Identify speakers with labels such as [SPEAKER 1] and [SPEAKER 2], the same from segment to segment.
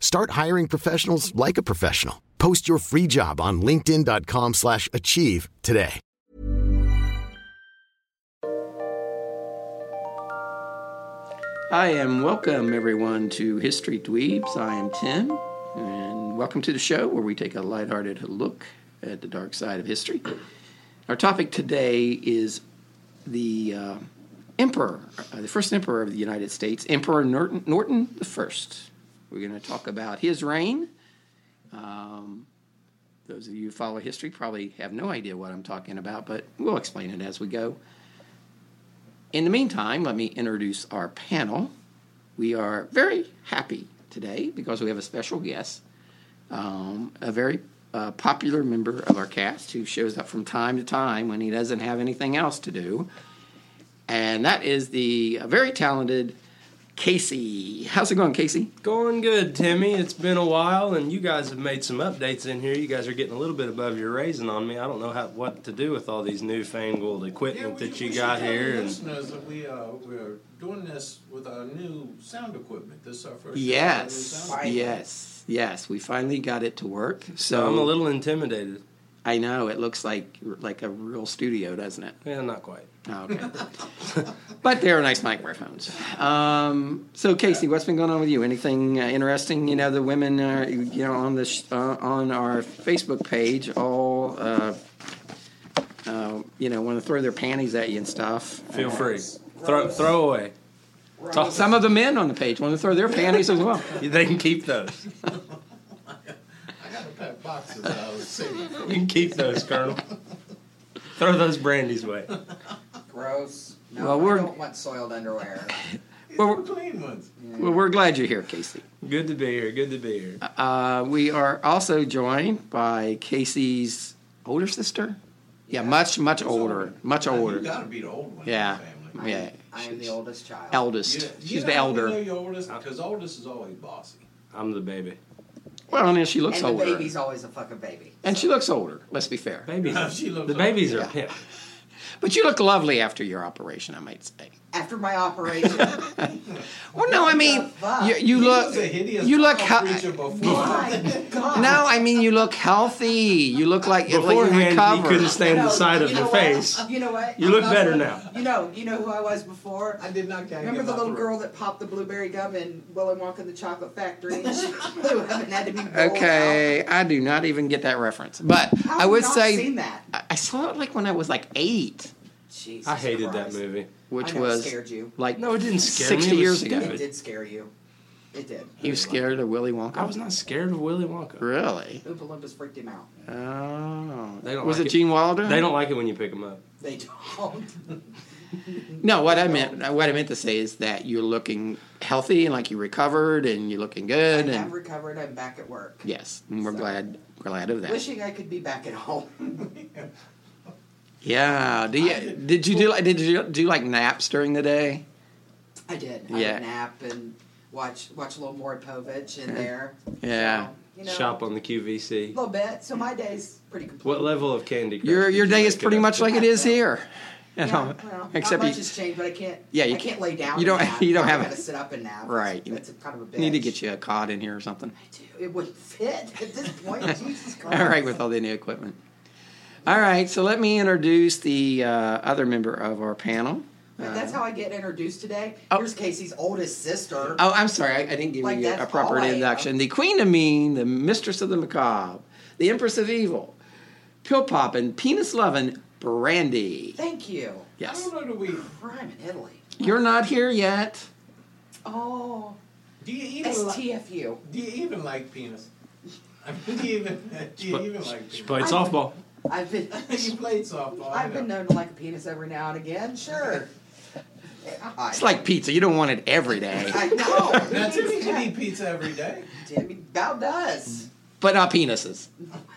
[SPEAKER 1] Start hiring professionals like a professional. Post your free job on linkedin.com/achieve slash achieve today.
[SPEAKER 2] Hi, and welcome everyone to History Dweebs. I am Tim, and welcome to the show where we take a lighthearted look at the dark side of history. Our topic today is the uh, emperor, uh, the first emperor of the United States, Emperor Norton, Norton the First. We're going to talk about his reign. Um, those of you who follow history probably have no idea what I'm talking about, but we'll explain it as we go. In the meantime, let me introduce our panel. We are very happy today because we have a special guest, um, a very uh, popular member of our cast who shows up from time to time when he doesn't have anything else to do. And that is the uh, very talented Casey. How's it going, Casey?
[SPEAKER 3] Going good, Timmy. It's been a while, and you guys have made some updates in here. You guys are getting a little bit above your raising on me. I don't know how, what to do with all these newfangled equipment that you got here. And
[SPEAKER 4] Listeners that we are we're doing this with our new sound equipment. This is our first.
[SPEAKER 2] Yes,
[SPEAKER 4] Show
[SPEAKER 2] yes, yes. We finally got it to work. So
[SPEAKER 3] I'm a little intimidated.
[SPEAKER 2] I know it looks like like a real studio, doesn't it?
[SPEAKER 3] Yeah, not quite.
[SPEAKER 2] Oh, Okay. but they're nice microphones. Um, so, Casey, what's been going on with you? Anything uh, interesting? You know, the women are you know on this uh, on our Facebook page all. Uh, uh, you know, want to throw their panties at you and stuff.
[SPEAKER 3] Feel free. Throw, throw away. Toss-
[SPEAKER 2] Some of the men on the page want to throw their panties as well.
[SPEAKER 3] They can keep those.
[SPEAKER 4] I got a pack of boxes I was saving.
[SPEAKER 3] You can keep those, Colonel. Throw those brandies away.
[SPEAKER 5] Gross. No,
[SPEAKER 2] Well, we're-
[SPEAKER 5] I don't want soiled underwear.
[SPEAKER 2] Well, we're-
[SPEAKER 4] Clean ones.
[SPEAKER 2] well, we're glad you're here, Casey.
[SPEAKER 3] Good to be here. Good to be here.
[SPEAKER 2] Uh, we are also joined by Casey's older sister. Yeah, much much older, much
[SPEAKER 4] Uh, You
[SPEAKER 2] older.
[SPEAKER 4] gotta be the old one.
[SPEAKER 2] Yeah,
[SPEAKER 4] In the family.
[SPEAKER 2] yeah.
[SPEAKER 5] I am the oldest child.
[SPEAKER 4] You,
[SPEAKER 2] Eldest.
[SPEAKER 4] you
[SPEAKER 2] She's
[SPEAKER 4] know
[SPEAKER 2] the
[SPEAKER 4] how we know
[SPEAKER 2] elder.
[SPEAKER 4] you're oldest because oldest is always bossy.
[SPEAKER 3] I'm the baby.
[SPEAKER 2] Well, I mean, she looks
[SPEAKER 5] and the
[SPEAKER 2] older,
[SPEAKER 5] baby's always a fucking baby.
[SPEAKER 2] and she looks older. Let's be fair.
[SPEAKER 3] Babies.
[SPEAKER 4] She looks
[SPEAKER 3] The babies are hip.
[SPEAKER 2] But you look lovely after your operation, I might say.
[SPEAKER 5] After my operation,
[SPEAKER 2] Well, no, I mean, you, you
[SPEAKER 4] He
[SPEAKER 2] look
[SPEAKER 4] was a hideous
[SPEAKER 2] you look
[SPEAKER 4] foul
[SPEAKER 2] hea-
[SPEAKER 4] creature before.
[SPEAKER 5] my God.
[SPEAKER 2] No, I mean you look healthy. You look like like you
[SPEAKER 3] Beforehand, you
[SPEAKER 2] recovered.
[SPEAKER 3] couldn't stand the
[SPEAKER 5] No,
[SPEAKER 3] side of
[SPEAKER 5] you
[SPEAKER 3] your
[SPEAKER 5] know what? Uh,
[SPEAKER 3] face.
[SPEAKER 5] You know what?
[SPEAKER 3] You
[SPEAKER 5] I'm
[SPEAKER 3] look
[SPEAKER 5] not
[SPEAKER 3] better
[SPEAKER 5] gonna-
[SPEAKER 3] now.
[SPEAKER 5] You know, you know who I was before.
[SPEAKER 4] I did not.
[SPEAKER 5] Remember the little girl that popped the blueberry gum in Willy Wonka and the Chocolate Factory? Who haven't had to be rolled
[SPEAKER 2] Okay, I do not even get that reference. But
[SPEAKER 5] Out? How have
[SPEAKER 2] I
[SPEAKER 5] you
[SPEAKER 2] would
[SPEAKER 5] not
[SPEAKER 2] say
[SPEAKER 5] seen that.
[SPEAKER 2] I- I saw it like when I was like eight,
[SPEAKER 5] Jesus
[SPEAKER 3] I hated that
[SPEAKER 5] Christ.
[SPEAKER 3] movie.
[SPEAKER 2] which
[SPEAKER 5] I know, it
[SPEAKER 2] was
[SPEAKER 5] scared you.
[SPEAKER 2] like
[SPEAKER 3] No, it didn't scare me.
[SPEAKER 2] sixty
[SPEAKER 3] It was
[SPEAKER 2] years ago.
[SPEAKER 3] stupid.
[SPEAKER 5] It did scare you. It did.
[SPEAKER 2] He was scared of Willy Wonka.
[SPEAKER 3] I was not scared of Willy Wonka.
[SPEAKER 2] really.
[SPEAKER 5] Oompa Loompas freaked him out.
[SPEAKER 2] Oh,
[SPEAKER 3] They don't
[SPEAKER 2] was
[SPEAKER 3] like
[SPEAKER 2] it
[SPEAKER 3] it.
[SPEAKER 2] Gene Wilder?
[SPEAKER 3] They don't like it when you pick them up.
[SPEAKER 5] They don't.
[SPEAKER 2] No, what I meant, what I meant to say is that you're looking healthy and like you recovered and you're looking good.
[SPEAKER 5] I have
[SPEAKER 2] And
[SPEAKER 5] recovered. I'm back at work.
[SPEAKER 2] yes, and we're glad, glad of that.
[SPEAKER 5] Wishing I could be back at home.
[SPEAKER 2] Yeah. Do you, did you do like did you do like naps during the day?
[SPEAKER 5] I did. I
[SPEAKER 2] Yeah.
[SPEAKER 5] would nap and watch watch a little more Povich in there.
[SPEAKER 2] Yeah.
[SPEAKER 5] So, you know,
[SPEAKER 3] Shop on the
[SPEAKER 5] a
[SPEAKER 3] QVC.
[SPEAKER 5] little bit. So my day's pretty complete.
[SPEAKER 3] What level of Candy Crush?
[SPEAKER 2] Your
[SPEAKER 3] did
[SPEAKER 2] your
[SPEAKER 3] you
[SPEAKER 2] day
[SPEAKER 3] make
[SPEAKER 2] is
[SPEAKER 3] it
[SPEAKER 2] pretty
[SPEAKER 3] up
[SPEAKER 2] much
[SPEAKER 3] to?
[SPEAKER 2] like it is here. You
[SPEAKER 5] yeah,
[SPEAKER 2] know,
[SPEAKER 5] well,
[SPEAKER 2] except
[SPEAKER 5] not
[SPEAKER 2] you
[SPEAKER 5] much has changed, but I can't.
[SPEAKER 2] Yeah, you
[SPEAKER 5] I can't lay down.
[SPEAKER 2] you don't-
[SPEAKER 5] and nap.
[SPEAKER 2] you don't
[SPEAKER 5] I
[SPEAKER 2] have
[SPEAKER 5] gotta
[SPEAKER 2] a-
[SPEAKER 5] sit up and nap.
[SPEAKER 2] Right.
[SPEAKER 5] That's a, kind of a bitch.
[SPEAKER 2] need to get you a cod in here or something.
[SPEAKER 5] It wouldn't fit at this point. Jesus Christ.
[SPEAKER 2] All right, with all the new equipment. All right, so let me introduce the uh, other member of our panel.
[SPEAKER 5] But that's how I get introduced today.
[SPEAKER 2] Oh.
[SPEAKER 5] Here's Casey's oldest sister.
[SPEAKER 2] Oh, I'm sorry, I, I didn't give
[SPEAKER 5] Like,
[SPEAKER 2] you a
[SPEAKER 5] that's
[SPEAKER 2] proper
[SPEAKER 5] all I am.
[SPEAKER 2] introduction. The Queen of Mean, the Mistress of the Macabre, the Empress of Evil, Pill Poppin', Penis Lovin', Brandy.
[SPEAKER 6] Thank you.
[SPEAKER 4] I
[SPEAKER 2] Yes.
[SPEAKER 4] don't know that we.
[SPEAKER 6] Crime in Italy.
[SPEAKER 2] You're not here yet.
[SPEAKER 6] Oh,
[SPEAKER 4] Do you even like?
[SPEAKER 6] STFU.
[SPEAKER 4] Do you even like penis? I mean, do you even? Do you even like
[SPEAKER 3] She
[SPEAKER 4] penis?
[SPEAKER 3] played softball.
[SPEAKER 6] I've been,
[SPEAKER 4] you played softball. I
[SPEAKER 6] I've been
[SPEAKER 4] know.
[SPEAKER 6] known to like a penis every now and again. Sure. God.
[SPEAKER 2] It's like pizza. You don't want it every day,
[SPEAKER 6] I know.
[SPEAKER 4] Not too many can eat pizza every day.
[SPEAKER 6] Damn, it about does.
[SPEAKER 2] but not penises.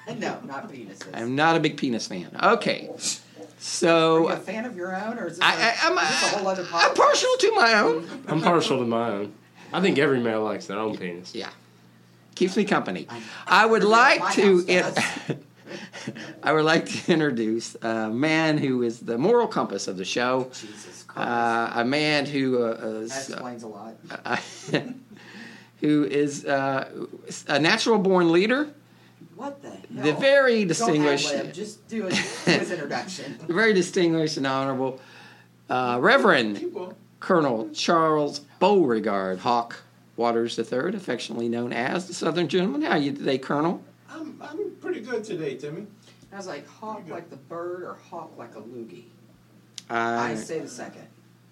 [SPEAKER 6] No, not penises.
[SPEAKER 2] I'm not a big penis fan. Okay.
[SPEAKER 6] Are
[SPEAKER 2] So
[SPEAKER 6] you a fan of your own, or is this,
[SPEAKER 2] I,
[SPEAKER 6] a-
[SPEAKER 2] I, I'm,
[SPEAKER 6] is this a whole
[SPEAKER 2] i
[SPEAKER 6] other podcast?
[SPEAKER 2] I'm partial to my own.
[SPEAKER 3] I'm partial to my own. I think every male likes their own penis.
[SPEAKER 2] Yeah. Keeps me company. I would like
[SPEAKER 6] My
[SPEAKER 2] to.
[SPEAKER 6] house does.
[SPEAKER 2] I would like to introduce a man who is the moral compass of the show.
[SPEAKER 6] Jesus Christ.
[SPEAKER 2] Uh, a man who uh,
[SPEAKER 6] that
[SPEAKER 2] is,
[SPEAKER 6] explains a lot.
[SPEAKER 2] uh, who is uh, a natural born leader.
[SPEAKER 6] What the hell?
[SPEAKER 2] The very
[SPEAKER 6] Don't ad-lib,
[SPEAKER 2] distinguished,
[SPEAKER 6] just do it. do his introduction.
[SPEAKER 2] very distinguished and honorable uh, Reverend
[SPEAKER 4] Well,
[SPEAKER 2] Colonel Charles Beauregard Hawk Waters III, affectionately known as the Southern Gentleman. How are you today, Colonel?
[SPEAKER 4] I'm I'm pretty good today, Timmy.
[SPEAKER 6] I was like, hawk like the bird or hawk like a loogie? I
[SPEAKER 2] Uh,
[SPEAKER 6] say the second.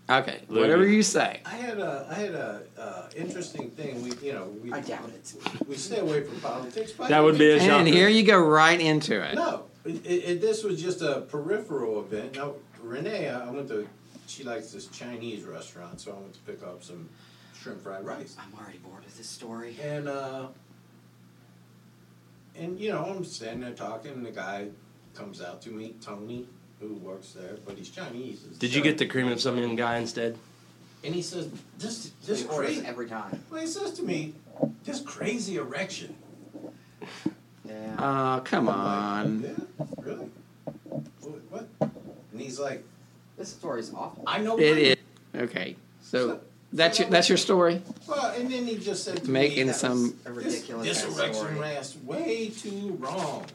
[SPEAKER 2] okay, whatever you say.
[SPEAKER 4] I had a I had a uh, interesting thing. We you know we
[SPEAKER 6] I doubt it.
[SPEAKER 4] we stay away from politics. But
[SPEAKER 3] That would be a shocker.
[SPEAKER 2] And here you go right into it.
[SPEAKER 4] No, it, it, it- this was just a peripheral event. Now, Renee, I I went to, she likes this Chinese restaurant, so I went to pick up some shrimp fried rice.
[SPEAKER 6] I'm already bored with this story.
[SPEAKER 4] And, uh, and you know, I'm standing there talking, and the guy comes out to me, Tony, who works there, but he's Chinese. as
[SPEAKER 3] Did you get the
[SPEAKER 4] hell.
[SPEAKER 3] cream of some young guy instead?
[SPEAKER 4] And he says, this,
[SPEAKER 6] He
[SPEAKER 4] this
[SPEAKER 6] orders
[SPEAKER 4] crazy.
[SPEAKER 6] every time.
[SPEAKER 4] Well, he says to me, this crazy erection.
[SPEAKER 6] Yeah.
[SPEAKER 2] Oh, come on.
[SPEAKER 4] Yeah, really? What? what? And he's like,
[SPEAKER 6] this story's awful.
[SPEAKER 4] I know
[SPEAKER 2] It
[SPEAKER 4] mine
[SPEAKER 2] is. Okay, so that's your, that's your story?
[SPEAKER 4] Well, and then he just said to
[SPEAKER 2] Making
[SPEAKER 4] me, that
[SPEAKER 2] some-
[SPEAKER 4] was-
[SPEAKER 6] A
[SPEAKER 4] this,
[SPEAKER 6] ridiculous
[SPEAKER 4] this
[SPEAKER 6] kind of
[SPEAKER 4] erection
[SPEAKER 6] story.
[SPEAKER 4] lasts way too long.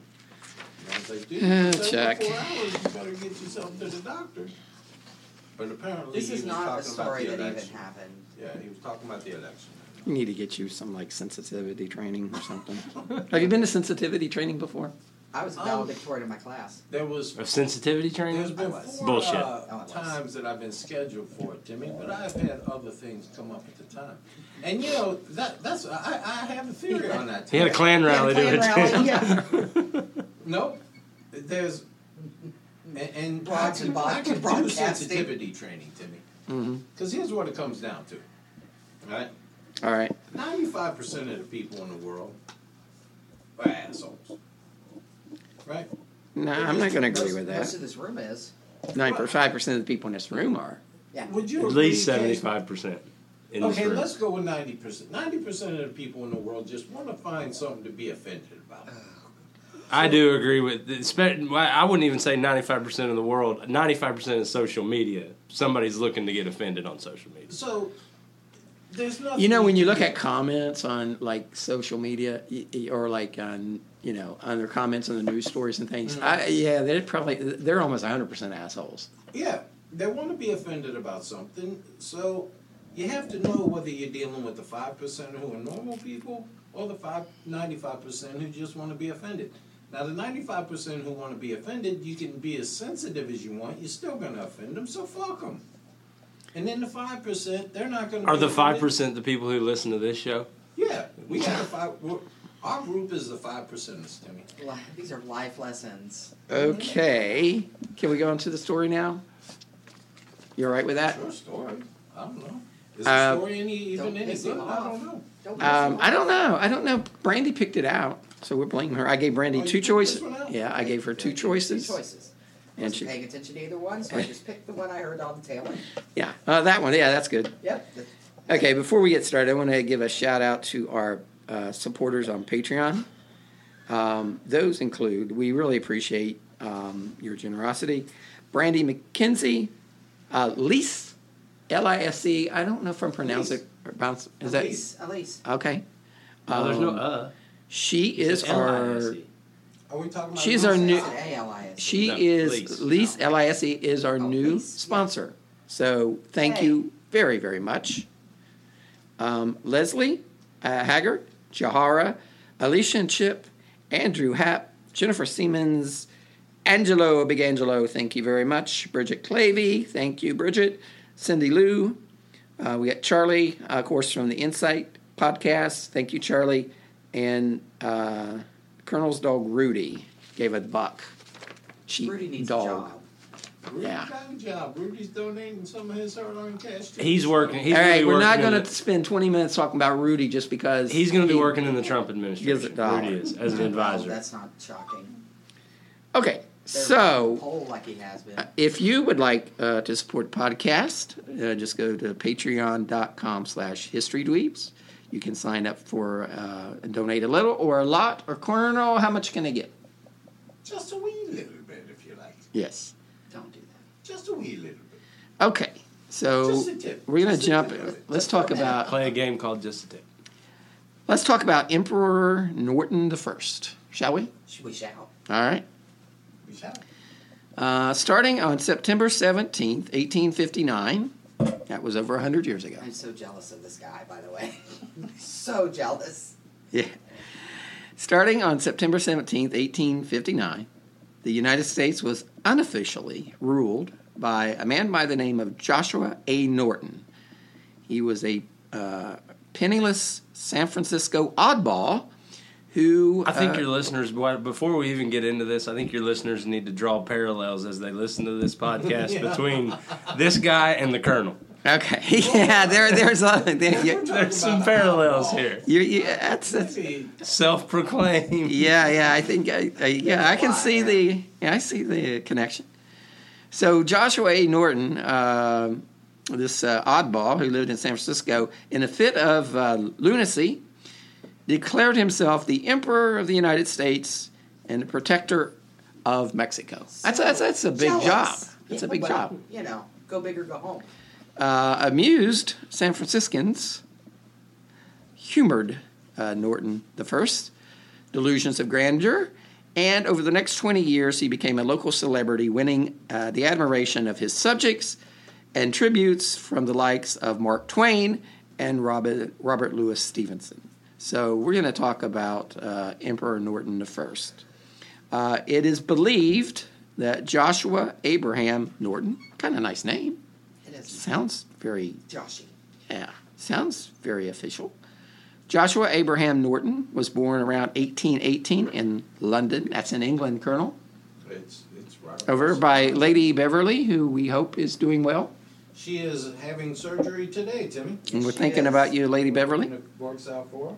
[SPEAKER 4] And I was like, dude, if it's
[SPEAKER 2] Ah, Chuck.
[SPEAKER 4] over four hours, you better get yourself to the doctor. But apparently,
[SPEAKER 6] this
[SPEAKER 4] he
[SPEAKER 6] is
[SPEAKER 4] was
[SPEAKER 6] not
[SPEAKER 4] talking
[SPEAKER 6] a story that
[SPEAKER 4] about the
[SPEAKER 6] even
[SPEAKER 4] election.
[SPEAKER 6] happened.
[SPEAKER 4] Yeah, he was talking about the election.
[SPEAKER 2] You need to get you some like sensitivity training or something. Have you been to sensitivity training before?
[SPEAKER 6] I was a
[SPEAKER 4] Um,
[SPEAKER 6] valedictorian in my class.
[SPEAKER 4] There was
[SPEAKER 3] Of sensitivity
[SPEAKER 4] there's
[SPEAKER 3] training?
[SPEAKER 4] been
[SPEAKER 6] was.
[SPEAKER 4] four
[SPEAKER 3] Bullshit.
[SPEAKER 6] Oh, I
[SPEAKER 4] uh,
[SPEAKER 6] was.
[SPEAKER 4] times that I've been scheduled for it, Jimmy, but I've had other things come up at the time. And you know that that's I, I have a theory on that.
[SPEAKER 3] He had a
[SPEAKER 4] too.
[SPEAKER 3] clan rally to
[SPEAKER 6] Clan
[SPEAKER 3] it.
[SPEAKER 6] rally, yeah.
[SPEAKER 4] Nope. There's and, and I
[SPEAKER 6] Broad-
[SPEAKER 4] can,
[SPEAKER 6] broad-
[SPEAKER 4] I can do
[SPEAKER 6] broadcasting.
[SPEAKER 4] sensitivity training,
[SPEAKER 3] Mm-hmm.
[SPEAKER 4] Timmy. Because here's what it comes down to. Right?
[SPEAKER 2] All right.
[SPEAKER 4] Ninety-five percent of the people in the world are assholes. Right?
[SPEAKER 2] No, I'm not going to agree with
[SPEAKER 6] Most
[SPEAKER 2] that.
[SPEAKER 6] of this room is.
[SPEAKER 2] Ninety-five percent of the people in this room are.
[SPEAKER 6] Yeah.
[SPEAKER 4] Would you
[SPEAKER 3] At
[SPEAKER 4] agree,
[SPEAKER 3] least
[SPEAKER 4] Kate?
[SPEAKER 3] 75% in this
[SPEAKER 4] Okay,
[SPEAKER 3] room.
[SPEAKER 4] let's go with ninety percent. Ninety percent of the people in the world just want to find something to be offended about.
[SPEAKER 2] Ah.
[SPEAKER 3] I do agree with. espe- I wouldn't even say ninety-five percent of the world. Ninety-five percent of social media. Somebody's looking to get offended on social media.
[SPEAKER 4] So there's nothing.
[SPEAKER 2] You know, when you
[SPEAKER 4] can
[SPEAKER 2] look
[SPEAKER 4] do.
[SPEAKER 2] at comments on like social media y- y- or like on you know under comments on the news stories and things, I, yeah, they're probably they're almost hundred percent assholes.
[SPEAKER 4] Yeah, they want to be offended about something, so you have to know whether you're dealing with the five percent who are normal people or the five ninety-five percent who just want to be offended. Now, the ninety-five percent who want to be offended, you can be as sensitive as you want. You're still going to offend them, so fuck them. And then the five percent, they're not going to.
[SPEAKER 3] Are the five percent the people who listen to this show?
[SPEAKER 4] Yeah, we got a five. We're, our group is the five percenters, Timmy.
[SPEAKER 6] Li- These are life lessons.
[SPEAKER 2] Okay, can we go on to the story now? You all right with that?
[SPEAKER 4] Your story, I don't know. Is
[SPEAKER 2] Uh,
[SPEAKER 4] the story any even
[SPEAKER 6] Don't
[SPEAKER 4] any
[SPEAKER 6] piss him
[SPEAKER 4] good? I
[SPEAKER 6] off.
[SPEAKER 4] don't know.
[SPEAKER 6] Don't
[SPEAKER 2] Um, I don't know. I don't know. Brandy picked it out, so we're blaming her. I gave Brandy
[SPEAKER 4] Oh, you
[SPEAKER 2] two
[SPEAKER 4] picked
[SPEAKER 2] choices.
[SPEAKER 4] this one out?
[SPEAKER 2] Yeah, I gave her two
[SPEAKER 6] Two
[SPEAKER 2] choices.
[SPEAKER 6] choices.
[SPEAKER 2] And
[SPEAKER 6] Wasn't
[SPEAKER 2] she-
[SPEAKER 6] paying attention to either one, so I just picked the one I heard on the tail end.
[SPEAKER 2] Yeah, uh, that one. Yeah, that's good.
[SPEAKER 6] Yep. th-
[SPEAKER 2] Okay, before we get started, I want to give a shout out to our uh, supporters on Patreon. Um, those include, we really appreciate um, your generosity, Brandy McKenzie, uh, Lise, L I S E. I don't know if I'm pronouncing
[SPEAKER 4] Lise.
[SPEAKER 2] or bounce. Is
[SPEAKER 6] Elise, Elise.
[SPEAKER 2] that okay? Um,
[SPEAKER 3] No, there's no uh.
[SPEAKER 2] She is our.
[SPEAKER 3] L-I-S-E.
[SPEAKER 4] Are we talking about?
[SPEAKER 2] She's our
[SPEAKER 4] Lisa?
[SPEAKER 2] new.
[SPEAKER 5] E.
[SPEAKER 6] A-L-I-S.
[SPEAKER 2] She
[SPEAKER 3] No, Oh,
[SPEAKER 2] is
[SPEAKER 3] Lise.
[SPEAKER 2] Lise L I S E is our new
[SPEAKER 6] Lise, yeah.
[SPEAKER 2] sponsor. So thank
[SPEAKER 6] Yay.
[SPEAKER 2] you very very much, um, Leslie uh, Haggard, Jahara, Alicia and Chip, Andrew Happ, Jennifer Siemens, Angelo, Big Angelo, thank you very much. Bridget Clavey, thank you, Bridget. Cindy Lou, uh, we got Charlie, uh, of course, from the Insight podcast. Thank you, Charlie. And uh, Colonel's dog Rudy gave a buck. Cheap
[SPEAKER 6] Rudy needs
[SPEAKER 2] dog.
[SPEAKER 6] a job.
[SPEAKER 4] Rudy's
[SPEAKER 2] Yeah.
[SPEAKER 4] got a job. Rudy's donating some of his hard-earned cash. to
[SPEAKER 3] He's
[SPEAKER 4] the
[SPEAKER 3] working.
[SPEAKER 4] show.
[SPEAKER 3] He's
[SPEAKER 2] All right,
[SPEAKER 3] really
[SPEAKER 2] we're not
[SPEAKER 3] working in
[SPEAKER 2] going to
[SPEAKER 3] the-
[SPEAKER 2] spend 20 minutes talking about Rudy just because
[SPEAKER 3] He's going to be
[SPEAKER 2] he-
[SPEAKER 3] working in the Trump administration.
[SPEAKER 2] Gives a dollar.
[SPEAKER 3] Rudy is, as an
[SPEAKER 5] Well,
[SPEAKER 3] advisor.
[SPEAKER 5] that's not shocking.
[SPEAKER 2] Okay,
[SPEAKER 5] There's
[SPEAKER 2] so
[SPEAKER 5] a poll like he has been.
[SPEAKER 2] if you would like uh, to support the podcast uh, just go to patreon.com slash history dweebs you can sign up for uh, donate a little or a lot or corner how much can i get
[SPEAKER 4] Just a wee little bit, if you like.
[SPEAKER 2] yes
[SPEAKER 5] Don't do that.
[SPEAKER 4] Just a wee little bit.
[SPEAKER 2] okay so
[SPEAKER 4] Just a tip.
[SPEAKER 2] we're going
[SPEAKER 4] Just
[SPEAKER 2] to
[SPEAKER 4] a
[SPEAKER 2] jump
[SPEAKER 4] tip.
[SPEAKER 2] let's talk about
[SPEAKER 3] Play a game called Just a Tip.
[SPEAKER 2] let's talk about emperor norton the first shall we
[SPEAKER 5] Should we shout?
[SPEAKER 2] all right
[SPEAKER 4] We shall.
[SPEAKER 2] uh, starting on september 17th 1859 that was over 100 years ago
[SPEAKER 5] I'm so jealous of this guy, by the way. so jealous.
[SPEAKER 2] Yeah. Starting on September 17th, 1859, the United States was unofficially ruled by a man by the name of Joshua A. Norton. He was a uh, penniless San Francisco oddball who.
[SPEAKER 3] I think
[SPEAKER 2] uh,
[SPEAKER 3] your listeners, why- before we even get into this, I think your listeners need to draw parallels as they listen to this podcast between this guy and the Colonel.
[SPEAKER 2] Okay. yeah, there, there's a. There, you,
[SPEAKER 3] There's some parallels here.
[SPEAKER 2] you, you, that's, that's,
[SPEAKER 4] Maybe
[SPEAKER 3] Self proclaimed.
[SPEAKER 2] yeah, yeah. I think I, I yeah, I can see the yeah, I see the connection. So Joshua A. Norton, um this uh, oddball who lived in San Francisco, in a fit of uh, lunacy, declared himself the Emperor of the United States and the Protector of Mexico. That's that's, that's a big
[SPEAKER 5] Jealous.
[SPEAKER 2] job. That's a big
[SPEAKER 5] But,
[SPEAKER 2] job.
[SPEAKER 5] You know, go big or go home.
[SPEAKER 2] Uh, amused San Franciscans humored uh, Norton the first delusions of grandeur, and over the next 20 years, he became a local celebrity, winning uh, the admiration of his subjects and tributes from the likes of Mark Twain and Robert, Robert Louis Stevenson. So we're going to talk about uh, Emperor Norton the first. Uh, it is believed that Joshua Abraham Norton, kind of nice name,
[SPEAKER 5] It is
[SPEAKER 2] sounds very
[SPEAKER 5] Joshy.
[SPEAKER 2] yeah, sounds very official. Joshua Abraham Norton was born around 1818 in London. That's in England, Colonel.
[SPEAKER 4] It's it's Robert.
[SPEAKER 2] Over by Lady Beverly, who we hope is doing well.
[SPEAKER 4] She is having surgery today, Timmy.
[SPEAKER 2] And we're
[SPEAKER 5] She
[SPEAKER 2] thinking
[SPEAKER 5] is.
[SPEAKER 2] about you, Lady Beverly.
[SPEAKER 4] And it works out for her.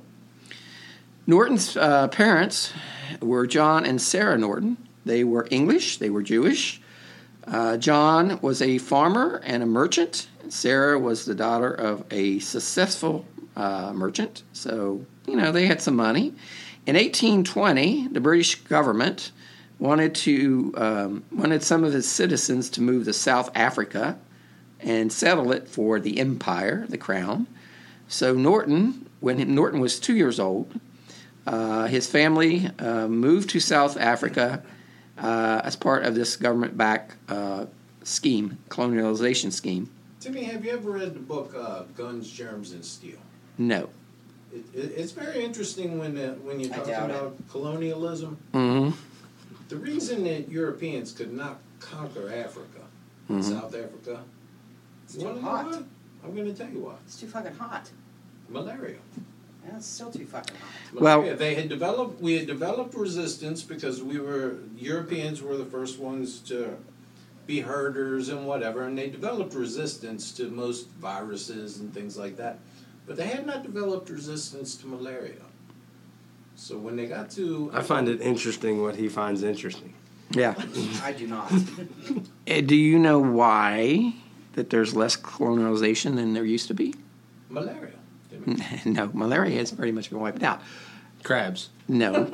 [SPEAKER 2] Norton's uh, parents were John and Sarah Norton. They were English, they were Jewish. Uh, John was a farmer and a merchant. Sarah was the daughter of a successful uh, merchant. So, you know, they had some money. In 1820, the British government wanted to um, wanted some of its citizens to move to South Africa and settle it for the empire, the crown. So Norton, when Norton was two years old, uh, his family uh, moved to South Africa uh, as part of this government backed uh, scheme, colonialization scheme.
[SPEAKER 4] Timmy, have you ever read the book uh, Guns, Germs, and Steel?
[SPEAKER 2] No.
[SPEAKER 4] It, it, it's very interesting when uh, when you
[SPEAKER 5] I
[SPEAKER 4] talk
[SPEAKER 5] doubt
[SPEAKER 4] about colonialism. The reason that Europeans could not conquer Africa, South Africa,
[SPEAKER 5] too
[SPEAKER 4] wanna know
[SPEAKER 5] hot.
[SPEAKER 4] why? I'm going to tell you why.
[SPEAKER 5] It's too fucking hot.
[SPEAKER 4] Malaria.
[SPEAKER 5] Yeah, it's still too fucking hot.
[SPEAKER 2] Well-
[SPEAKER 4] Malaria. they had developed. We had developed resistance because we were Europeans were the first ones to be herders and whatever, and they developed resistance to most viruses and things like that. But they had not developed resistance to malaria. So when they got to uh,
[SPEAKER 3] I find it interesting what he finds interesting.
[SPEAKER 2] Yeah.
[SPEAKER 5] I do not.
[SPEAKER 2] Uh, Do you know why that there's less colonialization than there used to be?
[SPEAKER 4] malaria,
[SPEAKER 2] Mm, no, malaria has pretty much been wiped out.
[SPEAKER 3] Crabs.
[SPEAKER 2] No.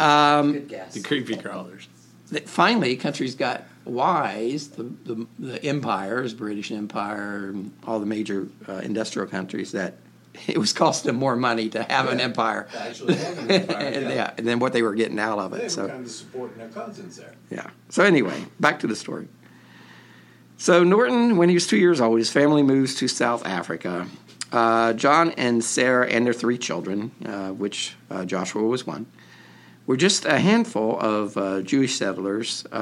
[SPEAKER 5] Good guess.
[SPEAKER 3] The creepy crawlers.
[SPEAKER 2] That Finally, countries got wise. The, the, the empires, British Empire, and all the major uh, industrial countries, that it was costing them more money to have an empire
[SPEAKER 4] to actually have an empire.
[SPEAKER 2] and, yeah, and then what they were getting out of
[SPEAKER 4] They were
[SPEAKER 2] it. So
[SPEAKER 4] kind of supporting their cousins there.
[SPEAKER 2] yeah. So anyway, back to the story. So Norton, when he was two years old, his family moves to South Africa. Uh, John and Sarah and their three children, uh, which uh, Joshua was one, were just a handful of uh, Jewish settlers uh,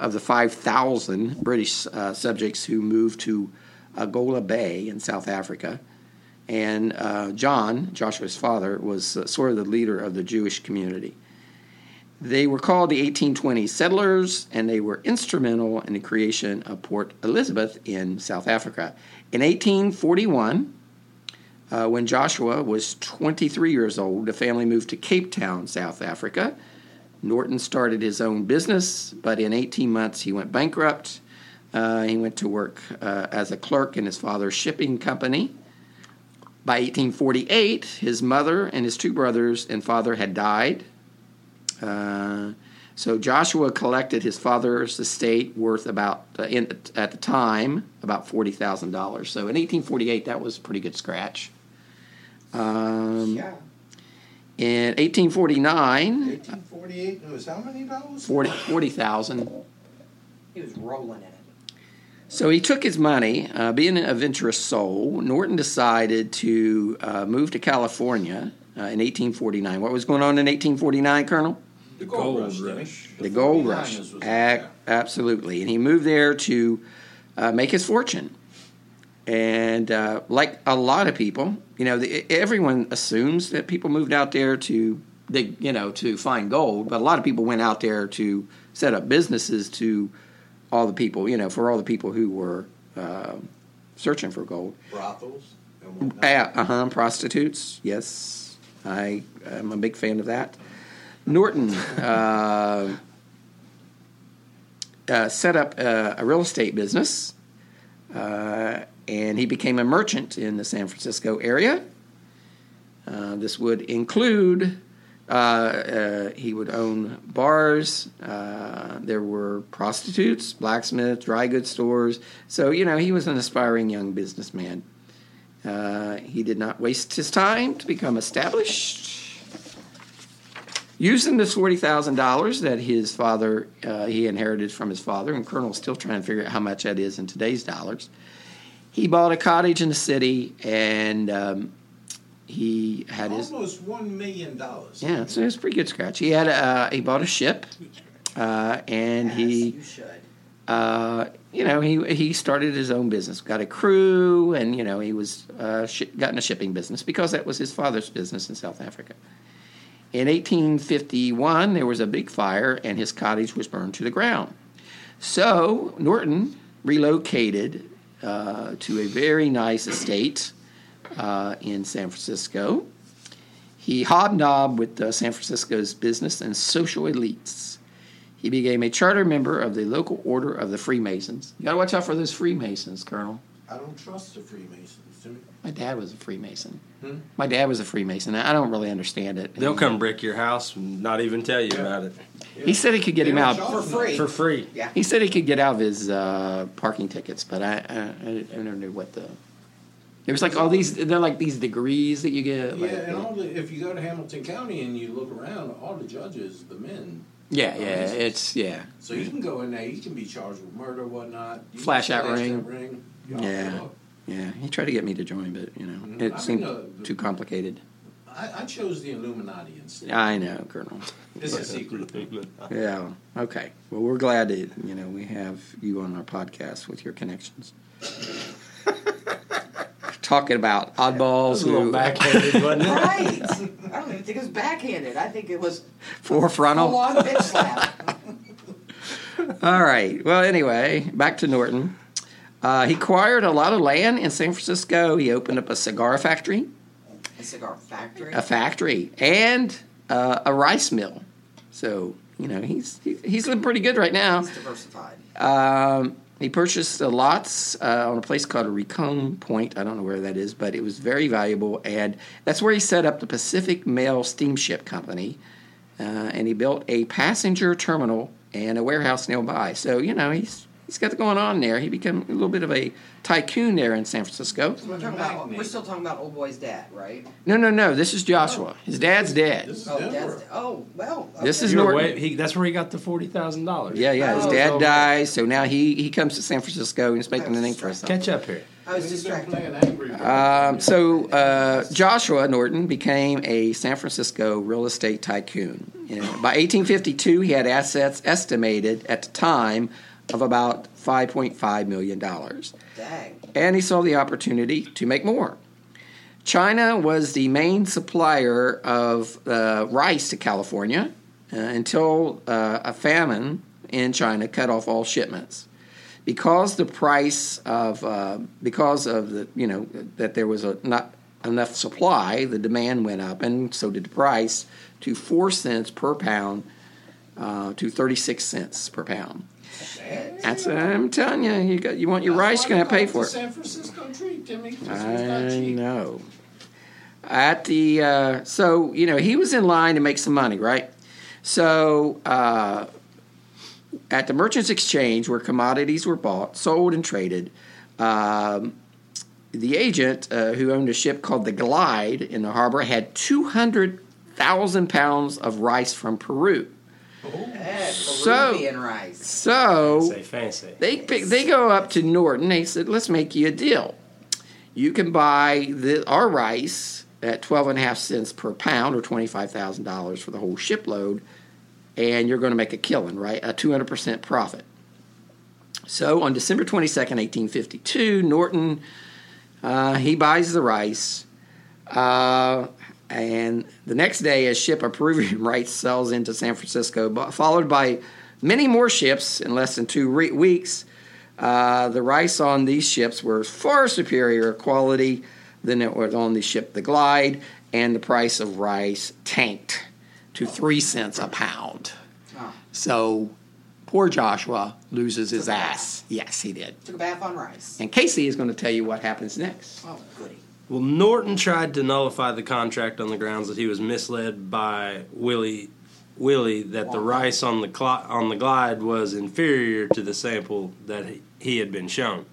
[SPEAKER 2] of the 5,000 British uh, subjects who moved to Agola Bay in South Africa. And uh, John, Joshua's father, was uh, sort of the leader of the Jewish community. They were called the 1820 settlers, and they were instrumental in the creation of Port Elizabeth in South Africa. In 1841, uh, when Joshua was 23 years old, the family moved to Cape Town, South Africa. Norton started his own business, but in 18 months he went bankrupt. Uh, he went to work uh, as a clerk in his father's shipping company. By 1848, his mother and his two brothers and father had died. Uh, so Joshua collected his father's estate worth about uh, in, at the time about forty thousand dollars. So in 1848, that was a pretty good scratch. Um,
[SPEAKER 5] Yeah.
[SPEAKER 2] In 1849,
[SPEAKER 4] 1848, it was how many dollars?
[SPEAKER 2] 40 40,000.
[SPEAKER 5] He was rolling in it.
[SPEAKER 2] So he took his money. Uh, being an adventurous soul, Norton decided to uh, move to California uh, in 1849. What was going on in 1849, Colonel?
[SPEAKER 4] The gold,
[SPEAKER 3] Gold
[SPEAKER 4] rush. didn't
[SPEAKER 3] rush.
[SPEAKER 4] it?
[SPEAKER 2] The gold
[SPEAKER 4] 49ers
[SPEAKER 2] rush.
[SPEAKER 4] was up
[SPEAKER 2] Ac-
[SPEAKER 4] there.
[SPEAKER 2] absolutely. And he moved there to uh, make his fortune. And uh, like a lot of people, you know, the, e, everyone assumes that people moved out there to dig, you know, to find gold, but a lot of people went out there to set up businesses to all the people, you know, for all the people who were uh, searching for gold.
[SPEAKER 4] brothels and whatnot.
[SPEAKER 2] Yeah, uh huh. Prostitutes. Yes, I am a big fan of that. Norton uh, uh, set up uh, a real estate business, uh, and he became a merchant in the San Francisco area. Uh, this would include. Uh, uh, he would own bars. Uh, there were prostitutes, blacksmiths, dry goods stores. So, you know, he was an aspiring young businessman. Uh, he did not waste his time to become established. Using this forty thousand dollars that his father uh, he inherited from his father, and Colonel's still trying to figure out how much that is in today's dollars. He bought a cottage in the city, and um, he had his
[SPEAKER 4] Almost one million dollars.
[SPEAKER 2] yeah, so it's a pretty good scratch. He had uh, he bought a ship, uh, and he
[SPEAKER 5] You should.
[SPEAKER 2] uh, you know, he he started his own business, got a crew, and you know, he was uh, sh- got in a shipping business because that was his father's business in South Africa. In 1851, there was a big fire, and his cottage was burned to the ground. So Norton relocated uh, to a very nice estate uh, in San Francisco. He hobnobbed with uh, San Francisco's business and social elites. He became a charter member of the local order of the Freemasons. You gotta watch out for those Freemasons, Colonel.
[SPEAKER 4] I don't trust the Freemasons. To me.
[SPEAKER 2] My dad was a Freemason.
[SPEAKER 4] Hmm?
[SPEAKER 2] My dad was a Freemason. I don't really understand it.
[SPEAKER 3] They'll come brick your house and not even tell you about it
[SPEAKER 2] He said he could get him
[SPEAKER 4] Yeah,
[SPEAKER 2] out.
[SPEAKER 4] Charles-
[SPEAKER 5] For free.
[SPEAKER 3] for free.
[SPEAKER 5] Yeah.
[SPEAKER 2] He said he could get out of his uh, parking tickets, but I, I I I never knew what the. There was like all these. They're like these degrees that you get.
[SPEAKER 4] Yeah,
[SPEAKER 2] Like,
[SPEAKER 4] and all the, if you go to Hamilton County and you look around, all the judges, the men.
[SPEAKER 2] yeah, yeah. It's yeah.
[SPEAKER 4] So you can go in there, you can be charged with murder, whatnot. You can
[SPEAKER 2] Flash out
[SPEAKER 4] that
[SPEAKER 2] ring.
[SPEAKER 4] ring.
[SPEAKER 2] Yeah. Yeah, he tried to get me to join, but you know, it
[SPEAKER 4] Mm-hmm. I uh,
[SPEAKER 2] seemed
[SPEAKER 4] know.
[SPEAKER 2] too complicated.
[SPEAKER 4] I, I chose the Illuminati instead.
[SPEAKER 2] I know, Colonel.
[SPEAKER 4] It's a secret.
[SPEAKER 2] Yeah. Okay. Well, we're glad that you know we have you on our podcast with your connections. Talking about oddballs,
[SPEAKER 3] a little
[SPEAKER 2] who-
[SPEAKER 3] backhanded, wasn't it?
[SPEAKER 5] Right. I don't even think it was backhanded. I think it was
[SPEAKER 2] four frontal.
[SPEAKER 5] full on bitch slap.
[SPEAKER 2] All right. Well, anyway, back to Norton. Uh, he acquired a lot of land in San Francisco. He opened up a cigar factory,
[SPEAKER 5] A cigar factory.
[SPEAKER 2] a factory, and uh, a rice mill. So you know he's he, he's looking pretty good right now.
[SPEAKER 5] It's diversified.
[SPEAKER 2] Um, he purchased the lots uh, on a place called Recone Point. I don't know where that is, but it was very valuable, and that's where he set up the Pacific Mail Steamship Company, uh, and he built a passenger terminal and a warehouse nearby. So you know he's he's got it going on there. He became a little bit of a tycoon there in San Francisco.
[SPEAKER 5] We're, talking about, we're still talking about old boy's dad, right?
[SPEAKER 2] No, no, no. This is Joshua. His dad's dead.
[SPEAKER 4] This is
[SPEAKER 5] Oh,
[SPEAKER 4] Denver.
[SPEAKER 5] dad's, oh well. okay.
[SPEAKER 2] This is
[SPEAKER 3] You were
[SPEAKER 2] Norton.
[SPEAKER 3] way, he, that's where he got the forty thousand dollars.
[SPEAKER 2] Yeah, yeah. His
[SPEAKER 5] Oh,
[SPEAKER 2] dad
[SPEAKER 3] okay.
[SPEAKER 2] dies, so now he he comes to San Francisco and he's making a name for himself.
[SPEAKER 3] Catch up here.
[SPEAKER 5] I was
[SPEAKER 4] He's been
[SPEAKER 5] distracted.
[SPEAKER 4] playing angry.
[SPEAKER 2] Um, so uh, Joshua Norton became a San Francisco real estate tycoon. Yeah. By 1852, he had assets estimated at the time of about 5.5 million dollars.
[SPEAKER 5] Dang.
[SPEAKER 2] and he saw the opportunity to make more. China was the main supplier of uh, rice to California uh, until uh, a famine in China cut off all shipments. Because the price of uh, because of the you know that there was a not enough supply, the demand went up, and so did the price to four cents per pound uh, to thirty six cents per pound. That's what I'm telling you. You got you want your rice, you're gonna pay for it.
[SPEAKER 4] San Francisco tree, Timmy. 'cause it's not
[SPEAKER 2] I
[SPEAKER 4] cheap.
[SPEAKER 2] know. At the uh, so you know he was in line to make some money, right? So uh, at the Merchants Exchange, where commodities were bought, sold, and traded, um, the agent uh, who owned a ship called the Glide in the harbor had two hundred thousand pounds of rice from Peru.
[SPEAKER 5] Heck,
[SPEAKER 2] So-
[SPEAKER 5] Peruvian rice.
[SPEAKER 2] So
[SPEAKER 3] Say fancy.
[SPEAKER 2] they pick, they go up to Norton. They said, "Let's make you a deal. You can buy the, our rice at twelve and a half cents per pound, or twenty five thousand dollars for the whole shipload, and you're going to make a killing, right? A two hundred percent profit." So on December twenty second, eighteen fifty two, Norton uh, he buys the rice. Uh, and the next day, a ship of Peruvian rice sails into San Francisco, bu- followed by many more ships in less than two re- weeks. Uh, the rice on these ships were far superior quality than it was on the ship the Glide, and the price of rice tanked to three cents a pound. So poor Joshua loses his ass. Yes, he did.
[SPEAKER 5] Took a bath on rice.
[SPEAKER 2] And Casey is going to tell you what happens next.
[SPEAKER 5] Oh, goody.
[SPEAKER 3] Well, Norton tried to nullify the contract on the grounds that he was misled by Willie Willie that the rice on the cli on the glide was inferior to the sample that he, he had been shown.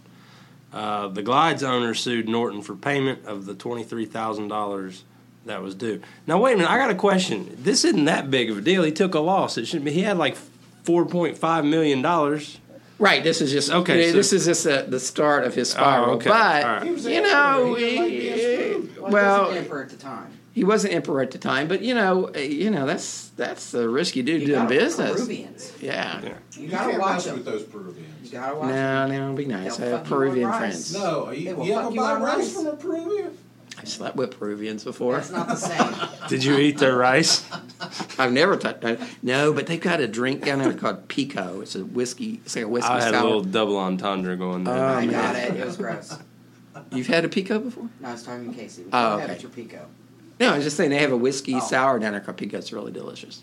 [SPEAKER 3] Uh, the glide's owner sued Norton for payment of the twenty three thousand dollars that was due. Now wait a minute, I got a question. This isn't that big of a deal. He took a loss. It should be. He had like four point five million dollars.
[SPEAKER 2] Right. This is just
[SPEAKER 3] Okay,
[SPEAKER 2] okay.
[SPEAKER 3] so- Oh,
[SPEAKER 2] this is just uh the start of his spiral.
[SPEAKER 3] okay,
[SPEAKER 2] But
[SPEAKER 3] all right. He
[SPEAKER 4] was
[SPEAKER 2] you
[SPEAKER 4] emperor,
[SPEAKER 2] know,
[SPEAKER 4] he might be a
[SPEAKER 2] eh,
[SPEAKER 4] smooth.
[SPEAKER 5] Well, well
[SPEAKER 2] well,
[SPEAKER 5] wasn't emperor at the time.
[SPEAKER 2] he wasn't emperor at the time. But you know, eh, you know that's that's the risky dude
[SPEAKER 5] You
[SPEAKER 2] doing
[SPEAKER 5] gotta-
[SPEAKER 2] business.
[SPEAKER 5] Peruvians.
[SPEAKER 2] Yeah.
[SPEAKER 5] You,
[SPEAKER 4] You
[SPEAKER 5] gotta
[SPEAKER 4] can't
[SPEAKER 5] watch
[SPEAKER 4] mess
[SPEAKER 5] them.
[SPEAKER 4] with those Peruvians.
[SPEAKER 5] You gotta watch them.
[SPEAKER 2] No, no, be nice. I
[SPEAKER 5] They'll
[SPEAKER 2] have
[SPEAKER 5] fuck you on
[SPEAKER 2] Peruvian
[SPEAKER 5] rice.
[SPEAKER 2] friends.
[SPEAKER 4] No, are
[SPEAKER 5] They
[SPEAKER 4] you,
[SPEAKER 5] will
[SPEAKER 4] you
[SPEAKER 5] fuck
[SPEAKER 4] ever
[SPEAKER 5] you
[SPEAKER 4] buy
[SPEAKER 5] on
[SPEAKER 4] rice
[SPEAKER 5] rice.
[SPEAKER 4] from a Peruvian?
[SPEAKER 2] I've slept with Peruvians before.
[SPEAKER 5] It's not the same.
[SPEAKER 3] Did you eat their rice?
[SPEAKER 2] I've never touched. No, but they've got a drink down there called Pico. It's a whiskey. It's like a whiskey
[SPEAKER 3] I had a
[SPEAKER 2] sour.
[SPEAKER 3] little double entendre going there.
[SPEAKER 5] I got it. It was gross.
[SPEAKER 2] You've had a Pico before?
[SPEAKER 5] No, I was talking to Casey. We
[SPEAKER 2] Oh,
[SPEAKER 5] oh,
[SPEAKER 2] okay.
[SPEAKER 5] your pico.
[SPEAKER 2] No, I was just saying they have a whiskey
[SPEAKER 5] Oh.
[SPEAKER 2] sour down there called Pico. It's really delicious.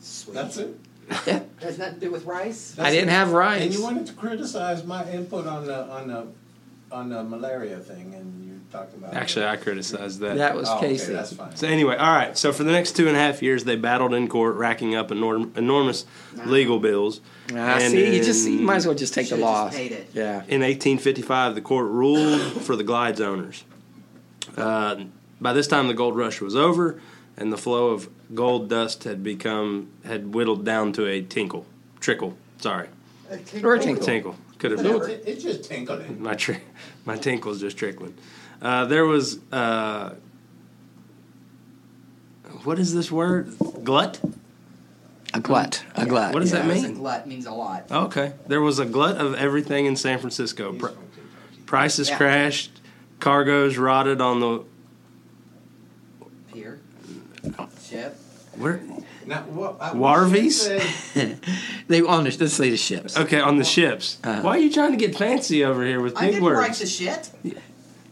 [SPEAKER 5] Sweet.
[SPEAKER 4] That's it.
[SPEAKER 2] Yeah.
[SPEAKER 5] Has nothing to do with rice.
[SPEAKER 2] I didn't have rice.
[SPEAKER 4] And you wanted to criticize my input on the on the on the malaria thing, and you talked about
[SPEAKER 3] Actually, I criticized that.
[SPEAKER 2] that was
[SPEAKER 4] oh, okay,
[SPEAKER 2] Casey.
[SPEAKER 4] that's fine.
[SPEAKER 3] So anyway, all right. So for the next two and a half years, they battled in court, racking up enorm- enormous legal bills.
[SPEAKER 2] Ah,
[SPEAKER 3] And
[SPEAKER 2] see, you just you
[SPEAKER 3] in-
[SPEAKER 2] might as well just take the
[SPEAKER 5] Should've just
[SPEAKER 2] loss.
[SPEAKER 5] paid it.
[SPEAKER 2] Yeah.
[SPEAKER 3] In 1855, the court ruled for the glides owners. Uh, by this time, the gold rush was over, and the flow of gold dust had become had whittled down to a tinkle, trickle. Sorry,
[SPEAKER 2] Or a
[SPEAKER 3] tinkle. Could have
[SPEAKER 4] It's,
[SPEAKER 3] been.
[SPEAKER 4] it's just tinkling.
[SPEAKER 3] my tri- my tinkle's just trickling. Uh, there was uh, what is this word? Glut.
[SPEAKER 2] A glut. A glut.
[SPEAKER 3] What does that
[SPEAKER 5] Because a
[SPEAKER 3] mean?
[SPEAKER 5] glut means a lot.
[SPEAKER 3] Okay, there was a glut of everything in San Francisco. Pri prices
[SPEAKER 5] Yeah.
[SPEAKER 3] crashed, cargoes rotted on the.
[SPEAKER 5] Here. Chip.
[SPEAKER 3] Where?
[SPEAKER 4] Now, what, I-
[SPEAKER 3] Warvies?
[SPEAKER 4] said-
[SPEAKER 2] They on the, let's say the ships.
[SPEAKER 3] Okay, on the ships. Why are you trying to get fancy over here with
[SPEAKER 5] I
[SPEAKER 3] big
[SPEAKER 5] didn't write
[SPEAKER 3] words?
[SPEAKER 5] the shit.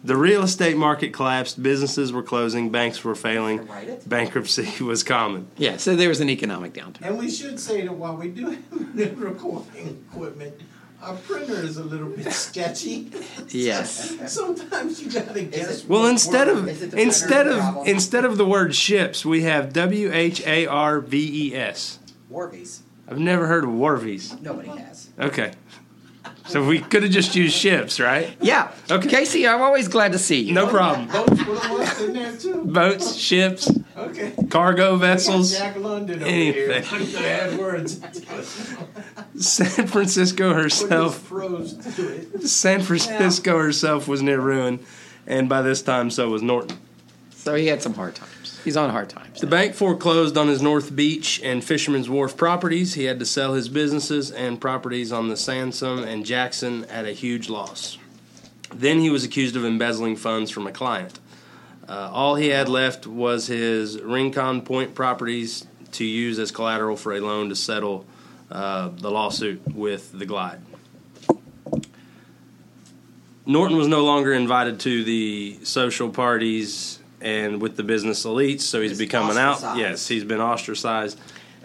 [SPEAKER 3] the real estate market collapsed. Businesses were closing. Banks were failing.
[SPEAKER 5] write it.
[SPEAKER 3] Bankruptcy was common.
[SPEAKER 2] Yeah. So there was an economic downturn.
[SPEAKER 4] And we should say that while we do have new recording equipment, our printer is a little bit sketchy.
[SPEAKER 2] Yes.
[SPEAKER 4] Sometimes you gotta guess.
[SPEAKER 3] Well,
[SPEAKER 4] what
[SPEAKER 3] instead
[SPEAKER 4] word-
[SPEAKER 3] of
[SPEAKER 5] Is it the
[SPEAKER 3] instead
[SPEAKER 5] better
[SPEAKER 3] of
[SPEAKER 5] problem?
[SPEAKER 3] instead of the word ships, we have W H A R V E S.
[SPEAKER 5] Warbies.
[SPEAKER 3] I've never heard of Warvies.
[SPEAKER 5] Nobody has.
[SPEAKER 3] Okay, so we could have just used ships, right?
[SPEAKER 2] Yeah.
[SPEAKER 3] Okay.
[SPEAKER 2] Casey, I'm always glad to see you.
[SPEAKER 3] No problem.
[SPEAKER 4] boats were lost in there too.
[SPEAKER 3] Boats, ships,
[SPEAKER 4] Okay.
[SPEAKER 3] cargo
[SPEAKER 4] We got
[SPEAKER 3] vessels.
[SPEAKER 4] Jack London over
[SPEAKER 3] anything.
[SPEAKER 4] here. to add words.
[SPEAKER 3] San Francisco
[SPEAKER 4] We
[SPEAKER 3] herself
[SPEAKER 4] just froze to it.
[SPEAKER 3] San Francisco herself was near ruin, and by this time, so was Norton.
[SPEAKER 2] So he had some hard times. He's on hard times.
[SPEAKER 3] The bank foreclosed on his North Beach and Fisherman's Wharf properties. He had to sell his businesses and properties on the Sansom and Jackson at a huge loss. Then he was accused of embezzling funds from a client. Uh, all he had left was his Rincon Point properties to use as collateral for a loan to settle uh, the lawsuit with the Glide. Norton was no longer invited to the social parties and with the business elites, so he's,
[SPEAKER 5] He's
[SPEAKER 3] becoming out.
[SPEAKER 5] ostracized.
[SPEAKER 3] Yes, he's been ostracized.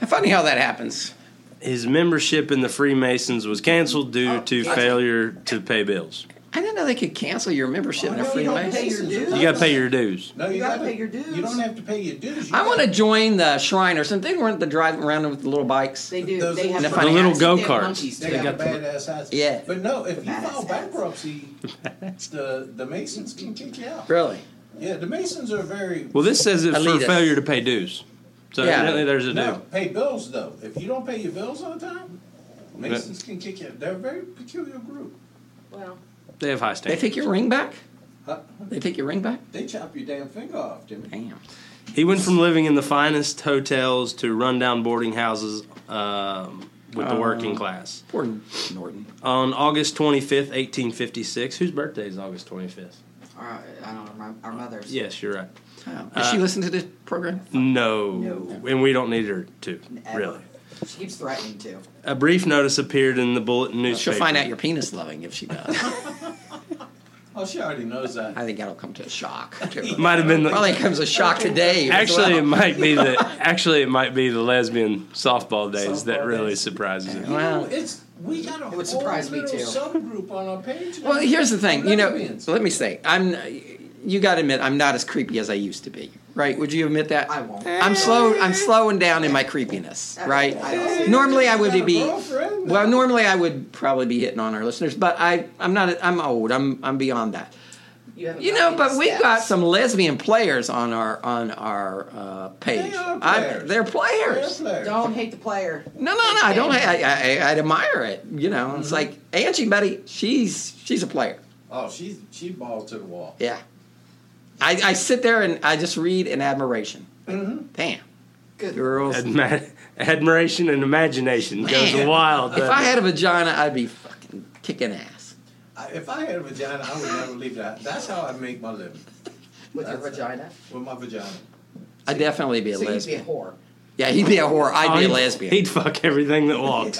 [SPEAKER 2] Funny how that happens.
[SPEAKER 3] His membership in the Freemasons was canceled due to failure to pay bills.
[SPEAKER 2] I didn't know they could cancel your membership in a
[SPEAKER 4] Oh, no,
[SPEAKER 2] free
[SPEAKER 4] you don't pay
[SPEAKER 2] Freemason.
[SPEAKER 4] your dues.
[SPEAKER 3] You got to pay your dues.
[SPEAKER 4] No, you,
[SPEAKER 5] gotta
[SPEAKER 4] gotta-
[SPEAKER 5] pay your dues.
[SPEAKER 4] You don't have to pay your dues. You
[SPEAKER 2] I want to
[SPEAKER 4] gotta-
[SPEAKER 2] join the Shriners. Didn't they weren't the driving around with the little bikes?
[SPEAKER 5] They do.
[SPEAKER 4] Those
[SPEAKER 5] They have
[SPEAKER 4] little-
[SPEAKER 5] funny
[SPEAKER 3] The little
[SPEAKER 5] hats. They have
[SPEAKER 3] go-karts.
[SPEAKER 5] monkeys,
[SPEAKER 4] They
[SPEAKER 5] too.
[SPEAKER 4] got,
[SPEAKER 3] got
[SPEAKER 4] the
[SPEAKER 3] the-
[SPEAKER 4] badass hats.
[SPEAKER 2] Yeah.
[SPEAKER 4] But no, if you
[SPEAKER 5] Badass
[SPEAKER 4] file
[SPEAKER 5] hats.
[SPEAKER 4] bankruptcy, the the Masons can kick you out.
[SPEAKER 2] Really?
[SPEAKER 4] Yeah, the Masons are very
[SPEAKER 3] Well, this says it's for
[SPEAKER 2] Elitist.
[SPEAKER 3] failure to pay dues. So
[SPEAKER 2] Yeah.
[SPEAKER 3] evidently there's a due.
[SPEAKER 4] no pay bills though. If you don't pay your bills on time, Masons can kick you out. They're a very peculiar group.
[SPEAKER 5] Well,
[SPEAKER 3] They have high
[SPEAKER 2] They
[SPEAKER 3] standards.
[SPEAKER 2] take your ring back?
[SPEAKER 4] Huh?
[SPEAKER 2] They take your ring back?
[SPEAKER 4] They chop your damn finger off, Jimmy.
[SPEAKER 2] Damn.
[SPEAKER 3] He went from living in the finest hotels to rundown boarding houses um, with the working class.
[SPEAKER 2] Poor Norton.
[SPEAKER 3] On August 25th, 1856, whose birthday is August 25th?
[SPEAKER 5] our, I don't know, our mothers.
[SPEAKER 3] Yes, you're right.
[SPEAKER 2] Oh. Does she
[SPEAKER 3] Uh,
[SPEAKER 2] listen to this program?
[SPEAKER 3] No.
[SPEAKER 5] No.
[SPEAKER 3] And we don't need her to,
[SPEAKER 5] Ever.
[SPEAKER 3] really.
[SPEAKER 5] She keeps threatening to.
[SPEAKER 3] A brief notice appeared in the Bulletin newspaper.
[SPEAKER 2] She'll find out your penis loving if she does.
[SPEAKER 4] Oh, she already knows that.
[SPEAKER 2] I think that'll come to a shock. to her.
[SPEAKER 3] Might have been the,
[SPEAKER 2] Probably comes a shock today. as
[SPEAKER 3] Actually, it
[SPEAKER 2] well.
[SPEAKER 3] might be the actually it might be the lesbian softball days that
[SPEAKER 4] Softball
[SPEAKER 3] really
[SPEAKER 4] days.
[SPEAKER 3] surprises me.
[SPEAKER 4] You know,
[SPEAKER 2] Wow.
[SPEAKER 4] it's we got a whole
[SPEAKER 5] would surprise me,
[SPEAKER 4] little
[SPEAKER 5] too.
[SPEAKER 4] subgroup on our page.
[SPEAKER 2] Well,
[SPEAKER 4] now.
[SPEAKER 2] here's the thing. You know,
[SPEAKER 4] Lesbians.
[SPEAKER 2] let me say, I'm. You got to admit, I'm not as creepy as I used to be, right? Would you admit that?
[SPEAKER 5] I won't.
[SPEAKER 2] I'm slow. I'm slowing down in my creepiness, right?
[SPEAKER 5] I don't-
[SPEAKER 2] normally, I would
[SPEAKER 4] You got a
[SPEAKER 2] be.
[SPEAKER 4] girlfriend?
[SPEAKER 2] Well, normally I would probably be hitting on our listeners, but I, I'm not. I'm old. I'm. I'm beyond that.
[SPEAKER 5] You, haven't
[SPEAKER 2] You
[SPEAKER 5] gotten
[SPEAKER 2] know,
[SPEAKER 5] the
[SPEAKER 2] but we've
[SPEAKER 5] steps.
[SPEAKER 2] got some lesbian players on our on our uh, page.
[SPEAKER 4] They are
[SPEAKER 2] I-
[SPEAKER 4] players.
[SPEAKER 2] they're
[SPEAKER 4] Fair
[SPEAKER 2] players.
[SPEAKER 4] play.
[SPEAKER 5] Don't hate the player.
[SPEAKER 2] No, no, no. I don't. I, I, I I'd admire it. You know,
[SPEAKER 5] Mm-hmm.
[SPEAKER 2] it's like Angie, buddy. She's she's a player.
[SPEAKER 4] Oh, she's she balled to the wall.
[SPEAKER 2] Yeah. I, I sit there and I just read in admiration.
[SPEAKER 5] Mm-hmm.
[SPEAKER 2] Damn.
[SPEAKER 5] Good.
[SPEAKER 2] Girls.
[SPEAKER 3] Adma- admiration and imagination goes
[SPEAKER 2] Man.
[SPEAKER 3] wild.
[SPEAKER 2] If I had a vagina, I'd be fucking kicking ass.
[SPEAKER 4] I- If I had a vagina, I would never leave that. That's how I make my living
[SPEAKER 5] with your vagina.
[SPEAKER 4] with my vagina.
[SPEAKER 2] I'd definitely be a
[SPEAKER 5] So you'd be a
[SPEAKER 2] lesbian.
[SPEAKER 5] whore.
[SPEAKER 2] yeah, he'd be a whore. I'd be a
[SPEAKER 3] he'd-
[SPEAKER 2] lesbian.
[SPEAKER 3] He'd fuck everything that walked.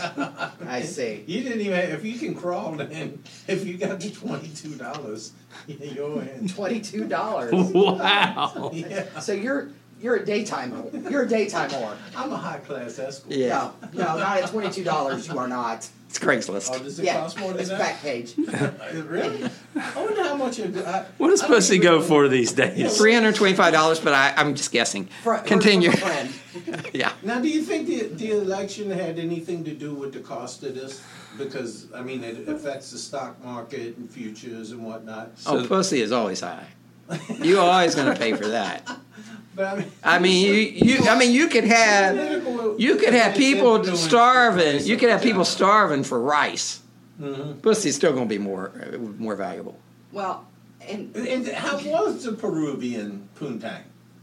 [SPEAKER 5] I see.
[SPEAKER 4] You didn't even. If you can crawl in, if you got the twenty two dollars, you're in.
[SPEAKER 5] Twenty-two dollars.
[SPEAKER 3] wow.
[SPEAKER 4] Yeah,
[SPEAKER 5] so you're you're a daytime whore. You're a daytime whore.
[SPEAKER 4] I'm a high class escort.
[SPEAKER 2] yeah.
[SPEAKER 5] No, no, not at twenty-two dollars. You are not.
[SPEAKER 2] It's
[SPEAKER 4] Oh,
[SPEAKER 2] Craigslist.
[SPEAKER 4] does it
[SPEAKER 5] yeah,
[SPEAKER 4] cost more than
[SPEAKER 5] it's
[SPEAKER 4] that?
[SPEAKER 5] back page.
[SPEAKER 4] Uh, Really? I wonder how much. It, I,
[SPEAKER 3] What does
[SPEAKER 4] I don't
[SPEAKER 3] pussy
[SPEAKER 4] even
[SPEAKER 3] go
[SPEAKER 4] know.
[SPEAKER 3] for these days?
[SPEAKER 2] $325, but I, I'm just guessing.
[SPEAKER 5] Fr-
[SPEAKER 2] Continue.
[SPEAKER 5] From a friend.
[SPEAKER 2] yeah.
[SPEAKER 4] Now, do you think the, the election had anything to do with the cost of this? Because I mean, it affects the stock market and futures and whatnot.
[SPEAKER 2] oh, pussy is always high. You always going to pay for that.
[SPEAKER 4] But I mean,
[SPEAKER 2] I mean, you, you. I mean, you could have
[SPEAKER 4] Political-
[SPEAKER 2] you could have people
[SPEAKER 4] influence
[SPEAKER 2] starving.
[SPEAKER 4] is
[SPEAKER 2] You could have people
[SPEAKER 4] yeah.
[SPEAKER 2] starving for rice. Pussy's still going to be more uh, more valuable.
[SPEAKER 5] Well, and
[SPEAKER 4] And how was the Peruvian poontang?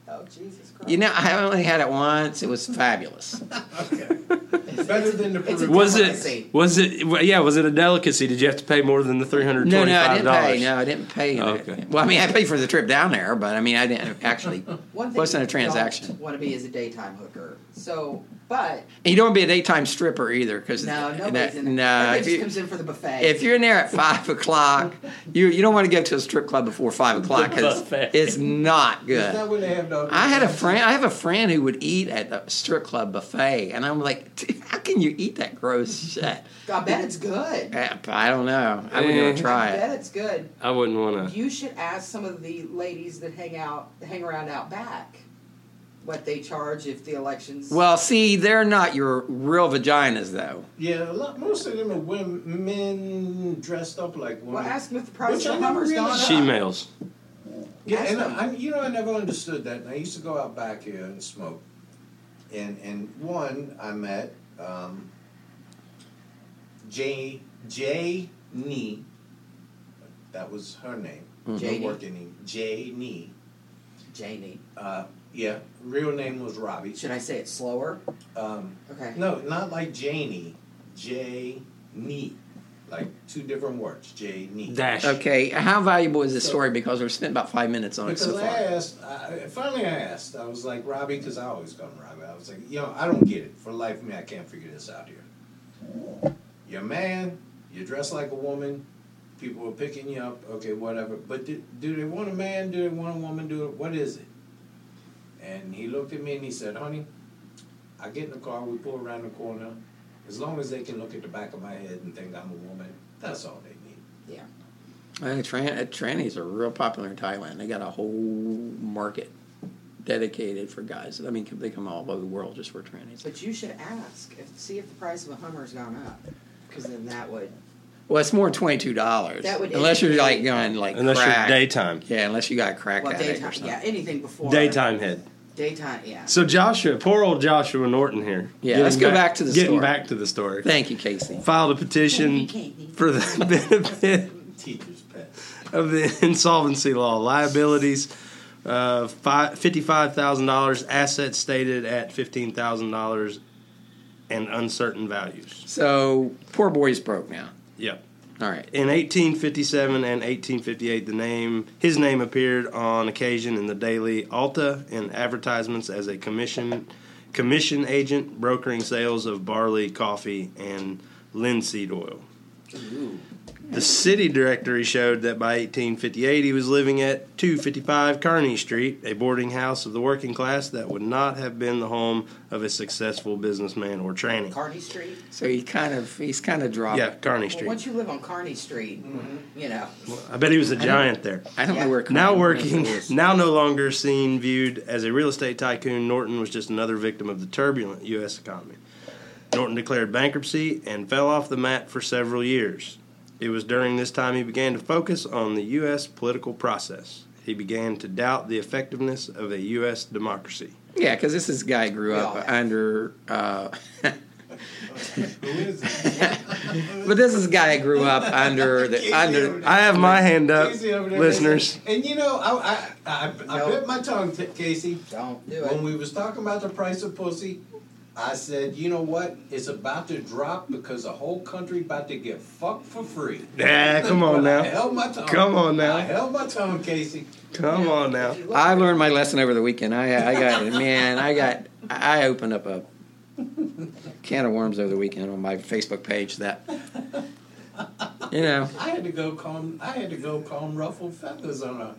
[SPEAKER 5] oh Jesus Christ.
[SPEAKER 2] You know, I only had it once. It was fabulous.
[SPEAKER 4] Better than the
[SPEAKER 5] It's a
[SPEAKER 4] Peruvian.
[SPEAKER 3] Was
[SPEAKER 5] Delicacy.
[SPEAKER 3] it? Was it? Yeah. Was it a delicacy? Did you have to pay more than the three hundred
[SPEAKER 2] No, no, I
[SPEAKER 3] twenty-five
[SPEAKER 2] didn't pay.
[SPEAKER 3] dollars?
[SPEAKER 2] No, I didn't pay.
[SPEAKER 3] Okay.
[SPEAKER 2] Well, I mean, I paid for the trip down there, but I mean, I didn't actually.
[SPEAKER 5] One thing
[SPEAKER 2] wasn't a
[SPEAKER 5] you
[SPEAKER 2] transaction.
[SPEAKER 5] Don't want to be is a daytime hooker. So, but
[SPEAKER 2] And you don't be a daytime stripper either, because
[SPEAKER 5] no, nobody's in.
[SPEAKER 2] No,
[SPEAKER 5] Everybody
[SPEAKER 2] if
[SPEAKER 5] just
[SPEAKER 2] you,
[SPEAKER 5] comes in for the buffet.
[SPEAKER 2] if you're in there at five o'clock, you you don't want to go to a strip club before five o'clock because
[SPEAKER 3] Buffet.
[SPEAKER 2] it's not good.
[SPEAKER 4] Is that what they have though?
[SPEAKER 2] I had a friend. I have a friend who would eat at the strip club buffet, and I'm like, "Dude, how can you eat that gross shit?
[SPEAKER 5] I bet it's good.
[SPEAKER 2] Eh, I don't know. I wouldn't even
[SPEAKER 5] I
[SPEAKER 2] try it.
[SPEAKER 5] bet it's good.
[SPEAKER 3] I wouldn't want to.
[SPEAKER 5] You should ask some of the ladies that hang out, hang around out back, what they charge if the elections.
[SPEAKER 2] Well, see, they're not your real vaginas, though.
[SPEAKER 4] Yeah, a lot, most of them are women, men dressed up like women.
[SPEAKER 5] Well, ask them if the price
[SPEAKER 4] Which
[SPEAKER 5] of
[SPEAKER 4] I
[SPEAKER 5] the
[SPEAKER 4] never
[SPEAKER 5] Hummer's gone
[SPEAKER 4] really-
[SPEAKER 5] up.
[SPEAKER 3] She males.
[SPEAKER 4] Yeah,
[SPEAKER 5] Ask
[SPEAKER 4] and
[SPEAKER 5] them.
[SPEAKER 4] I, you know, I never understood that. And I used to go out back here and smoke, and and one I met, um, Jay Jay Nee, that was her name.
[SPEAKER 2] Mm-hmm.
[SPEAKER 5] Janie.
[SPEAKER 4] Working Jay Nee.
[SPEAKER 5] Janie.
[SPEAKER 4] Uh, Yeah, real name was Robbie.
[SPEAKER 5] Should I say it slower?
[SPEAKER 4] Um,
[SPEAKER 5] Okay.
[SPEAKER 4] No, not like Janie. J Nee. Like two different words. J Nee.
[SPEAKER 3] Dash.
[SPEAKER 2] Okay, how valuable is this story? Because we've spent about five minutes on it
[SPEAKER 4] Because
[SPEAKER 2] so
[SPEAKER 4] I
[SPEAKER 2] far.
[SPEAKER 4] asked, I, finally I asked, I was like, Robbie, because I always call him Robbie. I was like, you know, I don't get it. For the life of me, I can't figure this out here. You're a man, you're dressed like a woman, people are picking you up, okay, whatever. But do, do they want a man? Do they want a woman? Do What is it? And he looked at me and he said, honey, I get in the car, we pull around the corner. As long as they can look at the back of my head and think I'm a woman, that's all they need.
[SPEAKER 5] Yeah.
[SPEAKER 2] Uh, tran- uh, trannies are real popular in Thailand. They got a whole market dedicated for guys. I mean, they come all over the world just for trannies.
[SPEAKER 5] But you should ask if see if the price of a Hummer's gone up, because then that would.
[SPEAKER 2] Well, it's more than twenty two dollars.
[SPEAKER 5] That would
[SPEAKER 2] Unless you're like
[SPEAKER 5] indicate-
[SPEAKER 2] going like
[SPEAKER 3] Unless
[SPEAKER 2] crack.
[SPEAKER 3] you're daytime.
[SPEAKER 2] Yeah, unless you got a crack
[SPEAKER 5] Well,
[SPEAKER 2] addict or
[SPEAKER 5] daytime,
[SPEAKER 2] something.
[SPEAKER 5] yeah, anything before
[SPEAKER 3] Daytime head.
[SPEAKER 5] Daytime, yeah.
[SPEAKER 3] So Joshua, poor old Joshua Norton here.
[SPEAKER 2] Yeah, let's
[SPEAKER 3] Getting
[SPEAKER 2] go back to the
[SPEAKER 3] getting
[SPEAKER 2] story.
[SPEAKER 3] back to the story.
[SPEAKER 2] Thank you, Casey.
[SPEAKER 3] Filed a petition for the benefit
[SPEAKER 4] Teacher's pet.
[SPEAKER 3] of the insolvency law liabilities. Uh, fi- fifty-five thousand dollars assets stated at fifteen thousand dollars, and uncertain values.
[SPEAKER 2] So poor boy's broke now.
[SPEAKER 3] Yep.
[SPEAKER 2] All right.
[SPEAKER 3] In 1857 and 1858, the name his name appeared on occasion in the daily Alta in advertisements as a commission commission agent brokering sales of barley, coffee, and linseed oil. The city directory showed that by 1858 he was living at 255 Kearney Street, a boarding house of the working class that would not have been the home of a successful businessman or tranny.
[SPEAKER 5] Carney Street.
[SPEAKER 2] So he kind of he's kind of dropped.
[SPEAKER 3] yeah, Kearney
[SPEAKER 5] Well,
[SPEAKER 3] Street.
[SPEAKER 5] once you live on Carney Street,
[SPEAKER 4] Mm-hmm.
[SPEAKER 5] you know,
[SPEAKER 3] I bet he was a giant there.
[SPEAKER 2] I don't
[SPEAKER 5] Yeah.
[SPEAKER 2] know where.
[SPEAKER 3] Now
[SPEAKER 2] Conrad
[SPEAKER 3] working,
[SPEAKER 2] Wilson is.
[SPEAKER 3] now no longer seen viewed as a real estate tycoon, Norton was just another victim of the turbulent U.S. economy. Norton declared bankruptcy and fell off the mat for several years. It was during this time he began to focus on the U.S. political process. He began to doubt the effectiveness of a U.S. democracy.
[SPEAKER 2] Yeah, because this is guy grew
[SPEAKER 5] We
[SPEAKER 2] up
[SPEAKER 5] all have.
[SPEAKER 2] under. Uh,
[SPEAKER 4] Who is it?
[SPEAKER 2] but this is guy grew up under the under.
[SPEAKER 3] I have my hand up,
[SPEAKER 4] Casey over there.
[SPEAKER 3] listeners.
[SPEAKER 4] And you know, I I, I, I
[SPEAKER 5] No.
[SPEAKER 4] bit my tongue, t- Casey.
[SPEAKER 5] don't do
[SPEAKER 4] When
[SPEAKER 5] it.
[SPEAKER 4] we was talking about the price of pussy, I said, you know what? It's about to drop because the whole country about to get fucked for free.
[SPEAKER 3] Yeah, come on
[SPEAKER 4] But
[SPEAKER 3] now.
[SPEAKER 4] I held my tongue.
[SPEAKER 3] Come on now.
[SPEAKER 4] I held my tongue, Casey.
[SPEAKER 3] Come on now.
[SPEAKER 2] I learned my lesson over the weekend. I I got man. I got I opened up a can of worms over the weekend on my Facebook page that. You know,
[SPEAKER 4] I had to go comb. I had to go comb ruffled feathers on a.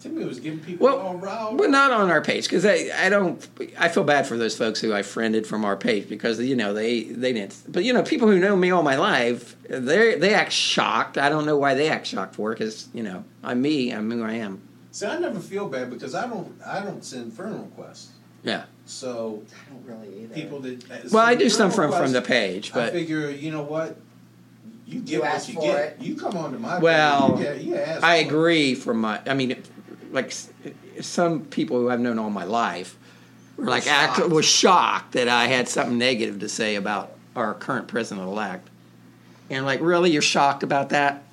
[SPEAKER 4] Timmy was giving people all
[SPEAKER 2] well,
[SPEAKER 4] riled.
[SPEAKER 2] but not on our page because I, I don't I feel bad for those folks who I friended from our page because you know they they didn't but you know people who know me all my life they they act shocked I don't know why they act shocked for because you know I'm me I'm who I am
[SPEAKER 4] See, I never feel bad because I don't. I don't send friend requests.
[SPEAKER 2] yeah
[SPEAKER 4] So
[SPEAKER 5] I don't really either.
[SPEAKER 4] people that. uh,
[SPEAKER 2] well I
[SPEAKER 4] send
[SPEAKER 2] do
[SPEAKER 4] friend
[SPEAKER 2] some from from
[SPEAKER 4] requests,
[SPEAKER 2] the page
[SPEAKER 4] I
[SPEAKER 2] but
[SPEAKER 4] figure, you know what? You get
[SPEAKER 5] asked
[SPEAKER 4] what you
[SPEAKER 5] for
[SPEAKER 4] get.
[SPEAKER 5] it.
[SPEAKER 4] You come on to my
[SPEAKER 2] Well,
[SPEAKER 4] page, you, get- you ask
[SPEAKER 2] I
[SPEAKER 4] for it.
[SPEAKER 2] agree from my I mean like s- some people who I've known all my life were like act,
[SPEAKER 5] shocked.
[SPEAKER 2] was shocked that I had something negative to say about our current president elect and like really you're shocked about that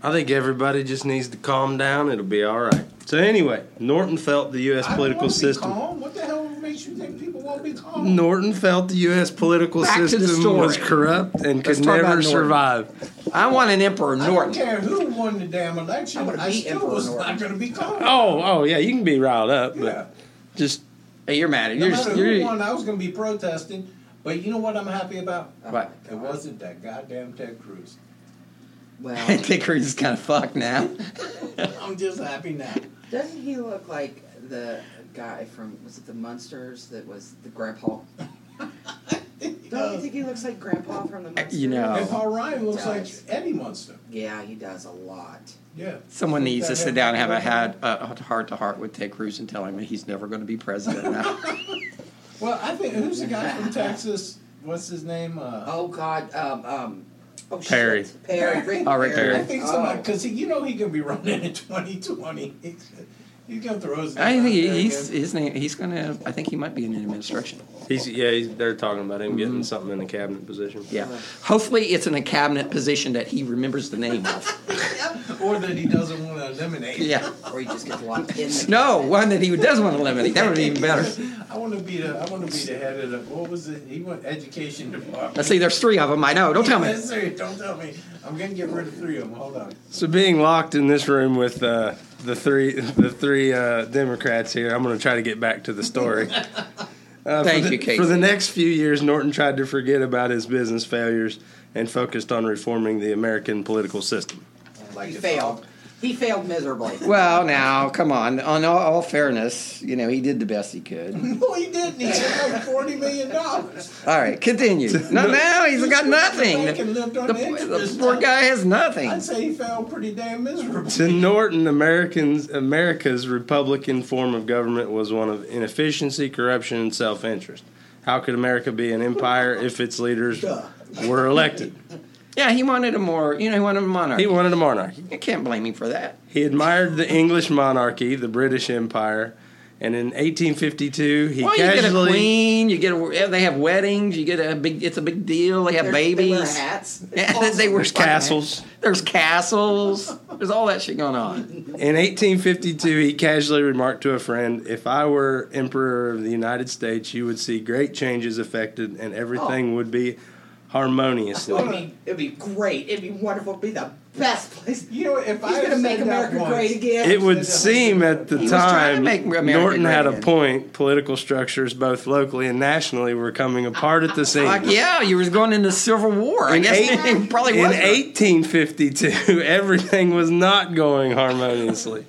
[SPEAKER 3] I think everybody just needs to calm down. It'll be all right. So anyway, Norton felt the U.S.
[SPEAKER 4] I don't
[SPEAKER 3] political
[SPEAKER 4] wanna be
[SPEAKER 3] system.
[SPEAKER 4] Calm. What the hell makes you think people won't be calm?
[SPEAKER 3] Norton felt the U.S. political
[SPEAKER 2] Back to the
[SPEAKER 3] system
[SPEAKER 2] story.
[SPEAKER 3] was corrupt and
[SPEAKER 2] Let's
[SPEAKER 3] could
[SPEAKER 2] talk about Norton.
[SPEAKER 3] never survive.
[SPEAKER 2] I want an Emperor
[SPEAKER 4] I don't
[SPEAKER 2] Norton.
[SPEAKER 4] care who won the damn election.
[SPEAKER 5] I'm gonna
[SPEAKER 4] I
[SPEAKER 5] beat
[SPEAKER 4] still
[SPEAKER 5] Emperor
[SPEAKER 4] was
[SPEAKER 5] Norton.
[SPEAKER 4] not going to be calm.
[SPEAKER 3] Oh, oh yeah, you can be riled up, but
[SPEAKER 4] yeah.
[SPEAKER 3] just
[SPEAKER 2] Hey, you're mad.
[SPEAKER 4] No
[SPEAKER 2] You're,
[SPEAKER 4] matter who
[SPEAKER 2] you're-
[SPEAKER 4] won, I was going to be protesting. But you know what I'm happy about?
[SPEAKER 5] Uh-huh.
[SPEAKER 2] What?
[SPEAKER 4] It wasn't that goddamn Ted Cruz.
[SPEAKER 5] Well,
[SPEAKER 2] Pickers is kind of fucked now.
[SPEAKER 4] I'm just happy now.
[SPEAKER 5] doesn't he look like the guy from was it the Munsters that was the grandpa? Don't you think he looks like grandpa from the Munsters?
[SPEAKER 2] You
[SPEAKER 4] And
[SPEAKER 2] know,
[SPEAKER 4] Paul Ryan looks like
[SPEAKER 5] Does.
[SPEAKER 4] Eddie Munster.
[SPEAKER 5] Yeah, he does a lot.
[SPEAKER 4] Yeah.
[SPEAKER 2] someone needs to sit down and have a had a heart to heart with Ted Cruz and tell him he's never going to be president now.
[SPEAKER 4] Well, I think who's the guy from Texas? What's his name? Uh,
[SPEAKER 5] Oh God, um, um, oh
[SPEAKER 3] Perry.
[SPEAKER 5] shit, Perry, Rick
[SPEAKER 2] Oh, Rick
[SPEAKER 5] Perry.
[SPEAKER 4] I
[SPEAKER 2] Perry.
[SPEAKER 4] think somebody because you know he can be running in 2020. He's, he's gonna throw his.
[SPEAKER 2] I
[SPEAKER 4] name
[SPEAKER 2] think
[SPEAKER 4] out there
[SPEAKER 2] he, he's
[SPEAKER 4] again.
[SPEAKER 2] his name. He's going to. I think he might be in an administration.
[SPEAKER 3] he's yeah, he's, they're talking about him getting something in a cabinet position.
[SPEAKER 2] Yeah. Hopefully, it's in a cabinet position that he remembers the name of.
[SPEAKER 4] or that he doesn't want to eliminate.
[SPEAKER 2] Yeah.
[SPEAKER 5] Or you just get the one in the
[SPEAKER 2] No, one that he does want to eliminate. That would be even better.
[SPEAKER 4] I want to be the I want to be the head of the what was it? He went education department.
[SPEAKER 2] Let's see, there's three of them. I know. Don't tell me.
[SPEAKER 4] Yes, sir, Don't tell me. I'm gonna get rid of three of them. Hold on.
[SPEAKER 3] So being locked in this room with uh, the three the three uh, Democrats here, I'm going to try to get back to the story. Uh,
[SPEAKER 2] Thank
[SPEAKER 3] for the,
[SPEAKER 2] you, Casey.
[SPEAKER 3] For the next few years, Norton tried to forget about his business failures and focused on reforming the American political system.
[SPEAKER 5] He failed. He failed miserably.
[SPEAKER 2] Well, now, come on. On all, all fairness, you know, he did the best he could.
[SPEAKER 4] No, he didn't. He took like forty million dollars.
[SPEAKER 2] All right, continue. No, no, he's got nothing.
[SPEAKER 4] Bank and lived on
[SPEAKER 2] The,
[SPEAKER 4] the
[SPEAKER 2] the
[SPEAKER 4] interest.
[SPEAKER 2] poor guy has nothing.
[SPEAKER 4] I'd say he failed pretty damn miserably.
[SPEAKER 3] To Norton, Americans America's Republican form of government was one of inefficiency, corruption, and self interest. How could America be an empire if its leaders were elected?
[SPEAKER 2] Yeah, he wanted a more, you know, he wanted a monarch.
[SPEAKER 3] He wanted a monarchy.
[SPEAKER 2] You can't blame him for that.
[SPEAKER 3] He admired the English monarchy, the British Empire, and in 1852 he
[SPEAKER 2] Well, you get a
[SPEAKER 3] casually
[SPEAKER 2] queen. You get a, they have weddings. You get a big. It's a big deal. They have
[SPEAKER 5] They're- They wear
[SPEAKER 2] babies.
[SPEAKER 5] hats.
[SPEAKER 2] Yeah, they wear
[SPEAKER 3] There's castles.
[SPEAKER 2] There's castles. There's all that shit going on.
[SPEAKER 3] In 1852, he casually remarked to a friend, If I were Emperor of the United States, you would see great changes affected and
[SPEAKER 2] Oh.
[SPEAKER 3] everything would be
[SPEAKER 5] It'd
[SPEAKER 3] harmoniously.
[SPEAKER 5] be, it'd be great. It'd be wonderful. It'd be the best place.
[SPEAKER 4] You know, if
[SPEAKER 5] He's
[SPEAKER 4] I
[SPEAKER 5] gonna
[SPEAKER 4] had said
[SPEAKER 5] make
[SPEAKER 4] that
[SPEAKER 5] America
[SPEAKER 4] once-
[SPEAKER 5] great again.
[SPEAKER 3] It would seem at the
[SPEAKER 2] was trying to
[SPEAKER 3] time
[SPEAKER 2] make America
[SPEAKER 3] Norton
[SPEAKER 2] great
[SPEAKER 3] had a
[SPEAKER 2] again.
[SPEAKER 3] point. Political structures, both locally and nationally, were coming apart at the
[SPEAKER 2] Like,
[SPEAKER 3] seams.
[SPEAKER 2] yeah, you was going into Civil War. I guess
[SPEAKER 3] eight-
[SPEAKER 2] it probably
[SPEAKER 3] In
[SPEAKER 2] was.
[SPEAKER 3] 1852, everything was not going harmoniously.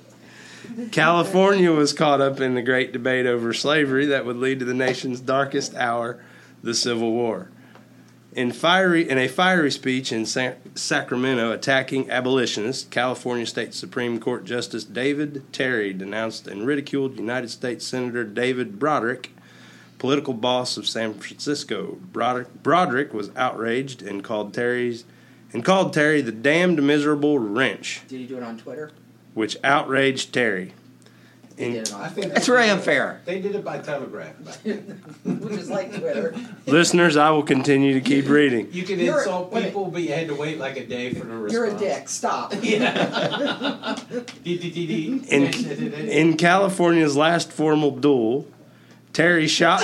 [SPEAKER 3] California was caught up in the great debate over slavery that would lead to the nation's darkest hour, the Civil War. In, fiery, in a fiery speech in Sa- Sacramento attacking abolitionists, California State Supreme Court Justice David Terry denounced and ridiculed United States Senator David Broderick political boss of San Francisco. Broderick, Broderick was outraged and called Terry's and called Terry the damned miserable wrench,
[SPEAKER 5] Did he do it on Twitter?
[SPEAKER 3] which outraged Terry.
[SPEAKER 5] He did it
[SPEAKER 4] I
[SPEAKER 5] on Twitter.
[SPEAKER 4] think
[SPEAKER 2] That's very unfair.
[SPEAKER 4] They did it by telegraph.
[SPEAKER 5] Which is like Twitter.
[SPEAKER 3] Listeners, I will continue to keep reading.
[SPEAKER 4] You could
[SPEAKER 5] You're-
[SPEAKER 4] insult
[SPEAKER 5] wait a
[SPEAKER 4] people, but you had to wait like a day for the response.
[SPEAKER 5] You're a dick. Stop.
[SPEAKER 4] Dee, dee, dee, dee.
[SPEAKER 3] In,
[SPEAKER 4] Dee, dee, dee, dee.
[SPEAKER 3] in California's last formal duel, Terry shot.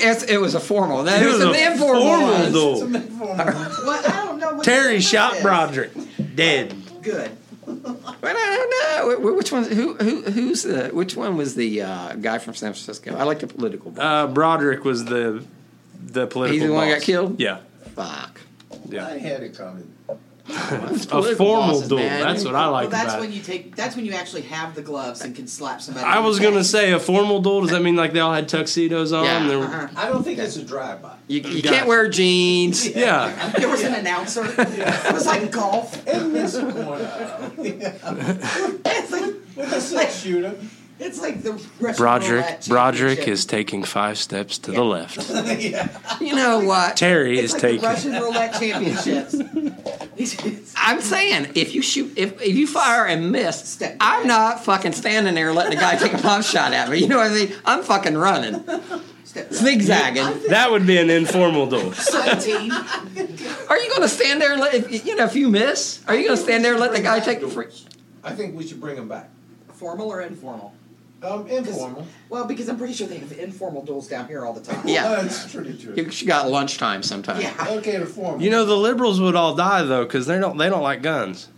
[SPEAKER 2] It's, it was a formal. That
[SPEAKER 3] It
[SPEAKER 2] was,
[SPEAKER 3] was
[SPEAKER 2] an
[SPEAKER 3] a
[SPEAKER 2] informal.
[SPEAKER 3] formal
[SPEAKER 2] one.
[SPEAKER 3] duel.
[SPEAKER 5] What? I don't know. What
[SPEAKER 3] Terry
[SPEAKER 5] this
[SPEAKER 3] shot
[SPEAKER 5] is.
[SPEAKER 3] Broderick dead.
[SPEAKER 5] Good.
[SPEAKER 2] Well, I don't know Wh- which one. Who who who's the which one was the uh, guy from San Francisco? I like the political. boss.
[SPEAKER 3] Uh, Broderick was the the political.
[SPEAKER 2] He's the one who
[SPEAKER 3] boss.
[SPEAKER 2] got killed?
[SPEAKER 3] Yeah,
[SPEAKER 2] Fuck.
[SPEAKER 4] I
[SPEAKER 3] yeah.
[SPEAKER 4] had it coming.
[SPEAKER 3] A
[SPEAKER 2] political
[SPEAKER 3] formal
[SPEAKER 2] bosses,
[SPEAKER 3] duel.
[SPEAKER 2] man.
[SPEAKER 3] That's what I
[SPEAKER 5] Well,
[SPEAKER 3] like
[SPEAKER 5] that's
[SPEAKER 3] about
[SPEAKER 5] when
[SPEAKER 3] it.
[SPEAKER 5] you take. That's when you actually have the gloves and can slap somebody.
[SPEAKER 3] I
[SPEAKER 5] in the
[SPEAKER 3] was gonna
[SPEAKER 5] face.
[SPEAKER 3] say a formal duel. Does that mean like they all had tuxedos on?
[SPEAKER 2] Yeah.
[SPEAKER 3] There were-
[SPEAKER 5] Uh-uh.
[SPEAKER 4] I don't think it's a drive-by.
[SPEAKER 2] You, you
[SPEAKER 3] Got
[SPEAKER 2] can't
[SPEAKER 3] it.
[SPEAKER 2] wear jeans.
[SPEAKER 3] yeah.
[SPEAKER 5] There was an announcer. It was like golf.
[SPEAKER 4] In this corner,
[SPEAKER 5] It's like
[SPEAKER 4] with a six-shooter.
[SPEAKER 5] it's like the Russian
[SPEAKER 3] Broderick
[SPEAKER 5] roulette
[SPEAKER 3] Broderick
[SPEAKER 5] championship.
[SPEAKER 3] is taking five steps to the left.
[SPEAKER 2] You know what?
[SPEAKER 3] Terry is
[SPEAKER 5] It's like the
[SPEAKER 3] taking.
[SPEAKER 5] Russian roulette championships. It's-
[SPEAKER 2] I'm saying if you shoot if, if you fire and miss,
[SPEAKER 5] Step back.
[SPEAKER 2] I'm not fucking standing there letting a guy take a pump shot at me. You know what I mean? I'm fucking running,
[SPEAKER 5] Step
[SPEAKER 2] zigzagging.
[SPEAKER 3] That would be an informal duel.
[SPEAKER 5] Seventeen.
[SPEAKER 2] Are you going to stand there and let if, you know if you miss? Are you going to stand there and let the guy take the free?
[SPEAKER 4] I think we should bring him back.
[SPEAKER 5] Formal or informal?
[SPEAKER 4] Um, informal.
[SPEAKER 5] Well, because I'm pretty sure they have informal duels down here all the time.
[SPEAKER 4] Uh,
[SPEAKER 2] Yeah,
[SPEAKER 4] it's pretty true.
[SPEAKER 2] you she got lunchtime sometime.
[SPEAKER 5] Yeah.
[SPEAKER 4] Okay, the formal.
[SPEAKER 3] You know the liberals would all die though because they don't they don't like guns.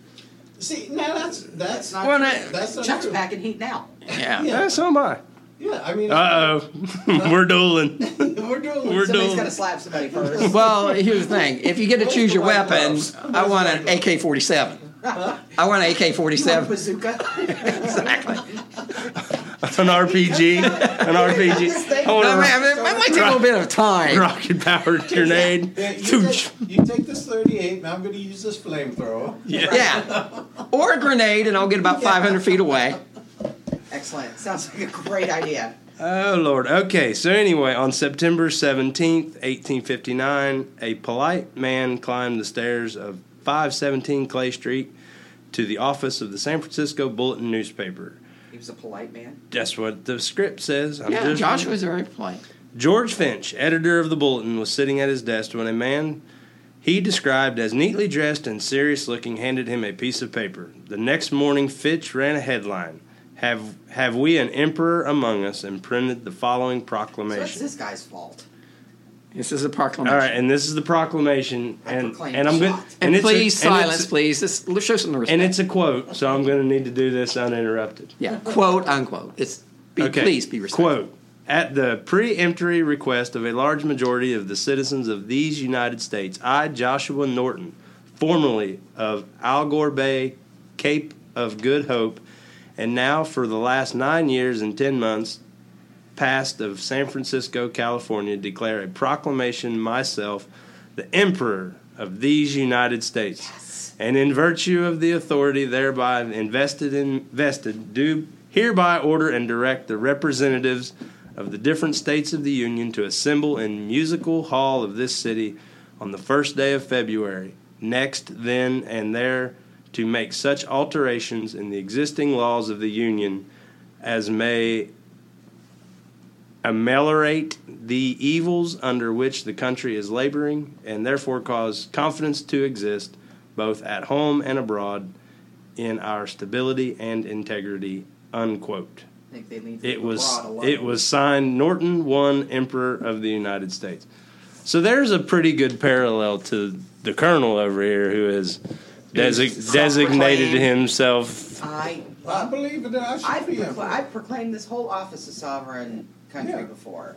[SPEAKER 4] see, now that's that's not.
[SPEAKER 2] Well, that-
[SPEAKER 4] that's not
[SPEAKER 5] Chuck's
[SPEAKER 4] true.
[SPEAKER 5] packing heat now.
[SPEAKER 2] yeah.
[SPEAKER 3] Yeah, Eh, so am I.
[SPEAKER 4] Yeah, I mean,
[SPEAKER 3] Uh oh, we're dueling.
[SPEAKER 4] we're doing.
[SPEAKER 3] We're
[SPEAKER 5] Somebody's
[SPEAKER 3] dueling.
[SPEAKER 5] got to slap somebody first.
[SPEAKER 2] Well, here's the thing: if you get to choose your
[SPEAKER 4] Those are my
[SPEAKER 2] weapon,
[SPEAKER 4] gloves.
[SPEAKER 2] I want an AK-47. I want an
[SPEAKER 5] You want a
[SPEAKER 2] AK-47.
[SPEAKER 5] bazooka.
[SPEAKER 2] Exactly.
[SPEAKER 3] An RPG. An RPG. I
[SPEAKER 2] I mean,
[SPEAKER 3] want
[SPEAKER 2] I
[SPEAKER 3] a
[SPEAKER 2] mean, it might take a little bit of time.
[SPEAKER 3] rocket powered grenade.
[SPEAKER 4] Yeah, you,
[SPEAKER 3] Tooch.
[SPEAKER 4] take, you take this 38, and I'm going to use this flamethrower.
[SPEAKER 2] Yeah. Or a grenade, and I'll get about 500 feet away.
[SPEAKER 5] Excellent. Sounds like a great idea.
[SPEAKER 3] Oh Lord. Okay. So anyway, on September seventeenth, eighteen fifty-nine, a polite man climbed the stairs of five seventeen Clay Street to the office of the San Francisco Bulletin newspaper.
[SPEAKER 5] He was a polite man.
[SPEAKER 3] That's what the script says. I'm
[SPEAKER 2] Yeah,
[SPEAKER 3] just-
[SPEAKER 2] Josh was very polite.
[SPEAKER 3] George Finch, editor of the Bulletin, was sitting at his desk when a man He, described as neatly dressed and serious looking, handed him a piece of paper. The next morning, Fitch ran a headline Have, have we an emperor among us? and printed the following
[SPEAKER 5] So it's
[SPEAKER 3] proclamation.
[SPEAKER 5] this guy's fault.
[SPEAKER 2] This is a proclamation.
[SPEAKER 3] All right, and this is the proclamation,
[SPEAKER 5] I
[SPEAKER 3] and,
[SPEAKER 5] proclaim
[SPEAKER 3] and I'm
[SPEAKER 5] the
[SPEAKER 3] going
[SPEAKER 5] shot.
[SPEAKER 2] And,
[SPEAKER 3] it's a-
[SPEAKER 2] please,
[SPEAKER 3] and it's
[SPEAKER 2] silence,
[SPEAKER 3] a-
[SPEAKER 2] please. This, let's show some respect.
[SPEAKER 3] And it's a quote, so I'm going to need to do this uninterrupted.
[SPEAKER 2] yeah, quote unquote. It's be, please be respectful.
[SPEAKER 3] Quote At the peremptory request of a large majority of the citizens of these United States, I, Joshua Norton, formerly of Algor Bay, Cape of Good Hope, and now for the last nine years and ten months, past of San Francisco, California, declare a proclamation myself the Emperor of these United States. And in virtue of the authority thereby invested in vested, do hereby order and direct the representatives of the different states of the Union to assemble in musical hall of this city on the first day of February, next, then, and there, to make such alterations in the existing laws of the Union as may ameliorate the evils under which the country is laboring and therefore cause confidence to exist both at home and abroad in our stability and integrity unquote
[SPEAKER 5] I think they leave
[SPEAKER 3] it
[SPEAKER 5] the
[SPEAKER 3] was
[SPEAKER 5] broad alone.
[SPEAKER 3] it was signed norton one emperor of the united states so there's a pretty good parallel to the colonel over here who has desi- designated himself
[SPEAKER 5] I
[SPEAKER 4] I believe that I should
[SPEAKER 5] I've,
[SPEAKER 4] be
[SPEAKER 5] procl-
[SPEAKER 4] emperor.
[SPEAKER 5] I've proclaimed this whole office a sovereign country
[SPEAKER 4] Yeah.
[SPEAKER 5] before,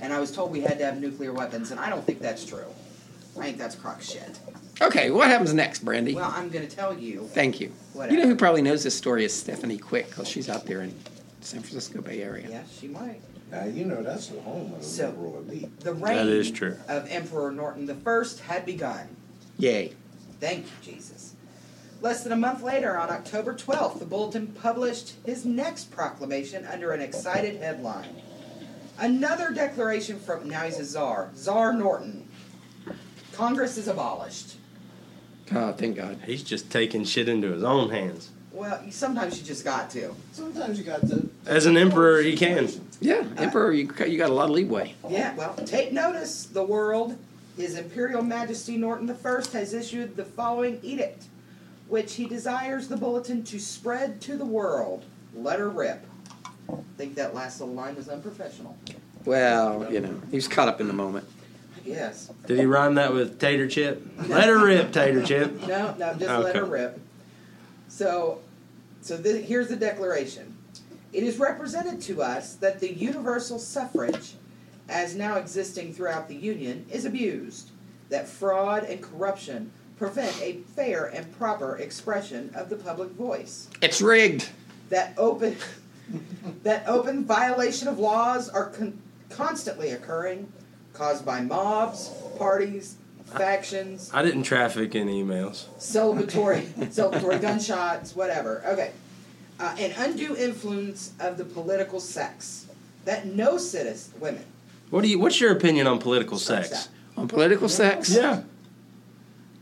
[SPEAKER 5] and I was told we had to have nuclear weapons, and I don't think that's true. I think that's crock shit.
[SPEAKER 2] Okay, what happens next, Brandy?
[SPEAKER 5] Well, I'm gonna tell you.
[SPEAKER 2] Thank you. You know
[SPEAKER 5] Whatever.
[SPEAKER 2] who probably knows this story is Stephanie Quick because she's out there in San Francisco Bay Area.
[SPEAKER 5] Yes, she might.
[SPEAKER 4] Now, you know, that's the home of the
[SPEAKER 5] So-
[SPEAKER 4] liberal elite.
[SPEAKER 5] The reign
[SPEAKER 3] That is true.
[SPEAKER 5] of Emperor Norton I had begun.
[SPEAKER 2] Yay.
[SPEAKER 5] Thank you, Jesus. Less than a month later, on October 12th, the Bulletin published his next proclamation under an excited headline. Another declaration from, now he's a czar, Czar Norton. Congress is abolished.
[SPEAKER 2] Oh, thank God.
[SPEAKER 3] he's just taking shit into his own hands
[SPEAKER 5] Well, you, sometimes you just got to.
[SPEAKER 4] Sometimes you got to.
[SPEAKER 3] as an emperor he can
[SPEAKER 2] Yeah, Emperor, you, you got a lot of leeway.
[SPEAKER 5] Yeah, well, take notice, the world. His Imperial Majesty Norton I has issued the following edict, which he desires the bulletin to spread to the world. Let her rip. think that last little line was unprofessional.
[SPEAKER 2] Well, you know, he was caught up in the moment.
[SPEAKER 5] I guess.
[SPEAKER 3] Did he rhyme that with tater chip? Let her rip, tater chip.
[SPEAKER 5] No, no, just let her
[SPEAKER 3] Okay.
[SPEAKER 5] rip. So, so thi- here's the declaration. It is represented to us that the universal suffrage, as now existing throughout the Union, is abused. That fraud and corruption prevent a fair and proper expression of the public voice.
[SPEAKER 2] It's rigged.
[SPEAKER 5] That open, that open violation of laws are con- constantly occurring, caused by mobs, parties, factions.
[SPEAKER 3] I didn't traffic in emails.
[SPEAKER 5] celebratory, celebratory gunshots, whatever. Okay. Uh, an undue influence of the political sex. That no citizen, women,
[SPEAKER 3] What do you? What's your opinion on political
[SPEAKER 5] Sex.
[SPEAKER 3] sex?
[SPEAKER 2] On political sex?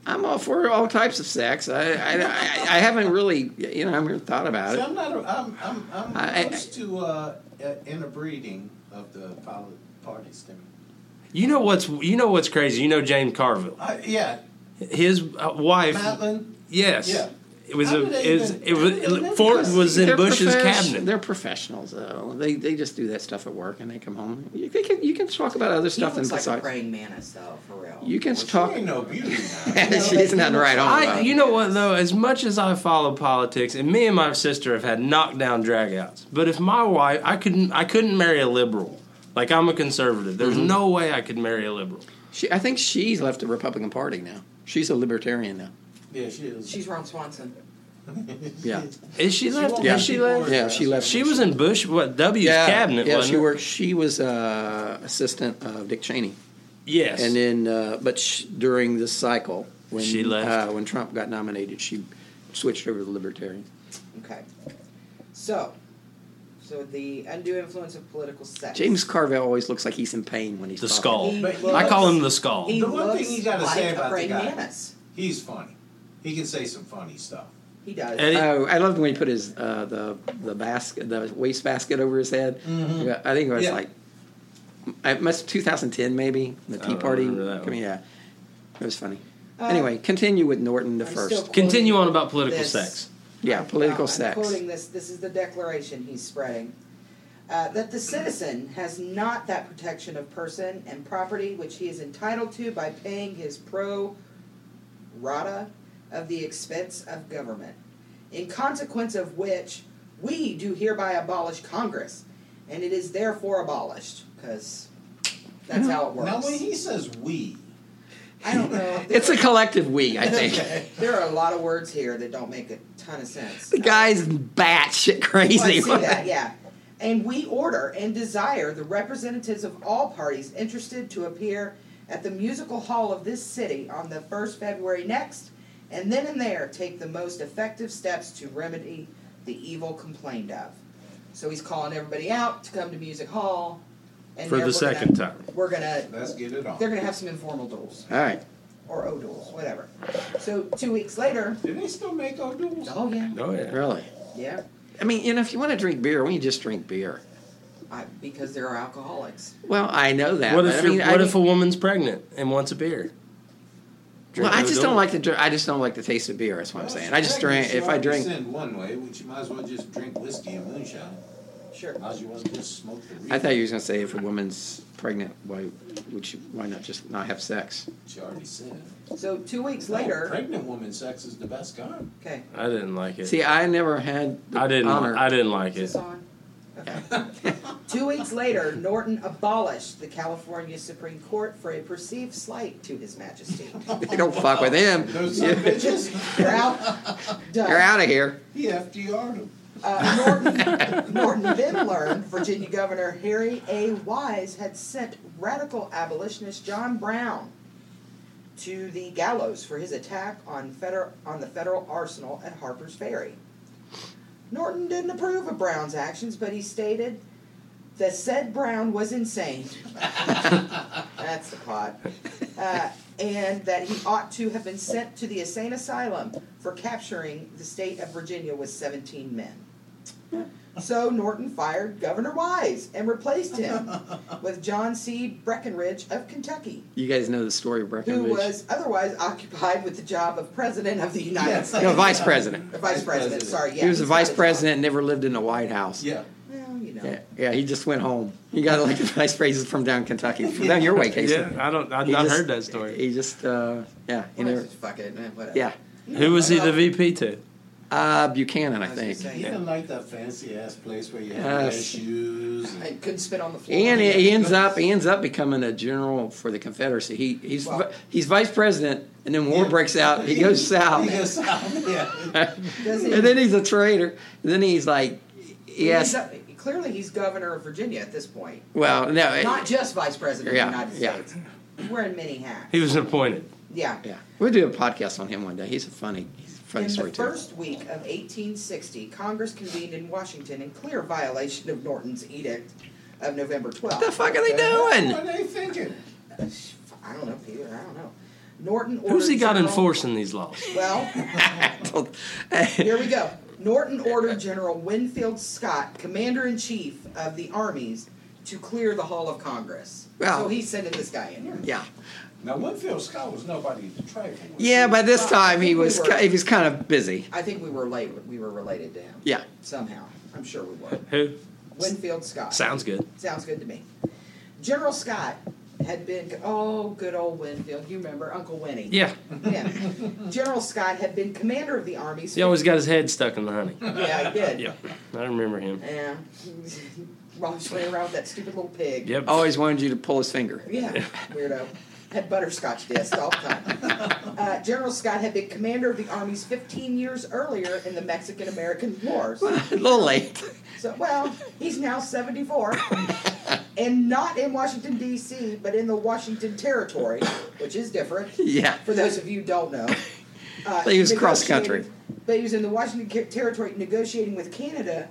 [SPEAKER 2] I'm all for all types of sex. I, I, I, I haven't really, you know, I haven't thought about
[SPEAKER 4] See,
[SPEAKER 2] it.
[SPEAKER 4] I'm not. A, I'm. I'm. I'm
[SPEAKER 2] I- I-
[SPEAKER 4] opposed to uh, uh, interbreeding of the poli- parties. To me.
[SPEAKER 3] You know what's? You know what's crazy? You know James Carville.
[SPEAKER 4] I, yeah,
[SPEAKER 3] His uh, wife.
[SPEAKER 4] Matlin.
[SPEAKER 3] Yes.
[SPEAKER 4] Yeah.
[SPEAKER 3] It was
[SPEAKER 4] How
[SPEAKER 3] a.
[SPEAKER 4] do they
[SPEAKER 3] It was.
[SPEAKER 4] even-
[SPEAKER 3] It
[SPEAKER 4] how
[SPEAKER 3] was.
[SPEAKER 4] do they
[SPEAKER 3] Ford
[SPEAKER 4] even-
[SPEAKER 3] was in
[SPEAKER 2] They're
[SPEAKER 3] Bush's
[SPEAKER 2] profes-
[SPEAKER 3] cabinet.
[SPEAKER 2] They're professionals, though. They, they just do that stuff at work and they come home. You, they can, you can talk about other
[SPEAKER 5] He
[SPEAKER 2] stuff and
[SPEAKER 5] looks like a
[SPEAKER 2] besides.
[SPEAKER 5] praying mantis, though, for real.
[SPEAKER 2] you can
[SPEAKER 4] Well,
[SPEAKER 2] talk.
[SPEAKER 4] She ain't no beauty. Now.
[SPEAKER 2] She's not right on.
[SPEAKER 3] I,
[SPEAKER 2] though.
[SPEAKER 3] you know what though? As much as I follow politics, and me and my sister have had knockdown dragouts, but if my wife, I couldn't, I couldn't marry a liberal. Like I'm a conservative. There's
[SPEAKER 4] Mm-hmm.
[SPEAKER 3] no way I could marry a liberal.
[SPEAKER 2] She, I think she's left the Republican Party now. She's a libertarian now.
[SPEAKER 4] Yeah, she is.
[SPEAKER 5] She's Ron Swanson.
[SPEAKER 2] Yeah,
[SPEAKER 3] Is she left?
[SPEAKER 4] won't
[SPEAKER 2] Yeah.
[SPEAKER 3] Is she
[SPEAKER 4] be
[SPEAKER 3] left?
[SPEAKER 4] bored.
[SPEAKER 2] yeah, she left.
[SPEAKER 3] She was in Bush, what W's
[SPEAKER 2] yeah,
[SPEAKER 3] cabinet?
[SPEAKER 2] Yeah,
[SPEAKER 3] wasn't
[SPEAKER 2] she
[SPEAKER 3] it?
[SPEAKER 2] worked. She was uh, assistant of Dick Cheney,
[SPEAKER 3] Yes,
[SPEAKER 2] and then uh, but sh- during this cycle when
[SPEAKER 3] She left.
[SPEAKER 2] uh, when Trump got nominated, she switched over to libertarian.
[SPEAKER 5] Okay. So, so the undue influence of political sex.
[SPEAKER 2] James Carville always looks like he's in pain when he's
[SPEAKER 3] the
[SPEAKER 2] talking.
[SPEAKER 3] skull.
[SPEAKER 5] He
[SPEAKER 4] But
[SPEAKER 3] I call him the
[SPEAKER 5] looks-
[SPEAKER 3] skull.
[SPEAKER 5] He
[SPEAKER 4] The one
[SPEAKER 5] looks
[SPEAKER 4] thing you gotta
[SPEAKER 5] like
[SPEAKER 4] say
[SPEAKER 5] a
[SPEAKER 4] about the
[SPEAKER 5] praying
[SPEAKER 4] guy-
[SPEAKER 5] mantis.
[SPEAKER 4] He's funny. He can say some funny stuff.
[SPEAKER 5] He does.
[SPEAKER 3] And it-
[SPEAKER 2] Oh, I loved when he put his uh, the the basket the waste basket over his head.
[SPEAKER 5] Mm-hmm.
[SPEAKER 2] Yeah, I think it was
[SPEAKER 4] Yeah.
[SPEAKER 2] like it must 2010 maybe the Tea
[SPEAKER 3] don't
[SPEAKER 2] Party.
[SPEAKER 3] remember that
[SPEAKER 2] I mean,
[SPEAKER 3] one.
[SPEAKER 2] yeah, it was funny. anyway, continue with Norton the
[SPEAKER 5] I'm
[SPEAKER 2] first.
[SPEAKER 5] Uh, still
[SPEAKER 3] Continue
[SPEAKER 5] quoting
[SPEAKER 3] on about political
[SPEAKER 5] this. Uh,
[SPEAKER 3] sex.
[SPEAKER 2] yeah, political
[SPEAKER 5] I'm
[SPEAKER 2] sex.
[SPEAKER 5] quoting this. This is the declaration he's spreading. Uh, that the citizen has not that protection of person and property which he is entitled to by paying his pro rata of the expense of government. In consequence of which, we do hereby abolish Congress, and it is therefore abolished, because that's how it works.
[SPEAKER 4] Now, when he says "we,"
[SPEAKER 5] I don't know.
[SPEAKER 2] It's a collective we, I think.
[SPEAKER 5] Okay. There are a lot of words here that don't make a ton of sense.
[SPEAKER 2] the guy's batshit
[SPEAKER 5] Well, I
[SPEAKER 2] crazy.
[SPEAKER 5] see that, yeah. And we order and desire the representatives of all parties interested to appear at the musical hall of this city on the 1st February next, and then and there take the most effective steps to remedy the evil complained of. So he's calling everybody out to come to Music Hall. And
[SPEAKER 3] For
[SPEAKER 5] there
[SPEAKER 3] the
[SPEAKER 5] we're gonna-
[SPEAKER 3] second time.
[SPEAKER 5] We're going to,
[SPEAKER 4] let's get it on.
[SPEAKER 5] they're going to have some informal duels
[SPEAKER 2] All right.
[SPEAKER 5] or O duels, whatever. So two weeks later,
[SPEAKER 4] Do they still make our duels?
[SPEAKER 5] oh yeah,
[SPEAKER 3] Oh yeah.
[SPEAKER 2] Really?
[SPEAKER 5] yeah,
[SPEAKER 2] I mean, you know, if you want to drink beer, we just drink beer.
[SPEAKER 5] I, because there are alcoholics.
[SPEAKER 2] Well, I know that.
[SPEAKER 3] What
[SPEAKER 2] but
[SPEAKER 3] if
[SPEAKER 2] I
[SPEAKER 3] you're-
[SPEAKER 2] mean, I
[SPEAKER 3] what
[SPEAKER 2] mean-
[SPEAKER 3] if a woman's pregnant and wants a beer?
[SPEAKER 2] Well, I just don't
[SPEAKER 3] Odor.
[SPEAKER 2] like the dr- I just don't like the taste of beer. That's what I'm saying. I just drink if I drink.
[SPEAKER 4] Send one way, which you might as well just drink whiskey and moonshine.
[SPEAKER 5] Sure.
[SPEAKER 4] Might as well just smoke the. Reefer.
[SPEAKER 2] I thought you was gonna say if a woman's pregnant, why would she? Why not just not have sex?
[SPEAKER 4] She already said.
[SPEAKER 5] So two weeks
[SPEAKER 4] Oh,
[SPEAKER 5] later,
[SPEAKER 4] pregnant woman sex is the best kind.
[SPEAKER 5] okay,
[SPEAKER 3] I didn't like it.
[SPEAKER 2] See, I never had. The
[SPEAKER 3] I didn't.
[SPEAKER 2] Honor.
[SPEAKER 3] I didn't like
[SPEAKER 5] is
[SPEAKER 3] it.
[SPEAKER 5] this on? Okay. two weeks later, Norton abolished the California Supreme Court for a perceived slight to His Majesty.
[SPEAKER 2] they don't fuck with him.
[SPEAKER 4] Those son of bitches.
[SPEAKER 5] You're out. Done.
[SPEAKER 2] You're out of here.
[SPEAKER 4] He FDR'd him.
[SPEAKER 5] Uh, Norton, Norton then learned Virginia Governor Harry A. Wise had sent radical abolitionist John Brown to the gallows for his attack on, feder- on the federal arsenal at Harper's Ferry. Norton didn't approve of Brown's actions, but he stated that said Brown was insane. That's the pot. Uh, and that he ought to have been sent to the insane asylum for capturing the state of Virginia with 17 men. So Norton fired Governor Wise and replaced him with John C. Breckinridge of Kentucky,
[SPEAKER 2] You guys know the story of
[SPEAKER 5] who
[SPEAKER 2] Breckenridge.
[SPEAKER 5] was otherwise occupied with the job of President of the United
[SPEAKER 4] Yeah.
[SPEAKER 5] States.
[SPEAKER 2] No, vice president.
[SPEAKER 5] The Vice President, sorry, yeah.
[SPEAKER 2] he was the
[SPEAKER 5] he's
[SPEAKER 2] vice
[SPEAKER 5] got a job.
[SPEAKER 2] president and never lived in the White House.
[SPEAKER 4] Yeah.
[SPEAKER 5] Well, you know.
[SPEAKER 2] Yeah, yeah, he just went home. He got elected vice president from down Kentucky, from down your way, Casey.
[SPEAKER 3] Yeah, I don't. I've
[SPEAKER 2] He
[SPEAKER 3] not
[SPEAKER 2] just-
[SPEAKER 3] heard that story.
[SPEAKER 2] He just, uh, yeah, he
[SPEAKER 5] Well,
[SPEAKER 2] never,
[SPEAKER 5] just fuck it, eh, whatever.
[SPEAKER 2] yeah,
[SPEAKER 3] Who was he the VP to?
[SPEAKER 2] uh, Buchanan, I
[SPEAKER 5] was gonna
[SPEAKER 2] think.
[SPEAKER 5] say.
[SPEAKER 4] He didn't like that fancy ass place where you
[SPEAKER 2] Uh,
[SPEAKER 4] have nice shoes.
[SPEAKER 5] I
[SPEAKER 4] And,
[SPEAKER 5] couldn't spit on the floor.
[SPEAKER 2] And he- he ends up he ends up becoming a general for the Confederacy. He he's
[SPEAKER 5] Wow.
[SPEAKER 2] he's vice president, and then war breaks out. He goes south,
[SPEAKER 4] He goes south, yeah.
[SPEAKER 5] Doesn't he?
[SPEAKER 2] and then he's a traitor. And then he's like, yes,
[SPEAKER 5] He's up- clearly, he's governor of Virginia at this point,
[SPEAKER 2] well, no, it-
[SPEAKER 5] not just vice president
[SPEAKER 2] Yeah,
[SPEAKER 5] of the United
[SPEAKER 2] yeah.
[SPEAKER 5] States. He's wearing many hats.
[SPEAKER 3] He was appointed.
[SPEAKER 5] yeah.
[SPEAKER 2] yeah. We'll do a podcast on him one day. He's a funny, he's a funny
[SPEAKER 5] In the
[SPEAKER 2] story too.
[SPEAKER 5] first week of 1860, Congress convened in Washington in clear violation of Norton's edict of November 12th.
[SPEAKER 2] What the fuck are they doing?
[SPEAKER 4] What are oh, they thinking?
[SPEAKER 5] I don't know, Peter. I don't know. Norton.
[SPEAKER 3] Who's he
[SPEAKER 5] ordered
[SPEAKER 3] got
[SPEAKER 5] General-
[SPEAKER 3] enforcing these laws?
[SPEAKER 5] Well, here we go. Norton ordered General Winfield Scott, Commander in Chief of the Armies, to clear the Hall of Congress.
[SPEAKER 2] Wow.
[SPEAKER 5] So he's sending this guy in here.
[SPEAKER 2] Yeah,
[SPEAKER 4] Now, Winfield Scott was nobody to trifle with.
[SPEAKER 2] yeah. By this time, he
[SPEAKER 5] We
[SPEAKER 2] was
[SPEAKER 5] were-
[SPEAKER 2] ki- he was kind of busy.
[SPEAKER 5] I think we were related. We were related to him.
[SPEAKER 2] Yeah.
[SPEAKER 5] Somehow, I'm sure we were.
[SPEAKER 3] Who?
[SPEAKER 5] Winfield Scott.
[SPEAKER 3] Sounds good.
[SPEAKER 5] Sounds good to me. General Scott had been oh, good old Winfield. You remember Uncle Winnie?
[SPEAKER 3] Yeah.
[SPEAKER 5] Yeah. General Scott had been commander of the armies.
[SPEAKER 3] He always got his head stuck in the honey.
[SPEAKER 5] Yeah, I did.
[SPEAKER 3] Yeah. I remember him.
[SPEAKER 5] Yeah. Ross ran around with that stupid little pig.
[SPEAKER 3] Yep.
[SPEAKER 2] Always wanted you to pull his finger.
[SPEAKER 5] Yeah, weirdo. Had butterscotch discs all the time. Uh, General Scott had been commander of the armies 15 years earlier in the Mexican-American Wars.
[SPEAKER 2] a little late.
[SPEAKER 5] So, well, he's now 74, and not in Washington D.C., but in the Washington Territory, which is different.
[SPEAKER 2] Yeah.
[SPEAKER 5] For those of you who don't know, uh,
[SPEAKER 2] But he was cross-country.
[SPEAKER 5] negotiating- But he was in the Washington ca- Territory negotiating with Canada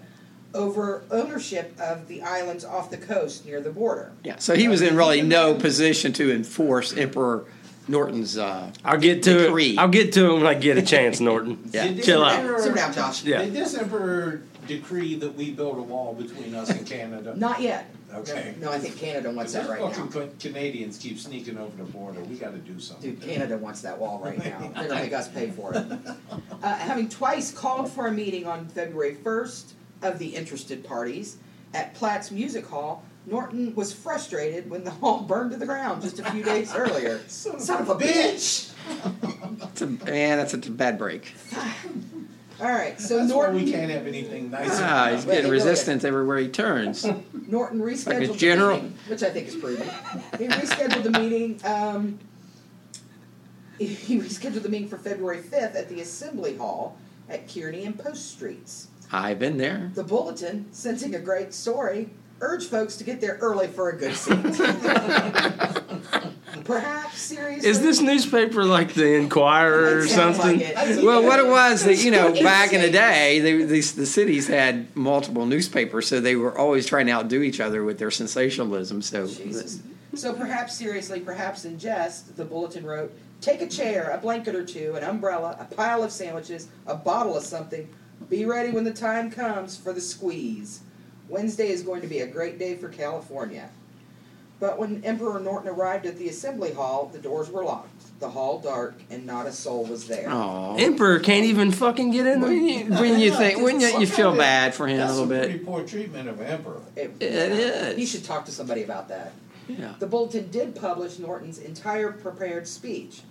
[SPEAKER 5] over ownership of the islands off the coast near the border.
[SPEAKER 2] Yeah, so he was in really no position to enforce Emperor Norton's. Uh,
[SPEAKER 3] I'll get to
[SPEAKER 2] Decree.
[SPEAKER 3] it. I'll get to him when I get a chance, Norton.
[SPEAKER 2] Yeah.
[SPEAKER 4] Did this
[SPEAKER 3] Chill out.
[SPEAKER 4] emperor-
[SPEAKER 5] Sit down, Josh.
[SPEAKER 3] Yeah.
[SPEAKER 4] Did this emperor decree that we build a wall between us and Canada?
[SPEAKER 5] Not yet.
[SPEAKER 4] Okay.
[SPEAKER 5] No, I think Canada wants that
[SPEAKER 4] Those
[SPEAKER 5] right
[SPEAKER 4] fucking
[SPEAKER 5] now.
[SPEAKER 4] Ca- Canadians keep sneaking over the border. We got to do something.
[SPEAKER 5] Dude, Canada wants that wall right now. They're gonna make us pay for it. Uh, having twice called for a meeting on February 1st of the interested parties at Platt's Music Hall, Norton was frustrated when the hall burned to the ground just a few days earlier. Son, of a bitch!
[SPEAKER 2] That's a, man, that's a bad break.
[SPEAKER 5] All right, so
[SPEAKER 4] That's why
[SPEAKER 5] Norton
[SPEAKER 4] we can't have anything nice.
[SPEAKER 2] Ah, he's
[SPEAKER 5] Wait,
[SPEAKER 2] getting
[SPEAKER 5] wait, wait.
[SPEAKER 2] resistance everywhere he turns.
[SPEAKER 5] Norton rescheduled the
[SPEAKER 2] general.
[SPEAKER 5] meeting, which I think is prudent. he rescheduled the meeting. Um, he- he rescheduled the meeting for February 5th at the Assembly Hall at Kearney and Post Streets.
[SPEAKER 2] I've been there.
[SPEAKER 5] The bulletin, sensing a great story, urged folks to get there early for a good seat. Perhaps seriously.
[SPEAKER 3] Is this newspaper like the Enquirer or
[SPEAKER 5] It sounds
[SPEAKER 3] something?
[SPEAKER 5] like it.
[SPEAKER 2] Well, what it was that you know back in the day, they, these, the cities had multiple newspapers, so they were always trying to outdo each other with their sensationalism. So
[SPEAKER 5] Jesus. So perhaps seriously, perhaps in jest, the bulletin wrote, "Take a chair, a blanket or two, an umbrella, a pile of sandwiches, a bottle of something. Be ready when the time comes for the squeeze. Wednesday is going to be a great day for California." But when Emperor Norton arrived at the assembly hall, the doors were locked, the hall dark, and not a soul was there.
[SPEAKER 2] Aw.
[SPEAKER 3] Emperor can't even fucking get in
[SPEAKER 2] When
[SPEAKER 3] there.
[SPEAKER 2] you, when you think, when you, you feel bad for him a
[SPEAKER 4] That's
[SPEAKER 2] little
[SPEAKER 4] some
[SPEAKER 2] bit.
[SPEAKER 4] pretty poor treatment of emperor.
[SPEAKER 5] It,
[SPEAKER 2] is.
[SPEAKER 5] You should talk to somebody about that.
[SPEAKER 2] Yeah.
[SPEAKER 5] The bulletin did publish Norton's entire prepared speech,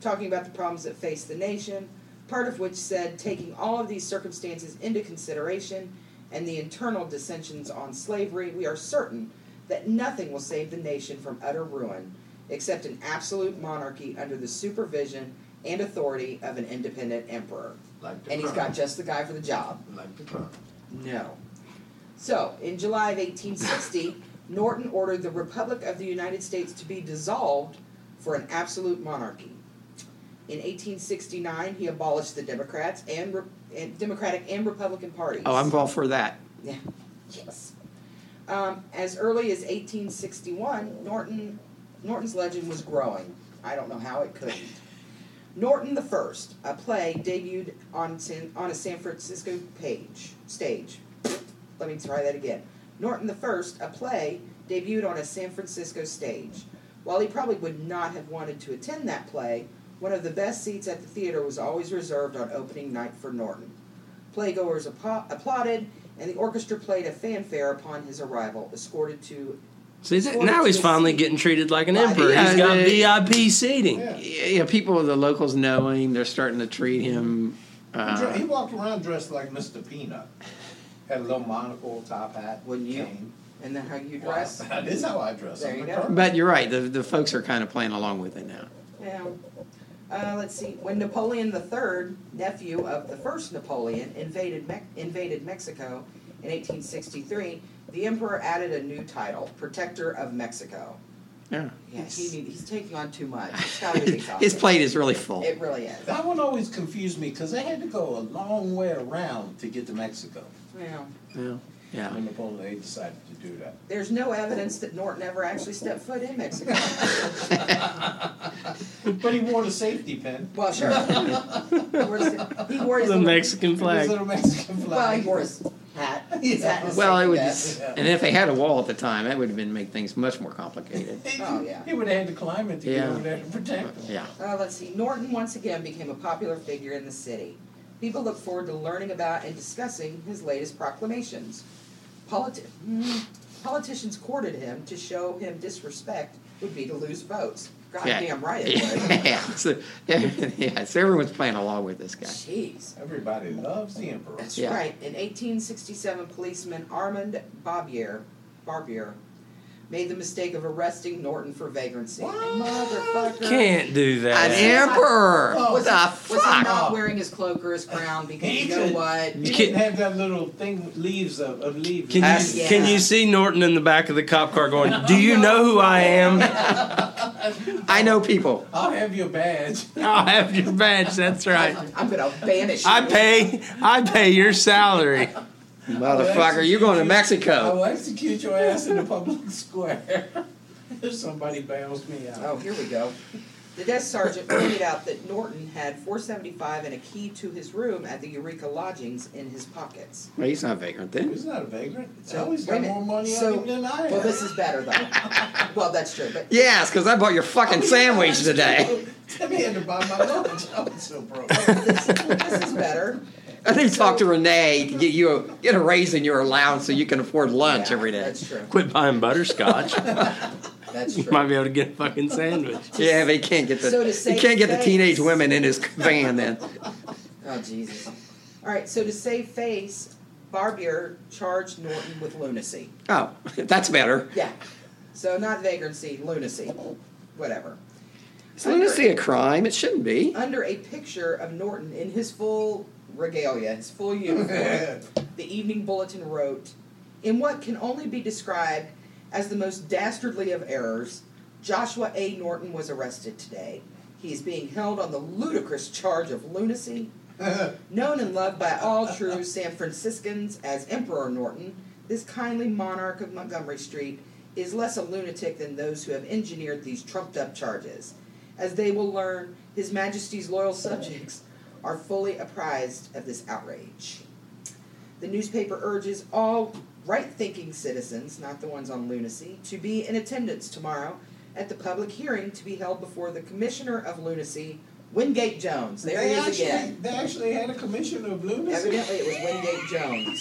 [SPEAKER 5] talking about the problems that face the nation, part of which said taking all of these circumstances into consideration and the internal dissensions on slavery, we are certain that nothing will save the nation from utter ruin except an absolute monarchy under the supervision and authority of an independent emperor.
[SPEAKER 4] Like the
[SPEAKER 5] And he's
[SPEAKER 4] crown.
[SPEAKER 5] got just the guy for the job.
[SPEAKER 4] Like the crown.
[SPEAKER 5] No. So, in July of 1860, Norton ordered the Republic of the United States to be dissolved for an absolute monarchy. In 1869, he abolished the Democrats and, Re- and Democratic and Republican parties.
[SPEAKER 2] Oh, I'm all for that.
[SPEAKER 5] Yeah. Yes. Um, as early as 1861, Norton Norton's legend was growing. I don't know how it couldn't. Norton the First, a play debuted on San, on a San Francisco page stage. Let me try that again. Norton the First, a play debuted on a San Francisco stage. While he probably would not have wanted to attend that play, one of the best seats at the theater was always reserved on opening night for Norton. Playgoers appa- applauded, and the orchestra played a fanfare upon his arrival, escorted to.
[SPEAKER 3] See, that- now he's finally getting treated like an emperor.
[SPEAKER 2] Yeah,
[SPEAKER 3] He's got
[SPEAKER 2] they-
[SPEAKER 3] VIP seating.
[SPEAKER 4] Yeah.
[SPEAKER 2] Yeah, yeah, people, the locals know him. They're starting to treat him.
[SPEAKER 5] Uh,
[SPEAKER 4] Dre- he walked around dressed like Mr. Peanut. Had a little monocle, top hat,
[SPEAKER 5] Wouldn't you?
[SPEAKER 4] cane.
[SPEAKER 5] And then how you
[SPEAKER 4] Wow,
[SPEAKER 5] dress?
[SPEAKER 4] that is how I dress.
[SPEAKER 5] There
[SPEAKER 4] I'm
[SPEAKER 5] you
[SPEAKER 4] a
[SPEAKER 5] go.
[SPEAKER 4] Kermit.
[SPEAKER 2] uh, But you're right. The the folks are kind of playing along with it now.
[SPEAKER 5] Now, uh, let's see. When Napoleon III, nephew of the first Napoleon, invaded Me- invaded Mexico in 1863, the emperor added a new title, Protector of Mexico.
[SPEAKER 2] Yeah.
[SPEAKER 5] Yeah, he, need- he's taking on too much. It's got to be
[SPEAKER 2] His
[SPEAKER 5] exhausting.
[SPEAKER 2] plate is really full.
[SPEAKER 5] It really is.
[SPEAKER 4] That one always confused me because they had to go a long way around to get to Mexico
[SPEAKER 5] Well,
[SPEAKER 2] Yeah. Yeah.
[SPEAKER 4] when Napoleon they decided to do that.
[SPEAKER 5] there's no evidence that Norton ever actually stepped foot in Mexico.
[SPEAKER 4] But he wore the safety pin.
[SPEAKER 5] Well, sure. he wore his, he wore his
[SPEAKER 3] The
[SPEAKER 5] little-
[SPEAKER 3] Mexican
[SPEAKER 4] His
[SPEAKER 3] flag.
[SPEAKER 4] little Mexican
[SPEAKER 5] Well, he
[SPEAKER 4] flag.
[SPEAKER 5] wore his hat. His hat and his
[SPEAKER 2] Well, it
[SPEAKER 5] safety
[SPEAKER 2] would,
[SPEAKER 5] vest.
[SPEAKER 2] just, and if they had a wall at the time, that would have been make things much more complicated.
[SPEAKER 5] Oh, yeah.
[SPEAKER 4] He would have had to climb it to
[SPEAKER 2] Yeah.
[SPEAKER 4] get over there to protect him.
[SPEAKER 2] Yeah,
[SPEAKER 5] Uh, let's see. Norton once again became a popular figure in the city. People look forward to learning about and discussing his latest proclamations. Politi- mm, politicians courted him to show him disrespect would be to lose votes.
[SPEAKER 2] yeah,
[SPEAKER 5] Goddamn right it would.
[SPEAKER 2] yeah. So, yeah, so everyone's playing along with this guy.
[SPEAKER 5] Jeez.
[SPEAKER 4] Everybody loves the emperor.
[SPEAKER 5] That's
[SPEAKER 2] Yeah.
[SPEAKER 5] right. In 1867, policeman Armand Barbier, Barbier made the mistake of arresting Norton for vagrancy. Motherfucker. Oh,
[SPEAKER 3] Can't do
[SPEAKER 2] An
[SPEAKER 3] that.
[SPEAKER 2] emperor. What
[SPEAKER 5] Was,
[SPEAKER 2] the
[SPEAKER 5] he, was he
[SPEAKER 2] fuck?
[SPEAKER 5] not wearing his cloak or his crown? Because
[SPEAKER 4] He
[SPEAKER 5] you know
[SPEAKER 4] could-
[SPEAKER 5] what?
[SPEAKER 4] He
[SPEAKER 3] Can-
[SPEAKER 4] didn't have that little thing, leaves of, of leaves.
[SPEAKER 3] Can you,
[SPEAKER 5] Yeah.
[SPEAKER 3] can you see Norton in the back of the cop car going, Do you know who I am?
[SPEAKER 2] I know people.
[SPEAKER 4] I'll have your badge.
[SPEAKER 3] I'll have your badge. That's right.
[SPEAKER 5] I'm gonna banish you.
[SPEAKER 3] I pay I pay your salary.
[SPEAKER 2] Motherfucker, you're going to
[SPEAKER 4] I
[SPEAKER 2] Mexico.
[SPEAKER 4] will execute your ass in the public square if somebody bails me out.
[SPEAKER 5] Oh, here we go. The desk sergeant pointed out that Norton had 475 and a key to his room at the Eureka Lodgings in his pockets.
[SPEAKER 2] Well, he's not vagrant then.
[SPEAKER 4] He's not a vagrant.
[SPEAKER 5] So,
[SPEAKER 4] So he's
[SPEAKER 5] wait
[SPEAKER 4] got
[SPEAKER 5] a minute.
[SPEAKER 4] more money
[SPEAKER 5] So-
[SPEAKER 4] on him than I have.
[SPEAKER 5] Well, this is better though. well, that's true, but
[SPEAKER 2] Yes, because I bought your fucking
[SPEAKER 5] Oh,
[SPEAKER 2] sandwich today.
[SPEAKER 4] Timmy had to buy my lunch. I was so broke.
[SPEAKER 5] this is better.
[SPEAKER 2] I need to talk to Renee to get you a, get a raise in your allowance so you can afford lunch
[SPEAKER 5] Yeah,
[SPEAKER 2] every day.
[SPEAKER 5] That's true.
[SPEAKER 3] Quit buying butterscotch.
[SPEAKER 5] That's
[SPEAKER 3] you
[SPEAKER 5] true.
[SPEAKER 3] might be able to get a fucking sandwich.
[SPEAKER 2] Yeah, but he can't get the
[SPEAKER 5] So to
[SPEAKER 2] he
[SPEAKER 5] save
[SPEAKER 2] can't get the
[SPEAKER 5] face.
[SPEAKER 2] teenage women in his van then.
[SPEAKER 5] Oh Jesus! All right, so to save face, Barbier charged Norton with lunacy.
[SPEAKER 2] Oh, that's better.
[SPEAKER 5] Yeah, so not vagrancy, lunacy, whatever.
[SPEAKER 2] Is lunacy a crime? It shouldn't be.
[SPEAKER 5] Under a picture of Norton in his full regalia, his full uniform, the Evening Bulletin wrote, "In what can only be described as the most dastardly of errors, Joshua A. Norton was arrested today. He is being held on the ludicrous charge of lunacy." Known and loved by all true San Franciscans as Emperor Norton, this kindly monarch of Montgomery Street is less a lunatic than those who have engineered these trumped up charges. As they will learn, His Majesty's loyal subjects are fully apprised of this outrage. The newspaper urges all right thinking citizens, not the ones on lunacy, to be in attendance tomorrow at the public hearing to be held before the Commissioner of Lunacy, Wingate Jones. There
[SPEAKER 4] they,
[SPEAKER 5] he is
[SPEAKER 4] actually,
[SPEAKER 5] again.
[SPEAKER 4] they actually had a commission of lunacy.
[SPEAKER 5] Evidently, it was Wingate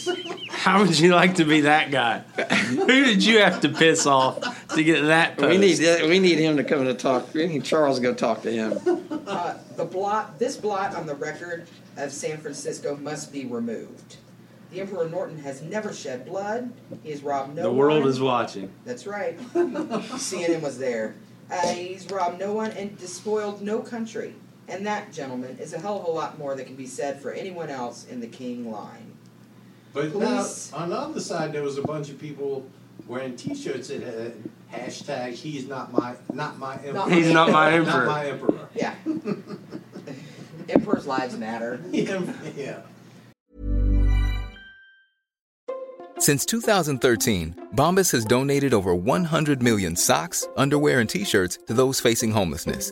[SPEAKER 5] Jones.
[SPEAKER 3] How would you like to be that guy? Who did you have to piss off to get that post?
[SPEAKER 2] We need we need him to come to talk. We need Charles to go talk to him.
[SPEAKER 5] The blot, this blot on the record of San Francisco must be removed. The Emperor Norton has never shed blood. He has robbed no
[SPEAKER 3] the world
[SPEAKER 5] one.
[SPEAKER 3] is watching.
[SPEAKER 5] That's right. CNN was there. Uh, he's robbed no one and despoiled no country. And that, gentlemen, is a hell of a lot more that can be said for anyone else in the King line.
[SPEAKER 4] But
[SPEAKER 5] Police.
[SPEAKER 4] now, on the other side, there was a bunch of people wearing T-shirts that had hashtag He's not my not my emperor.
[SPEAKER 3] He's not my emperor.
[SPEAKER 4] Not my emperor.
[SPEAKER 5] Yeah. Emperor's lives matter.
[SPEAKER 4] yeah.
[SPEAKER 7] Since 2013, Bombas has donated over 100 million socks, underwear, and t shirts to those facing homelessness.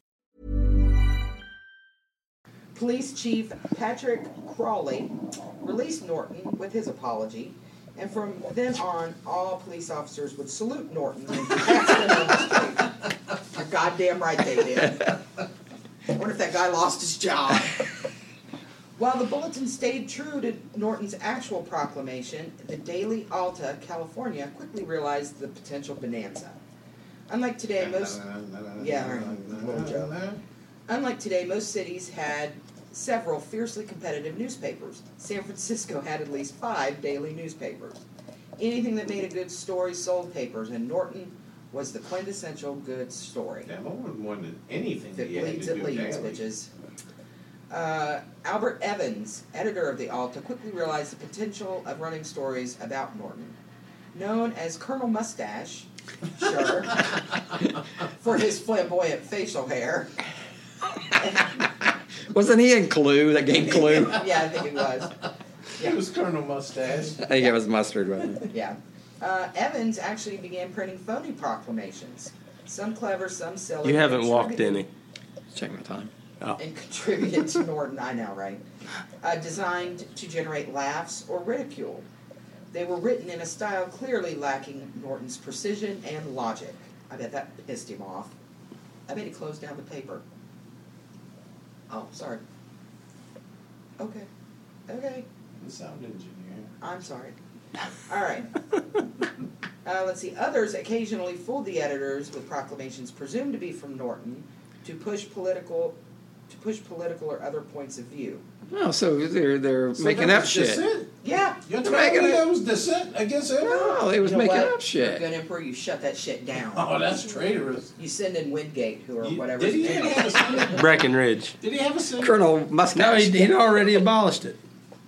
[SPEAKER 5] Police Chief Patrick Crawley released Norton with his apology, and from then on, all police officers would salute Norton when he passed them on the street. You're goddamn right they did. I wonder if that guy lost his job. While the bulletin stayed true to Norton's actual proclamation, the Daily Alta, California, quickly realized the potential bonanza. Unlike today, most yeah, all right, little joke. Unlike today, most cities had several fiercely competitive newspapers. San Francisco had at least five daily newspapers. Anything that made a good story sold papers, and Norton was the quintessential good story
[SPEAKER 4] Damn, I wouldn't want to- anything
[SPEAKER 5] that
[SPEAKER 4] he had
[SPEAKER 5] bleeds
[SPEAKER 4] to
[SPEAKER 5] it
[SPEAKER 4] do
[SPEAKER 5] leads,
[SPEAKER 4] daily.
[SPEAKER 5] bitches. Uh, Albert Evans, editor of the Alta, quickly realized the potential of running stories about Norton. Known as Colonel Mustache, sure, for his flamboyant facial hair.
[SPEAKER 2] Wasn't he in Clue? That game Clue.
[SPEAKER 5] Yeah, I think it was.
[SPEAKER 4] It was Colonel Mustache.
[SPEAKER 2] I think that was mustard, wasn't it?
[SPEAKER 5] Yeah. Uh, Evans actually began printing phony proclamations. Some clever, some silly.
[SPEAKER 3] You haven't walked any.
[SPEAKER 2] Check my time.
[SPEAKER 3] Oh.
[SPEAKER 5] and contributed to Norton, I know, right? Uh, designed to generate laughs or ridicule. They were written in a style clearly lacking Norton's precision and logic. I bet that pissed him off. I bet he closed down the paper. Oh, sorry. Okay. Okay.
[SPEAKER 4] The sound engineer.
[SPEAKER 5] I'm sorry. All right. Uh, let's see. Others occasionally fooled the editors with proclamations presumed to be from Norton to push political, to push political or other points of view.
[SPEAKER 2] No, Oh, so they're they're
[SPEAKER 4] So
[SPEAKER 2] making
[SPEAKER 4] that
[SPEAKER 2] up
[SPEAKER 4] was
[SPEAKER 2] shit.
[SPEAKER 4] dissent?
[SPEAKER 5] Yeah.
[SPEAKER 4] You're
[SPEAKER 2] They're
[SPEAKER 4] telling
[SPEAKER 2] making
[SPEAKER 4] me
[SPEAKER 2] it-
[SPEAKER 4] that was dissent against everyone?
[SPEAKER 2] No, they was
[SPEAKER 5] You know
[SPEAKER 2] making
[SPEAKER 5] what?
[SPEAKER 2] up shit.
[SPEAKER 5] You're good emperor. You shut that shit down.
[SPEAKER 4] Oh, that's traitorous.
[SPEAKER 5] You send in Wingate, who or
[SPEAKER 4] You-
[SPEAKER 5] whatever.
[SPEAKER 4] Did
[SPEAKER 5] his
[SPEAKER 4] he
[SPEAKER 5] name
[SPEAKER 4] even
[SPEAKER 5] is.
[SPEAKER 4] have a Senate?
[SPEAKER 3] Breckenridge.
[SPEAKER 4] Did he have a Senate?
[SPEAKER 2] Colonel
[SPEAKER 3] No,
[SPEAKER 2] Mustache.
[SPEAKER 3] he, he'd already abolished it.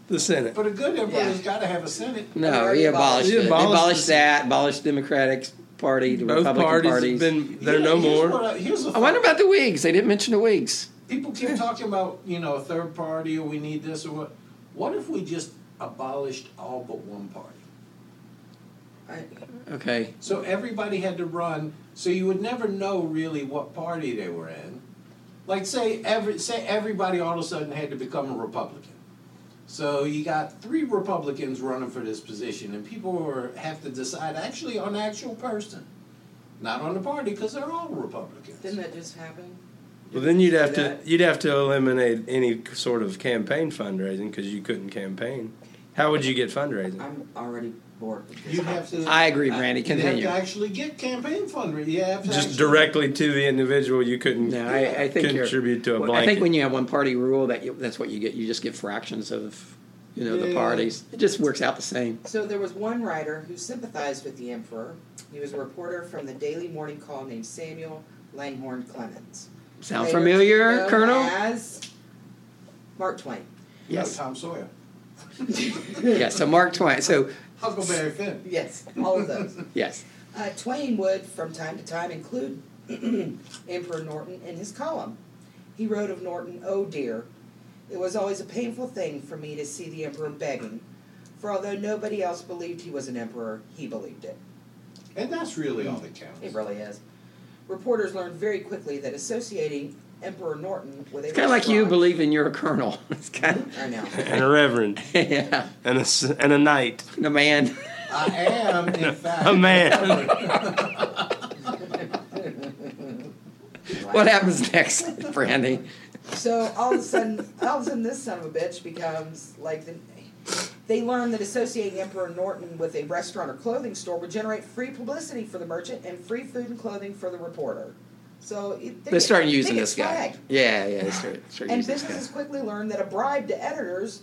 [SPEAKER 3] The Senate.
[SPEAKER 4] But a good
[SPEAKER 5] Yeah.
[SPEAKER 4] emperor's got to have a Senate.
[SPEAKER 2] No, he abolished
[SPEAKER 3] He
[SPEAKER 2] it. He
[SPEAKER 3] abolished
[SPEAKER 2] abolished
[SPEAKER 3] it.
[SPEAKER 2] that. Abolished Democratic Party, the
[SPEAKER 3] Both
[SPEAKER 2] Republican
[SPEAKER 3] parties
[SPEAKER 2] parties.
[SPEAKER 3] have been they're
[SPEAKER 4] Yeah,
[SPEAKER 3] no
[SPEAKER 4] here's
[SPEAKER 3] more.
[SPEAKER 4] what I, here's a
[SPEAKER 2] I wonder about the Whigs. They didn't mention the Whigs.
[SPEAKER 4] People keep talking about, you know, a third party or we need this or what. What if we just abolished all but one party?
[SPEAKER 5] I-
[SPEAKER 2] Okay.
[SPEAKER 4] So everybody had to run, so you would never know really what party they were in. Like say every say everybody all of a sudden had to become a Republican. So you got three Republicans running for this position, and people were, have to decide actually on the actual person, not on the party, because they're all Republicans.
[SPEAKER 5] Didn't that just happen?
[SPEAKER 3] Well, then you'd have to
[SPEAKER 5] that.
[SPEAKER 3] you'd have to eliminate any sort of campaign fundraising because you couldn't campaign. How would you get fundraising?
[SPEAKER 5] I'm already bored. with this.
[SPEAKER 4] you have to.
[SPEAKER 2] I agree, Brandy.
[SPEAKER 4] You
[SPEAKER 2] Continue.
[SPEAKER 4] have to actually get campaign fundraising. You have to
[SPEAKER 3] Just
[SPEAKER 4] actually-
[SPEAKER 3] directly to the individual, you couldn't
[SPEAKER 2] No, I, I think you're-
[SPEAKER 3] contribute to a
[SPEAKER 2] well,
[SPEAKER 3] blanket.
[SPEAKER 2] I think when you have one party rule, that you, that's what you get. You just get fractions of, you know, the
[SPEAKER 4] Yeah.
[SPEAKER 2] parties. It just works out the same.
[SPEAKER 5] So there was one writer who sympathized with the emperor. He was a reporter from the Daily Morning Call named Samuel Langhorne Clemens.
[SPEAKER 2] Sound
[SPEAKER 5] Later
[SPEAKER 2] familiar,
[SPEAKER 5] known
[SPEAKER 2] Colonel?
[SPEAKER 5] As Mark Twain.
[SPEAKER 4] No,
[SPEAKER 2] Yes.
[SPEAKER 4] Tom Sawyer,
[SPEAKER 2] Yeah. So Mark Twain. So
[SPEAKER 4] Huckleberry Finn.
[SPEAKER 5] Yes, all of those.
[SPEAKER 2] yes.
[SPEAKER 5] Uh, Twain would, from time to time, include Emperor Norton in his column. He wrote of Norton, Oh dear, it was always a painful thing for me to see the Emperor begging, for although nobody else believed he was an Emperor, he believed it.
[SPEAKER 4] And that's really all that counts.
[SPEAKER 5] It really is. Reporters learned very quickly that associating Emperor Norton with a
[SPEAKER 2] It's kind of like you
[SPEAKER 5] restaurant-
[SPEAKER 2] believing you're a colonel. It's kind
[SPEAKER 5] I know.
[SPEAKER 3] and a reverend
[SPEAKER 2] of yeah.
[SPEAKER 3] and a s- and a knight,
[SPEAKER 2] The man.
[SPEAKER 4] I am, in fact,
[SPEAKER 3] a man.
[SPEAKER 2] what happens next, Brandy?
[SPEAKER 5] So all of a sudden, all of a sudden, this son of a bitch becomes like the. They learned that associating Emperor Norton with a restaurant or clothing store would generate free publicity for the merchant and free food and clothing for the reporter. So it, they
[SPEAKER 2] They're
[SPEAKER 5] get-
[SPEAKER 2] starting
[SPEAKER 5] they
[SPEAKER 2] using
[SPEAKER 5] get
[SPEAKER 2] this guy.
[SPEAKER 5] flagged.
[SPEAKER 2] Yeah, yeah. They start, start
[SPEAKER 5] And
[SPEAKER 2] using this guy.
[SPEAKER 5] businesses quickly learned that a bribe to editors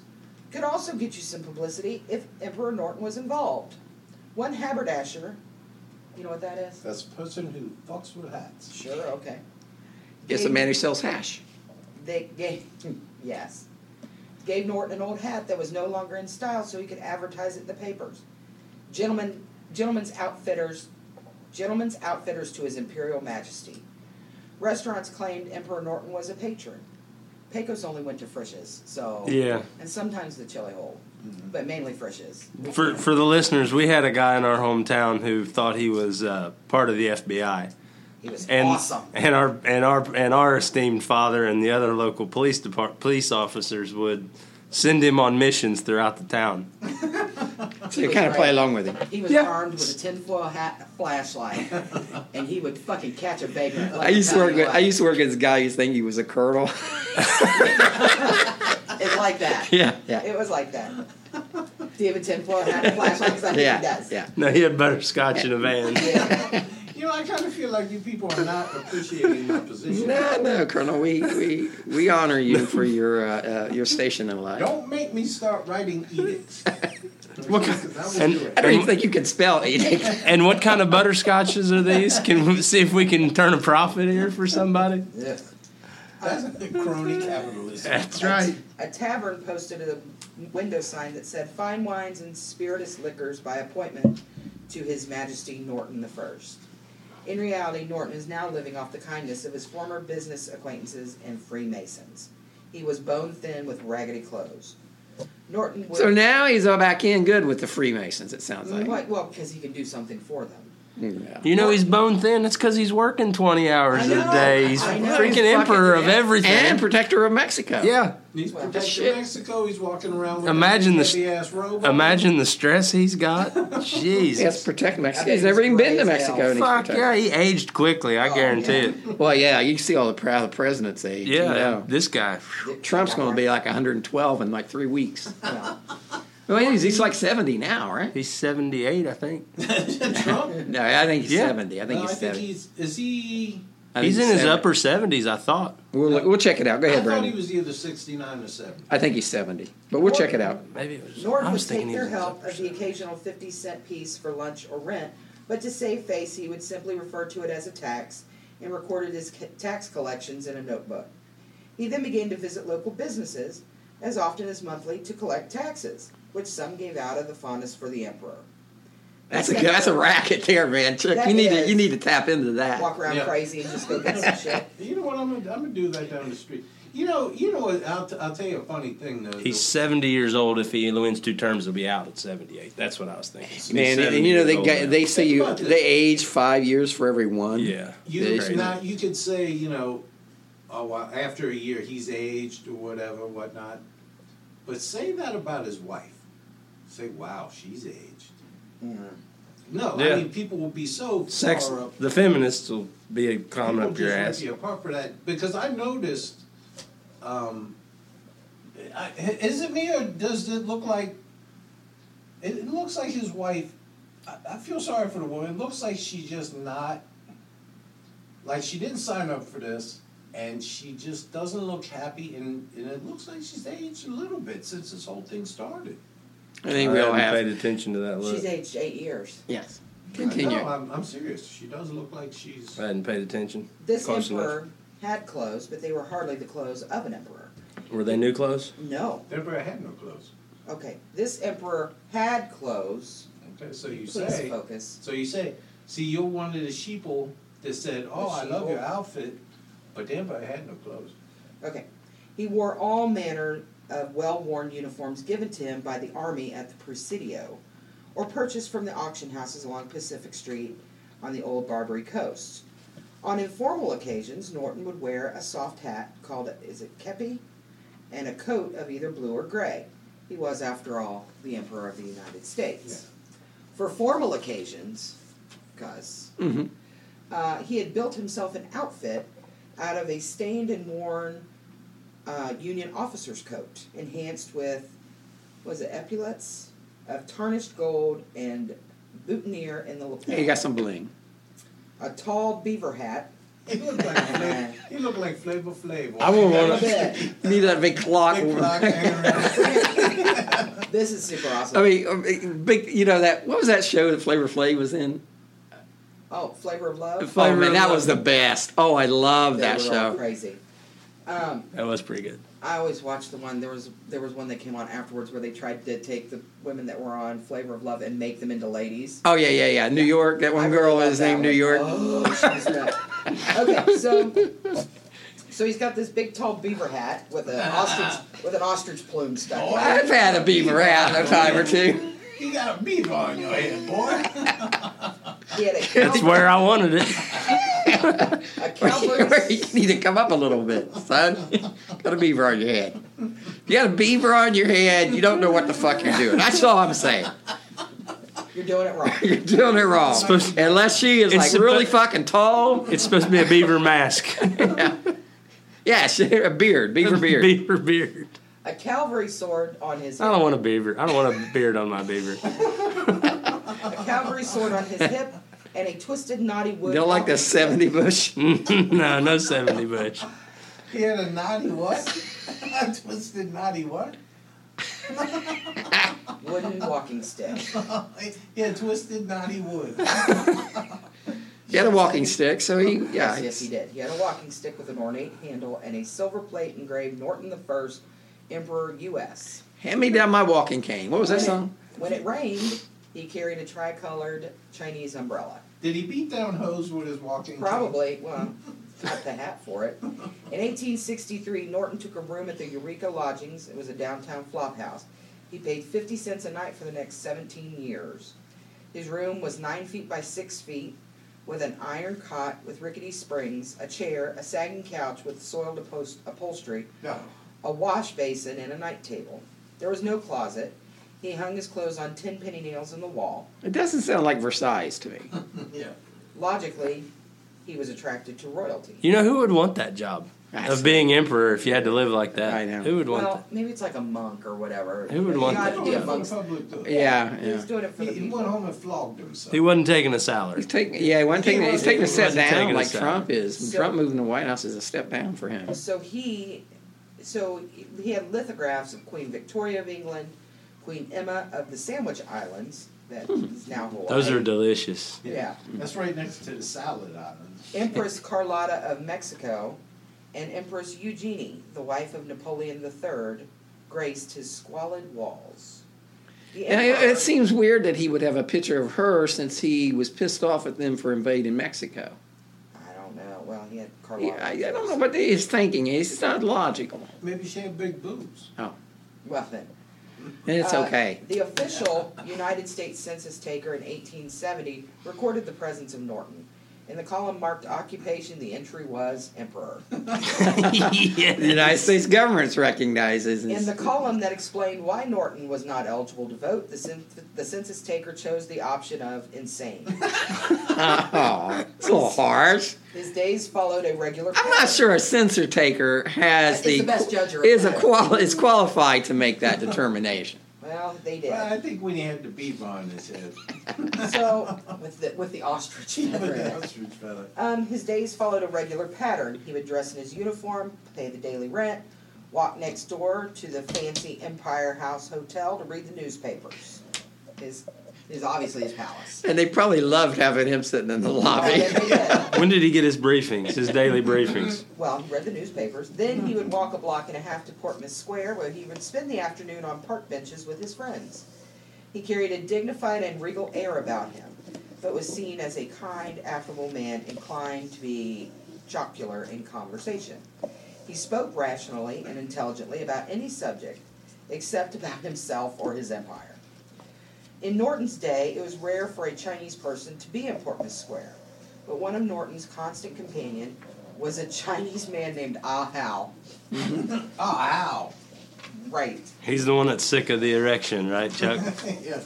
[SPEAKER 5] could also get you some publicity if Emperor Norton was involved. One haberdasher, you know what that is?
[SPEAKER 4] That's a person who fucks with hats.
[SPEAKER 5] Sure, okay.
[SPEAKER 2] It's a man who sells hash.
[SPEAKER 5] They gave, yes, gave Norton an old hat that was no longer in style, so he could advertise it in the papers. Gentlemen, gentlemen's outfitters, gentlemen's outfitters to His Imperial Majesty. Restaurants claimed Emperor Norton was a patron. Pecos only went to Frisch's, so
[SPEAKER 3] Yeah.
[SPEAKER 5] and sometimes the Chili Hole,
[SPEAKER 2] Mm-hmm.
[SPEAKER 5] but mainly Frisch's.
[SPEAKER 3] For for the listeners, we had a guy in our hometown who thought he was uh, part of the FBI.
[SPEAKER 5] He was
[SPEAKER 3] and
[SPEAKER 5] awesome.
[SPEAKER 3] and our and our and our esteemed father and the other local police depart, police officers would send him on missions throughout the town.
[SPEAKER 2] So you kind of play along with him.
[SPEAKER 5] He was
[SPEAKER 3] Yeah.
[SPEAKER 5] armed with a tinfoil hat and a flashlight, and he would fucking catch a vagrant.
[SPEAKER 2] I used to work. With, I
[SPEAKER 5] Like-
[SPEAKER 2] used to work with this guy who think he was a colonel.
[SPEAKER 5] It's like that.
[SPEAKER 2] yeah, yeah,
[SPEAKER 5] It was like that. Do you have a tinfoil hat and flashlight? 'Cause I think he
[SPEAKER 2] yeah,
[SPEAKER 5] does.
[SPEAKER 2] yeah.
[SPEAKER 3] No, he had butterscotch in a van.
[SPEAKER 4] You know, I kind of feel like you people are not appreciating my position.
[SPEAKER 2] No, no, Colonel. We we we honor you for your uh, uh, your station in life.
[SPEAKER 4] Don't make me start writing edicts.
[SPEAKER 3] What ki-
[SPEAKER 4] That was
[SPEAKER 3] and,
[SPEAKER 4] good.
[SPEAKER 2] I don't even
[SPEAKER 3] and,
[SPEAKER 2] think you can spell edict.
[SPEAKER 3] and what kind of butterscotches are these? Can we see if we can turn a profit here for somebody?
[SPEAKER 4] That's the crony capitalism.
[SPEAKER 3] That's right.
[SPEAKER 5] A tavern posted a window sign that said, "Fine wines and spirituous liquors by appointment to His Majesty Norton the First." In reality, Norton is now living off the kindness of his former business acquaintances and Freemasons. He was bone thin with raggedy clothes. Norton would.
[SPEAKER 2] So now he's all back in good with the Freemasons, it sounds like.
[SPEAKER 5] Right, well, because he can do something for them.
[SPEAKER 2] Yeah.
[SPEAKER 3] You know he's bone thin. That's because he's working twenty hours
[SPEAKER 5] I
[SPEAKER 3] a
[SPEAKER 5] know,
[SPEAKER 3] day. He's
[SPEAKER 5] I know.
[SPEAKER 3] freaking
[SPEAKER 5] He's
[SPEAKER 3] emperor of everything.
[SPEAKER 2] And protector of Mexico.
[SPEAKER 3] yeah.
[SPEAKER 4] He's
[SPEAKER 5] Well,
[SPEAKER 4] protecting Mexico. He's walking around with
[SPEAKER 3] Imagine the
[SPEAKER 4] heavy ass robe. on.
[SPEAKER 3] Imagine the stress he's got.
[SPEAKER 2] He has
[SPEAKER 3] Jesus.
[SPEAKER 2] to protect
[SPEAKER 5] I
[SPEAKER 2] Mexico.
[SPEAKER 5] think
[SPEAKER 2] He's never
[SPEAKER 5] it's
[SPEAKER 2] even been to
[SPEAKER 5] great as hell.
[SPEAKER 2] Mexico. and he's
[SPEAKER 3] Fuck
[SPEAKER 2] protected.
[SPEAKER 3] yeah, he aged quickly.
[SPEAKER 5] Oh,
[SPEAKER 3] I guarantee it.
[SPEAKER 2] Well, yeah, you see all the proud presidents age. you
[SPEAKER 3] Yeah,
[SPEAKER 2] know.
[SPEAKER 3] this guy. phew.
[SPEAKER 2] Trump's going to be like 112 in like three weeks. Well, he's, he's like 70 now, right?
[SPEAKER 3] He's seventy-eight, I think.
[SPEAKER 4] Trump?
[SPEAKER 2] No, I think he's
[SPEAKER 3] Yeah.
[SPEAKER 2] 70. I think
[SPEAKER 4] No,
[SPEAKER 2] he's
[SPEAKER 4] I think
[SPEAKER 2] 70.
[SPEAKER 4] he's. Is he?
[SPEAKER 2] I think
[SPEAKER 3] He's in his
[SPEAKER 2] 70.
[SPEAKER 3] upper seventies, I thought.
[SPEAKER 2] We'll, look- we'll check it out. Go
[SPEAKER 4] I
[SPEAKER 2] ahead,
[SPEAKER 4] thought he
[SPEAKER 2] Brandon.
[SPEAKER 4] was either sixty-nine or seventy.
[SPEAKER 2] I think he's 70, but we'll check it out.
[SPEAKER 3] Maybe it was. I
[SPEAKER 5] Norton would
[SPEAKER 3] was
[SPEAKER 5] take
[SPEAKER 3] thinking he
[SPEAKER 5] their
[SPEAKER 3] was. in his
[SPEAKER 5] help
[SPEAKER 3] upper
[SPEAKER 5] of the
[SPEAKER 3] 70s.
[SPEAKER 5] occasional 50 cent piece for lunch or rent, but to save face, he would simply refer to it as a tax and recorded his c- tax collections in a notebook. He then began to visit local businesses, as often as monthly, to collect taxes, which some gave out of the fondness for the emperor.
[SPEAKER 2] That's a that's a racket there, man. Chuck,
[SPEAKER 5] That
[SPEAKER 2] you need to
[SPEAKER 5] is.
[SPEAKER 2] you need to tap into that.
[SPEAKER 5] Walk around
[SPEAKER 4] Yeah.
[SPEAKER 5] crazy and just go get some shit.
[SPEAKER 4] You know what? I'm gonna, I'm gonna do that down the street. You know, you know what? I'll, t- I'll tell you a funny thing though.
[SPEAKER 3] He's seventy years old. If he wins two terms, he'll be out at seventy-eight. That's what I was thinking. He's
[SPEAKER 2] Man,
[SPEAKER 3] 70
[SPEAKER 2] and you know
[SPEAKER 3] years
[SPEAKER 2] they
[SPEAKER 3] old
[SPEAKER 2] got,
[SPEAKER 3] now.
[SPEAKER 2] they say you
[SPEAKER 4] Think about this.
[SPEAKER 2] they age five years for every one.
[SPEAKER 3] Yeah.
[SPEAKER 4] You
[SPEAKER 2] Crazy.
[SPEAKER 4] now you could say you know, oh well, after a year he's aged or whatever whatnot, but say that about his wife. Say wow, she's aged. No,
[SPEAKER 3] Yeah.
[SPEAKER 4] I mean people will be so
[SPEAKER 3] Sex.
[SPEAKER 4] far up.
[SPEAKER 3] The feminists will be climbing
[SPEAKER 4] people
[SPEAKER 3] up your
[SPEAKER 4] just rip
[SPEAKER 3] ass.
[SPEAKER 4] you apart for that because I noticed. Um, I, is it me or does it look like? It, it looks like his wife. I, I feel sorry for the woman. It looks like she just not. Like she didn't sign up for this, and she just doesn't look happy, and, and it looks like she's aged a little bit since this whole thing started.
[SPEAKER 2] I think we all
[SPEAKER 3] haven't paid
[SPEAKER 2] have.
[SPEAKER 3] attention to that look.
[SPEAKER 5] She's aged eight years.
[SPEAKER 2] Yes,
[SPEAKER 4] No,
[SPEAKER 2] continue.
[SPEAKER 4] I'm, I'm serious. She does look like she's.
[SPEAKER 3] I hadn't paid attention.
[SPEAKER 5] This
[SPEAKER 3] Close enough.
[SPEAKER 5] emperor had clothes, but they were hardly the clothes of an emperor.
[SPEAKER 3] Were they new clothes?
[SPEAKER 5] No.
[SPEAKER 4] Deborah had no clothes.
[SPEAKER 5] Okay. This emperor had clothes.
[SPEAKER 4] Okay, so you
[SPEAKER 5] Please
[SPEAKER 4] say.
[SPEAKER 5] focus.
[SPEAKER 4] So you say, see, you're one of the sheeple that said, "Oh, I love your
[SPEAKER 5] sheeple.
[SPEAKER 4] outfit," but then but I had no clothes.
[SPEAKER 5] Okay. He wore all manner of well worn uniforms given to him by the army at the Presidio or purchased from the auction houses along Pacific Street on the old Barbary coast. On informal occasions, Norton would wear a soft hat called, is it kepi? And a coat of either blue or gray. He was, after all, the Emperor of the United States. For formal occasions, because
[SPEAKER 2] Mm-hmm.
[SPEAKER 5] uh, he had built himself an outfit out of a stained and worn uh, Union officer's coat, enhanced with, was it epaulets of tarnished gold and boutonniere in the lapel.
[SPEAKER 2] Yeah, you got some bling.
[SPEAKER 5] A tall beaver hat.
[SPEAKER 4] He looked like Fla- he looked like Flavor Flav.
[SPEAKER 2] I wouldn't
[SPEAKER 5] A
[SPEAKER 2] want to.
[SPEAKER 5] bit.
[SPEAKER 2] You need that big clock.
[SPEAKER 4] Big block hanging around.
[SPEAKER 5] this is super awesome.
[SPEAKER 2] I mean, uh, big. You know that what was that show that Flavor Flav was in?
[SPEAKER 5] oh, Flavor of Love.
[SPEAKER 2] Oh man,
[SPEAKER 3] of
[SPEAKER 2] that
[SPEAKER 3] Love.
[SPEAKER 2] was the best. Oh, I love
[SPEAKER 5] They
[SPEAKER 2] that
[SPEAKER 5] were all
[SPEAKER 2] show.
[SPEAKER 5] Crazy. Um,
[SPEAKER 3] That was pretty good.
[SPEAKER 5] I always watched the one. There was there was one that came on afterwards where they tried to take the women that were on Flavor of Love and make them into ladies.
[SPEAKER 2] Oh yeah, yeah, yeah. New York. That
[SPEAKER 5] I
[SPEAKER 2] one
[SPEAKER 5] really
[SPEAKER 2] girl
[SPEAKER 5] love
[SPEAKER 2] is
[SPEAKER 5] that
[SPEAKER 2] named
[SPEAKER 5] one.
[SPEAKER 2] New York.
[SPEAKER 5] Oh, she was nuts. okay, so so he's got this big tall beaver hat with an ostrich with an ostrich plume stuck. in it.
[SPEAKER 2] I've had a beaver out
[SPEAKER 5] Oh.
[SPEAKER 2] a time or two.
[SPEAKER 4] You got a beaver on your head, boy.
[SPEAKER 5] He had a,
[SPEAKER 3] That's
[SPEAKER 5] cow-
[SPEAKER 3] where I wanted it.
[SPEAKER 5] a cowboy.
[SPEAKER 2] you need to come up a little bit, son. Got a beaver on your head. You got a beaver on your head. You don't know what the fuck you're doing. That's all I'm saying.
[SPEAKER 5] You're doing it wrong.
[SPEAKER 2] You're doing it wrong.
[SPEAKER 3] supposed-
[SPEAKER 2] Unless she is
[SPEAKER 3] It's
[SPEAKER 2] like
[SPEAKER 3] suppo-
[SPEAKER 2] really fucking tall.
[SPEAKER 3] It's supposed to be a beaver mask.
[SPEAKER 2] Yeah, she, a beard, beaver beard.
[SPEAKER 3] beaver beard.
[SPEAKER 5] A cavalry sword on his
[SPEAKER 3] I don't want a beaver. I don't want a beard on my beaver.
[SPEAKER 5] a cavalry sword on his hip and a twisted knotty wood.
[SPEAKER 2] Don't like
[SPEAKER 5] halberd.
[SPEAKER 2] the seventy bush.
[SPEAKER 3] no, no seventy bush.
[SPEAKER 4] He had a naughty what? a twisted naughty what?
[SPEAKER 5] wooden walking stick.
[SPEAKER 4] He had twisted naughty wood.
[SPEAKER 2] He had a walking stick, so he yeah.
[SPEAKER 5] Yes, yes, he did. He had a walking stick with an ornate handle and a silver plate engraved Norton the First, Emperor U.S.
[SPEAKER 2] Hand me down my walking cane. What was that song?
[SPEAKER 5] When it rained, he carried a tricolored Chinese umbrella.
[SPEAKER 4] Did he beat down hose with his walking? cane?
[SPEAKER 5] Probably, well, not the hat for it. In 1863, Norton took a room at the Eureka Lodgings. It was a downtown flop house. He paid 50 cents a night for the next 17 years. His room was 9 feet by 6 feet with an iron cot with rickety springs, a chair, a sagging couch with soiled upos- upholstery, a wash basin, and a night table. There was no closet. He hung his clothes on 10 penny nails in the wall.
[SPEAKER 2] It doesn't sound like Versailles to me.
[SPEAKER 5] Yeah. Logically, he was attracted to royalty.
[SPEAKER 3] You know who would want that job of being emperor if you had to live like that? I know. Who would want
[SPEAKER 5] well, maybe it's like a monk or whatever.
[SPEAKER 3] Who would
[SPEAKER 5] You
[SPEAKER 3] want
[SPEAKER 5] gotta
[SPEAKER 3] that
[SPEAKER 5] be a
[SPEAKER 3] job?
[SPEAKER 5] monk.
[SPEAKER 3] that? Yeah,
[SPEAKER 5] He was doing it for the
[SPEAKER 4] He
[SPEAKER 5] people.
[SPEAKER 4] went home and flogged himself.
[SPEAKER 3] He wasn't taking a salary.
[SPEAKER 2] He's taking, yeah, one thing he's taking a step
[SPEAKER 3] Wasn't taking
[SPEAKER 2] down
[SPEAKER 3] a
[SPEAKER 2] like
[SPEAKER 3] step.
[SPEAKER 2] Trump is. When
[SPEAKER 5] So-
[SPEAKER 2] Trump moving to the White House is a step down for him.
[SPEAKER 5] So he, so he had lithographs of Queen Victoria of England, Queen Emma of the Sandwich Islands, that is now Hawaii.
[SPEAKER 3] Hmm. Those are delicious.
[SPEAKER 5] Yeah.
[SPEAKER 4] That's right next to the salad island.
[SPEAKER 5] Empress Carlotta of Mexico, and Empress Eugenie, the wife of Napoleon III, graced his squalid walls. The
[SPEAKER 2] And it,
[SPEAKER 5] emperor-
[SPEAKER 2] it seems weird that he would have a picture of her since he was pissed off at them for invading Mexico.
[SPEAKER 5] I don't know. Well, he had Carlotta.
[SPEAKER 2] He- I, I don't know what his thinking is. It's not logical.
[SPEAKER 4] Maybe she had big boobs.
[SPEAKER 2] Oh,
[SPEAKER 5] Well, then.
[SPEAKER 2] and it's
[SPEAKER 5] Uh,
[SPEAKER 2] okay.
[SPEAKER 5] The official United States census taker in 1870 recorded the presence of Norton. In the column marked occupation, the entry was emperor.
[SPEAKER 2] The United States government recognizes.
[SPEAKER 5] In
[SPEAKER 2] this.
[SPEAKER 5] the column that explained why Norton was not eligible to vote, the, cen- the census taker chose the option of insane.
[SPEAKER 2] oh, it's a little harsh.
[SPEAKER 5] His days followed a regular.
[SPEAKER 2] I'm not sure a censor taker has
[SPEAKER 5] It's
[SPEAKER 2] the,
[SPEAKER 5] the best judge or
[SPEAKER 2] is a
[SPEAKER 5] judge.
[SPEAKER 2] qual is qualified to make that determination.
[SPEAKER 5] Well, they did.
[SPEAKER 4] Well, I think when he had the beaver on his head.
[SPEAKER 5] so with the with the ostrich feather. in
[SPEAKER 4] the
[SPEAKER 5] it.
[SPEAKER 4] ostrich feather.
[SPEAKER 5] Um, his days followed a regular pattern. He would dress in his uniform, pay the daily rent, walk next door to the fancy Empire House Hotel to read the newspapers. His is obviously his palace.
[SPEAKER 2] And they probably loved having him sitting in the lobby.
[SPEAKER 5] And then he did.
[SPEAKER 3] When did he get his briefings, his daily briefings?
[SPEAKER 5] Well, he read the newspapers. Then he would walk a block and a half to Portman Square, where he would spend the afternoon on park benches with his friends. He carried a dignified and regal air about him, but was seen as a kind, affable man inclined to be jocular in conversation. He spoke rationally and intelligently about any subject, except about himself or his empire. In Norton's day, it was rare for a Chinese person to be in Portman Square, but one of Norton's constant companion was a Chinese man named Ah Hao. Ah
[SPEAKER 4] Oh,
[SPEAKER 5] Right.
[SPEAKER 3] He's the one that's sick of the erection, right, Chuck?
[SPEAKER 4] ow. yeah.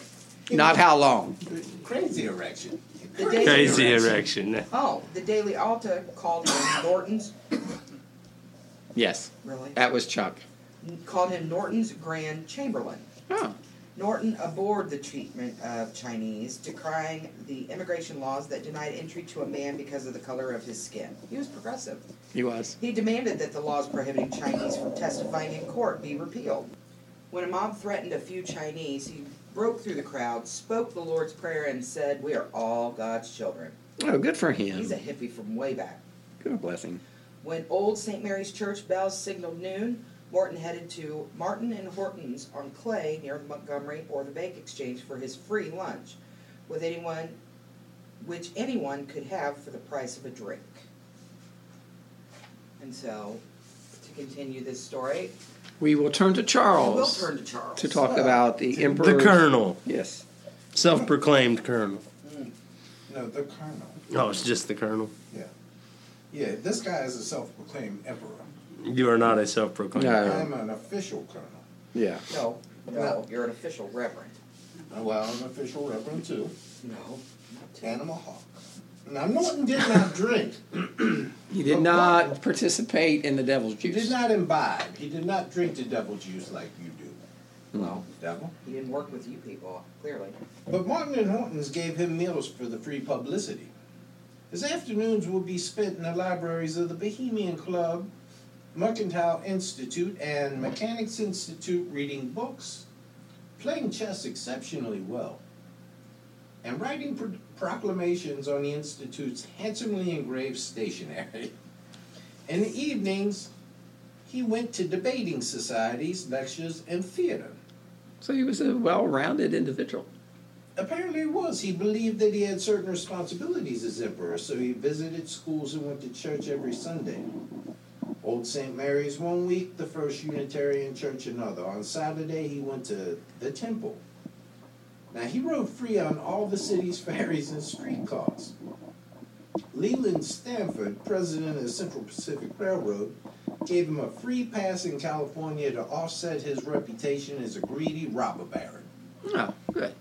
[SPEAKER 2] Not how long.
[SPEAKER 4] Crazy erection.
[SPEAKER 5] The daily
[SPEAKER 3] Crazy erection.
[SPEAKER 5] Oh, the Daily Alta called him Norton's.
[SPEAKER 2] Yes,
[SPEAKER 5] Really?
[SPEAKER 2] that was Chuck.
[SPEAKER 5] Called him Norton's Grand Chamberlain.
[SPEAKER 2] Oh,
[SPEAKER 5] Norton abhorred the treatment of Chinese, decrying the immigration laws that denied entry to a man because of the color of his skin. He was progressive.
[SPEAKER 2] he was.
[SPEAKER 5] He demanded that the laws prohibiting Chinese from testifying in court be repealed. When a mob threatened a few Chinese, he broke through the crowd, spoke the Lord's Prayer, and said, We are all God's children.
[SPEAKER 2] Oh, good for him.
[SPEAKER 5] He's a hippie from way back.
[SPEAKER 2] good blessing.
[SPEAKER 5] When old St. Mary's Church bells signaled noon, Morton headed to Martin and Horton's on Clay near Montgomery or the Bank Exchange for his free lunch, with anyone, which anyone could have for the price of a drink. And so, to continue this story,
[SPEAKER 2] We will turn to
[SPEAKER 5] we will
[SPEAKER 2] Charles
[SPEAKER 5] turn to Charles.
[SPEAKER 2] to talk about the emperor.
[SPEAKER 3] The colonel,
[SPEAKER 2] Yes.
[SPEAKER 3] self-proclaimed colonel.
[SPEAKER 4] No, the colonel.
[SPEAKER 3] No, Oh, it's just the colonel.
[SPEAKER 4] Yeah. Yeah, this guy is a self proclaimed emperor.
[SPEAKER 3] You are not a self-proclaimed.
[SPEAKER 2] No.
[SPEAKER 3] colonel.
[SPEAKER 4] I'm an official colonel.
[SPEAKER 2] Yeah.
[SPEAKER 5] No, no,
[SPEAKER 4] No.
[SPEAKER 5] you're an official reverend.
[SPEAKER 4] Oh, Well, I'm an official reverend too.
[SPEAKER 5] No.
[SPEAKER 4] And I'm a hawk. Now, Norton did not drink.
[SPEAKER 2] He did not participate in the devil's
[SPEAKER 4] He
[SPEAKER 2] juice.
[SPEAKER 4] did not imbibe. He did not drink the devil juice like you do.
[SPEAKER 2] No.
[SPEAKER 4] Devil.
[SPEAKER 5] He didn't work with you people, clearly.
[SPEAKER 4] But Martin and Hortons gave him meals for the free publicity. His afternoons will be spent in the libraries of the Bohemian Club, Mercantile Institute, and Mechanics Institute reading books, playing chess exceptionally well, and writing pro- proclamations on the Institute's handsomely engraved stationery. In the evenings, he went to debating societies, lectures, and theater.
[SPEAKER 2] So he was a well-rounded individual.
[SPEAKER 4] Apparently he was. He believed that he had certain responsibilities as emperor, so he visited schools and went to church every Sunday. Old St. Mary's one week, the First Unitarian Church another. On Saturday, he went to the temple. Now, he rode free on all the city's ferries and streetcars. Leland Stanford, president of Central Pacific Railroad, gave him a free pass in California to offset his reputation as a greedy robber baron.
[SPEAKER 2] Oh, good.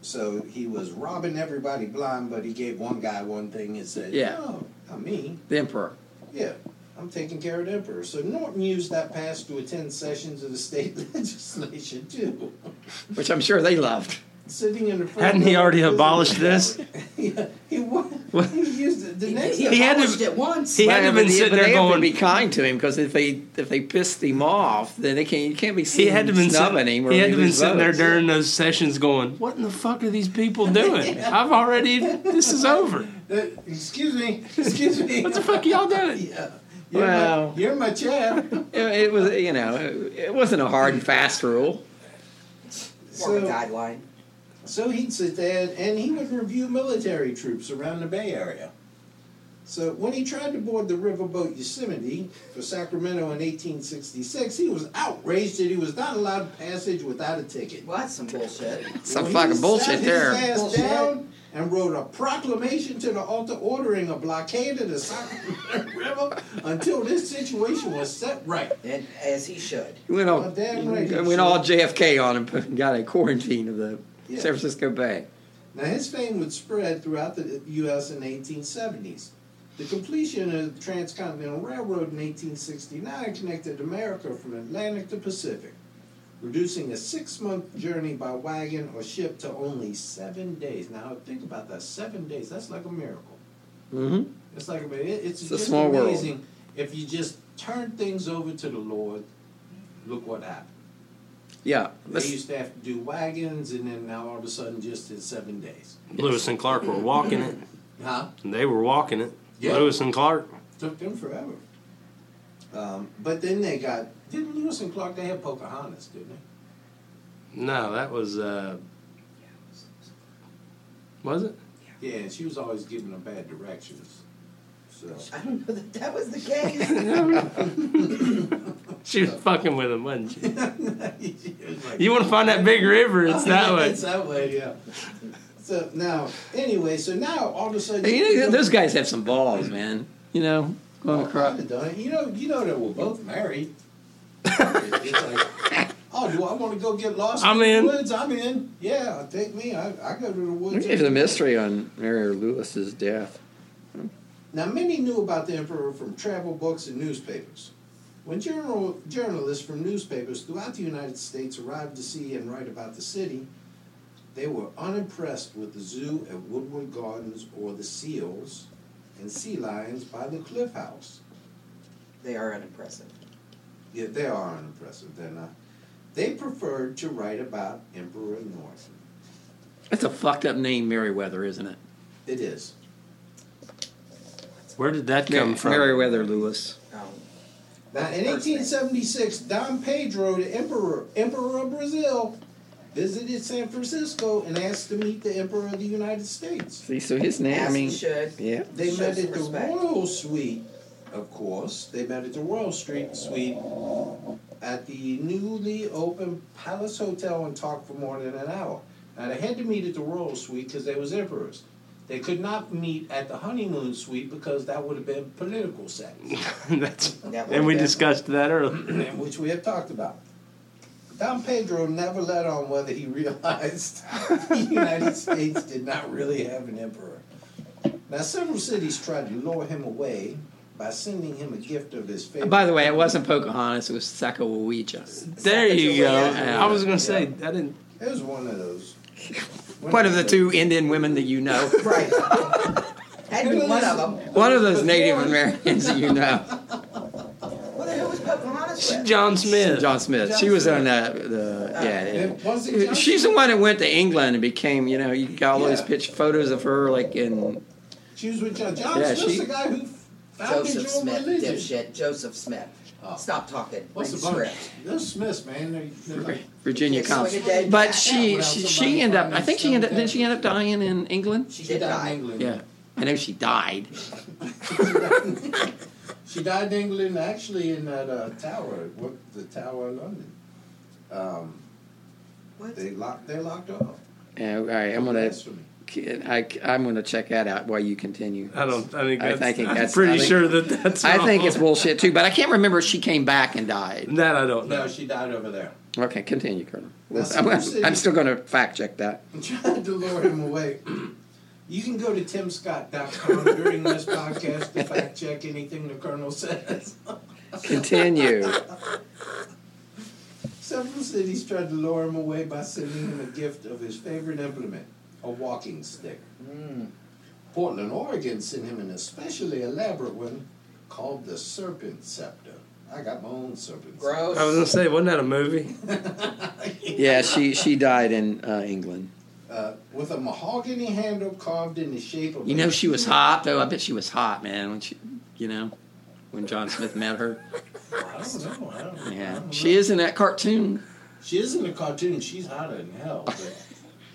[SPEAKER 4] So he was robbing everybody blind, but he gave one guy one thing and said,
[SPEAKER 2] Yeah.
[SPEAKER 4] No, not me.
[SPEAKER 2] The emperor.
[SPEAKER 4] Yeah, I'm taking care of the emperor. So Norton used that pass to attend sessions of the state legislature, too.
[SPEAKER 2] Which I'm sure they loved.
[SPEAKER 4] Sitting in the front
[SPEAKER 3] Hadn't he
[SPEAKER 4] row of
[SPEAKER 3] already
[SPEAKER 4] the prison-
[SPEAKER 3] abolished this?
[SPEAKER 4] yeah, he, wa-
[SPEAKER 3] What?
[SPEAKER 4] he used it. The next
[SPEAKER 6] He,
[SPEAKER 3] He had to-
[SPEAKER 6] abolished it once.
[SPEAKER 3] He hadn't
[SPEAKER 2] But
[SPEAKER 3] been
[SPEAKER 2] they-
[SPEAKER 3] sitting
[SPEAKER 2] but
[SPEAKER 3] there
[SPEAKER 2] they have to
[SPEAKER 3] going.
[SPEAKER 2] be kind to him because if they if they pissed him off, then they can't you can't be
[SPEAKER 3] He had to been
[SPEAKER 2] snubbing
[SPEAKER 3] sitting,
[SPEAKER 2] him. or
[SPEAKER 3] he had to been
[SPEAKER 2] lose
[SPEAKER 3] sitting there
[SPEAKER 2] votes.
[SPEAKER 3] during those sessions going, "What in the fuck are these people doing? I've already. This is over.
[SPEAKER 4] Uh, excuse me, excuse me.
[SPEAKER 3] What the fuck y'all doing?"
[SPEAKER 4] Yeah. You're
[SPEAKER 2] Wow.
[SPEAKER 4] my, you're my chair.
[SPEAKER 2] It, it was you know it, it wasn't a hard and fast rule.
[SPEAKER 6] More of a
[SPEAKER 4] So-
[SPEAKER 6] guideline.
[SPEAKER 4] So he'd sit there and he would review military troops around the Bay Area. So when he tried to board the riverboat Yosemite for Sacramento in 1866, he was outraged that he was not allowed passage without a ticket.
[SPEAKER 6] Well, that's some bullshit.
[SPEAKER 2] Some
[SPEAKER 4] Well, he
[SPEAKER 2] fucking bullshit
[SPEAKER 4] sat His
[SPEAKER 2] there.
[SPEAKER 4] ass
[SPEAKER 6] Bullshit.
[SPEAKER 4] down and wrote a proclamation to the altar ordering a blockade of the Sacramento River until this situation was set right.
[SPEAKER 6] And as he should.
[SPEAKER 2] He Went all,
[SPEAKER 4] Oh, damn right he
[SPEAKER 2] went all
[SPEAKER 4] should.
[SPEAKER 2] JFK on him and got a quarantine of the
[SPEAKER 4] Yeah.
[SPEAKER 2] San Francisco Bay.
[SPEAKER 4] Now, his fame would spread throughout the U.S. in the 1870s. The completion of the Transcontinental Railroad in 1869 connected America from Atlantic to Pacific, reducing a six month journey by wagon or ship to only seven days. Now, think about that seven days. That's like a miracle.
[SPEAKER 2] Mm-hmm.
[SPEAKER 4] It's like a, it- it's,
[SPEAKER 2] It's a
[SPEAKER 4] just
[SPEAKER 2] small world.
[SPEAKER 4] amazing if you just turn things over to the Lord. Look what happened.
[SPEAKER 2] Yeah,
[SPEAKER 4] they
[SPEAKER 2] let's,
[SPEAKER 4] used to have to do wagons, and then now all of a sudden, just in seven days.
[SPEAKER 3] Lewis and Clark were walking it.
[SPEAKER 4] Huh?
[SPEAKER 3] They were walking it.
[SPEAKER 4] Yeah.
[SPEAKER 3] Lewis and Clark.
[SPEAKER 4] Took them forever. Um, but then they got didn't Lewis and Clark they had Pocahontas, didn't they?
[SPEAKER 3] No, that was. uh Was it?
[SPEAKER 4] Yeah, and she was always giving them bad directions. So
[SPEAKER 6] I don't know that that was the case.
[SPEAKER 3] She was fucking with him, wasn't she?
[SPEAKER 4] It was like-
[SPEAKER 3] You want to find that big river? It's that
[SPEAKER 4] Yeah,
[SPEAKER 3] way.
[SPEAKER 4] It's that way, yeah. So now anyway, so now all of a sudden
[SPEAKER 2] you know, those guys have some balls, man. You know, going across.
[SPEAKER 4] You know, you know that we're both married. it's like, oh, do I want to go get lost
[SPEAKER 3] I'm in.
[SPEAKER 4] the woods? I'm in. Yeah, take me. I, I go to the woods.
[SPEAKER 2] There's a mystery on Mary Lewis's death.
[SPEAKER 4] Now, many knew about the emperor from travel books and newspapers. When journal, journalists from newspapers throughout the United States arrived to see and write about the city, they were unimpressed with the zoo at Woodward Gardens or the seals and sea lions by the Cliff House.
[SPEAKER 6] they are unimpressive.
[SPEAKER 4] Yeah, they are unimpressive. They're not. They preferred to write about Emperor Norton.
[SPEAKER 2] That's a fucked up name, Meriwether, isn't it?
[SPEAKER 4] It is.
[SPEAKER 3] Where did that
[SPEAKER 2] Mer-
[SPEAKER 3] come from?
[SPEAKER 2] Meriwether Lewis.
[SPEAKER 6] Um,
[SPEAKER 4] Now, in 1876, Don Pedro, the emperor, emperor of Brazil, visited San Francisco and asked to meet the emperor of the United States.
[SPEAKER 2] See, so his name. I
[SPEAKER 6] as he
[SPEAKER 2] mean,
[SPEAKER 6] should.
[SPEAKER 2] yeah.
[SPEAKER 4] They
[SPEAKER 6] Show
[SPEAKER 4] met
[SPEAKER 6] some
[SPEAKER 4] at the
[SPEAKER 6] respect.
[SPEAKER 4] Royal Suite, of course. They met at the Royal Street Suite at the newly opened Palace Hotel and talked for more than an hour. Now, they had to meet at the Royal Suite because they was emperors. They could not meet at the honeymoon suite because that would have been political sex.
[SPEAKER 3] That's,
[SPEAKER 6] That
[SPEAKER 3] and we
[SPEAKER 6] would've been-
[SPEAKER 3] discussed that earlier.
[SPEAKER 4] and which we have talked about. Don Pedro never let on whether he realized the United States did not really have an emperor. Now, several cities tried to lure him away by sending him a gift of his favorite.
[SPEAKER 2] By the way, it wasn't Pocahontas. It was Sacagawea.
[SPEAKER 3] There you go.
[SPEAKER 2] Yeah.
[SPEAKER 3] I was gonna say I didn't.
[SPEAKER 4] it was one of those.
[SPEAKER 2] One of the two Indian women that you know.
[SPEAKER 6] Right. Had to be one of them.
[SPEAKER 2] One of those Native Americans that you know.
[SPEAKER 6] What the hell was Pocahontas with?
[SPEAKER 3] John Smith.
[SPEAKER 2] John Smith. She was on that. The,
[SPEAKER 4] It
[SPEAKER 2] yeah,
[SPEAKER 4] was
[SPEAKER 2] yeah.
[SPEAKER 4] it
[SPEAKER 2] She's the one that went to England and became. You know, you got all those
[SPEAKER 4] Yeah.
[SPEAKER 2] pitch photos of her, like in.
[SPEAKER 4] She was with John. John
[SPEAKER 2] Yeah,
[SPEAKER 4] Smith's
[SPEAKER 2] she-
[SPEAKER 4] the guy who founded
[SPEAKER 6] Joseph
[SPEAKER 4] your
[SPEAKER 6] Smith,
[SPEAKER 4] religion.
[SPEAKER 6] dipshit. Joseph Smith. Stop talking.
[SPEAKER 4] What's
[SPEAKER 6] Read
[SPEAKER 4] the bunch?
[SPEAKER 6] script.
[SPEAKER 4] Those Smiths, man. They, they're like,
[SPEAKER 2] Virginia
[SPEAKER 6] Okay, so
[SPEAKER 2] College,
[SPEAKER 6] it did-
[SPEAKER 2] but she
[SPEAKER 4] Well,
[SPEAKER 2] she,
[SPEAKER 4] somebody
[SPEAKER 2] she ended up.
[SPEAKER 4] finally
[SPEAKER 2] I think she ended.
[SPEAKER 4] stoned
[SPEAKER 2] Didn't she end up dying in England?
[SPEAKER 6] She
[SPEAKER 4] she
[SPEAKER 6] did
[SPEAKER 4] died in
[SPEAKER 6] die.
[SPEAKER 4] England.
[SPEAKER 2] Yeah, I know she died.
[SPEAKER 4] She died in England, actually, in that uh, tower, what the Tower of London. Um, They locked. They locked off.
[SPEAKER 2] Yeah, all right, I'm gonna. I, am gonna check that out while you continue.
[SPEAKER 3] I don't. I think
[SPEAKER 2] I
[SPEAKER 3] that's. I
[SPEAKER 2] think
[SPEAKER 3] am
[SPEAKER 2] that's-
[SPEAKER 3] pretty
[SPEAKER 2] I think-
[SPEAKER 3] sure that that's.
[SPEAKER 2] I think
[SPEAKER 3] wrong.
[SPEAKER 2] it's bullshit too, but I can't remember if she came back and died.
[SPEAKER 3] That I don't know.
[SPEAKER 4] No, she died over there.
[SPEAKER 2] Okay, continue, Colonel.
[SPEAKER 4] That's
[SPEAKER 2] I'm,
[SPEAKER 4] what I'm saying.
[SPEAKER 2] I'm still going to fact check that.
[SPEAKER 4] I'm trying to lure him away. You can go to timscott.com during this podcast to fact check anything the Colonel says.
[SPEAKER 2] Continue.
[SPEAKER 4] Several cities tried to lure him away by sending him a gift of his favorite implement, a walking stick.
[SPEAKER 2] Hmm.
[SPEAKER 4] Portland, Oregon sent him an especially elaborate one called the Serpent Scepter. I got my own serpent
[SPEAKER 3] I
[SPEAKER 4] Gross.
[SPEAKER 3] was gonna say, wasn't that a movie?
[SPEAKER 2] yeah, she she died in uh, England.
[SPEAKER 4] Uh, with a mahogany handle carved in the shape of
[SPEAKER 2] You
[SPEAKER 4] a
[SPEAKER 2] know she was
[SPEAKER 4] human-
[SPEAKER 2] hot though. I bet she was hot, man. When she, you know, when John Smith met her.
[SPEAKER 4] I don't know. I don't know.
[SPEAKER 2] Yeah, she is in that cartoon.
[SPEAKER 4] She is in the cartoon. She's hotter than hell. But